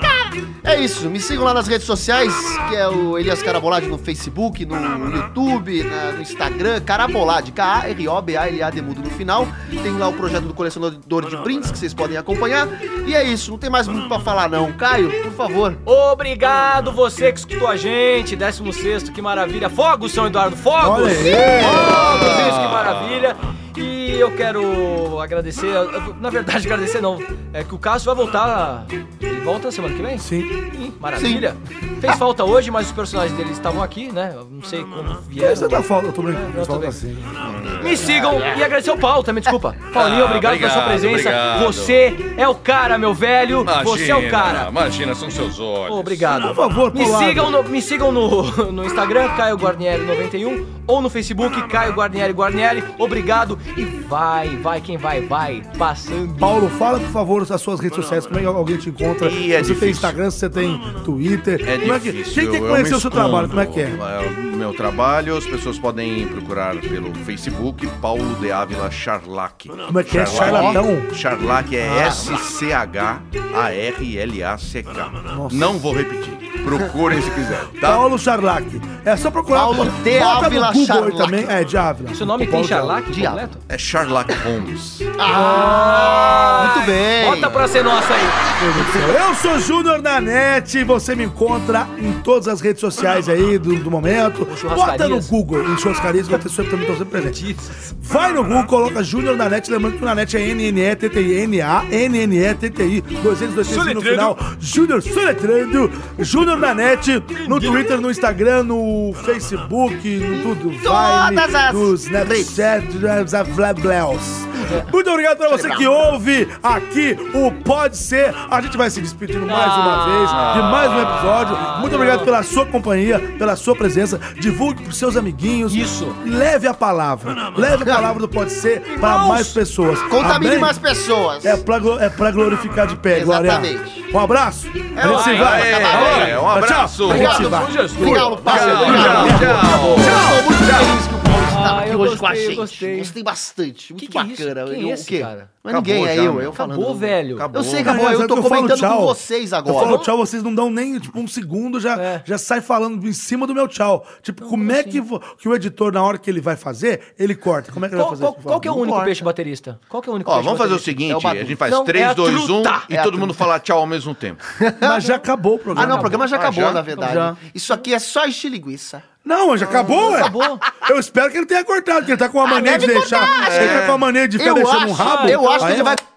S4: É isso, me sigam lá nas redes sociais, que é o Elias Carabolade no Facebook, no YouTube, na- no Instagram, Carabolade, K-A-R-O-B-A-L-A Demudo no final. Tem lá o projeto do colecionador de prints que vocês podem acompanhar. E é isso, não tem mais muito pra falar não. Caio, por favor.
S5: Obrigado você que escutou a gente. 16, que maravilha. Fogos, São Eduardo, fogos!
S2: Olha aí.
S5: Fogos, isso, que maravilha. E eu quero agradecer, eu- eu- na verdade, agradecer não. É que o Cássio vai voltar. Ele volta semana que vem?
S2: Sim.
S5: Sim, maravilha. Fez falta hoje, mas os personagens deles estavam aqui, né? Eu não sei como
S2: Essa
S5: vieram.
S2: tá falta, eu tô brincando.
S5: É,
S2: mas
S5: eu tô
S2: falta
S5: bem.
S2: assim.
S5: Me sigam e agradecer ao Paulo também, desculpa. Paulinho,
S6: Ah,
S5: obrigado, pela sua
S6: obrigado,
S5: presença.
S6: obrigado.
S5: Você é o cara, meu velho. Você é o cara.
S6: Imagina, são seus olhos.
S5: Obrigado.
S2: Por favor,
S5: me
S2: Polado.
S5: sigam no, me sigam no, no Instagram, Caio Guarnieri91
S1: ou no Facebook, Caio Guarnieri Guarnieri. Obrigado e vai, vai, quem vai, vai, passando.
S2: Paulo, fala por favor as suas redes sociais, como é que alguém te encontra?
S6: Ih, é
S2: você
S6: difícil.
S2: tem Instagram, você tem Twitter.
S6: É
S2: como é que-
S6: difícil.
S2: Quem tem que
S6: eu
S2: conhecer
S6: me
S2: o seu trabalho? Como é que é?
S6: escondo. o Meu trabalho, as pessoas podem procurar pelo Facebook, Paulo de Ávila Charlac.
S2: Como é que é? Charlatão? Ah.
S6: Charlac é S-C-H-A-R-L-A-C-K. Não vou repetir. Procurem se quiser, tá?
S2: Paulo Charlac. É só procurar.
S4: Paulo
S2: Bota
S4: de
S2: no
S4: Ávila
S2: Google aí
S4: Charlac.
S2: também. É, de Ávila.
S1: Seu nome tem
S2: Paulo de Ávila.
S1: Charlac
S4: Diabo.
S1: completo?
S6: É Charlac Holmes.
S4: Muito bem.
S1: Bota pra ser nossa aí.
S2: Eu sou Júnior Nanete, você me encontra em todas as redes sociais aí do, do momento. Bota no
S1: churrascarias.
S2: Google, em churrascarias, que eu tô sempre, também tô sempre presente. Vai no Google, coloca Júnior Nanete, lembrando que o Nanete é N-N-E-T-T-I-N-A-N-N-E-T-T-I, dois N's, dois N's no final. Júnior Soletrando, Júnior Nanete, no Twitter, no Instagram, no Facebook, no tudo. Vine,
S4: todas as
S2: no Snapchat, Blablaus.
S4: É.
S2: Muito obrigado pra você que ouve aqui o Pode Ser. A gente vai se despedindo mais uma vez de mais um episódio. Muito obrigado pela sua companhia, pela sua presença. Divulgue pros seus amiguinhos.
S1: Isso.
S2: Leve a palavra. Leve a palavra do Pode Ser para mais pessoas.
S4: Contamine
S2: Amém?
S4: mais pessoas.
S2: É pra, glo- é pra glorificar de pé, Glória.
S4: Exatamente.
S2: Um abraço. a gente se
S4: nóis.
S2: vai.
S4: É,
S2: Agora.
S6: é, um abraço.
S2: Tchau. A gente se
S4: Obrigado,
S2: vai.
S4: Obrigado, Paulo.
S6: Tchau,
S4: Obrigado.
S6: tchau.
S4: Eu tô muito feliz que o Paulo estava
S1: Ah,
S4: aqui
S1: eu
S4: hoje com a
S1: gostei, eu
S4: gente.
S1: gostei.
S4: Gostei bastante. Muito
S1: que é isso?
S4: bacana.
S1: Quem é
S4: Eu-
S1: esse
S4: o quê?
S1: cara?
S4: Mas
S6: Acabou
S4: ninguém, é
S6: já,
S4: eu.
S6: meu.
S4: Eu falando.
S1: Acabou, velho.
S6: Acabou.
S4: Eu sei, acabou.
S2: Aliás, é
S4: Eu
S2: que
S4: tô
S2: falo
S4: comentando
S2: tchau.
S4: com vocês
S2: Eu falo
S4: agora.
S2: tchau, vocês não dão nem tipo, um segundo, já,
S1: É.
S2: já sai falando em cima do meu tchau. Tipo, como é que, vo- que o editor, na hora que ele vai fazer, ele corta? Como é que ele
S1: Qual,
S2: vai fazer
S1: qual-
S2: isso?
S1: qual que é o
S2: Não
S1: único
S2: corta.
S1: peixe baterista? Qual que é o único
S6: Ó,
S1: peixe
S6: vamos fazer o
S1: baterista?
S6: seguinte,
S4: É o Badu.
S6: a gente faz
S1: Não, é
S6: 3,
S1: a
S6: 2, 1
S1: truta.
S6: e
S4: É a
S6: todo mundo fala tchau ao mesmo tempo.
S2: Mas já acabou o
S4: Ah,
S2: programa.
S4: não, o programa já
S6: Ah,
S4: acabou,
S6: já?
S4: na verdade. Isso aqui é só estilinguiça.
S2: Não, mas já acabou,
S1: Ah,
S2: ué.
S1: acabou.
S2: Eu espero que ele tenha cortado, porque ele tá com a mania de
S4: Ah, deve
S2: deixar.
S4: cortar.
S2: Ele tá com a mania de ficar
S4: Eu
S2: deixando um
S4: acho,
S2: rabo.
S4: eu acho que
S2: Aí
S4: ele vai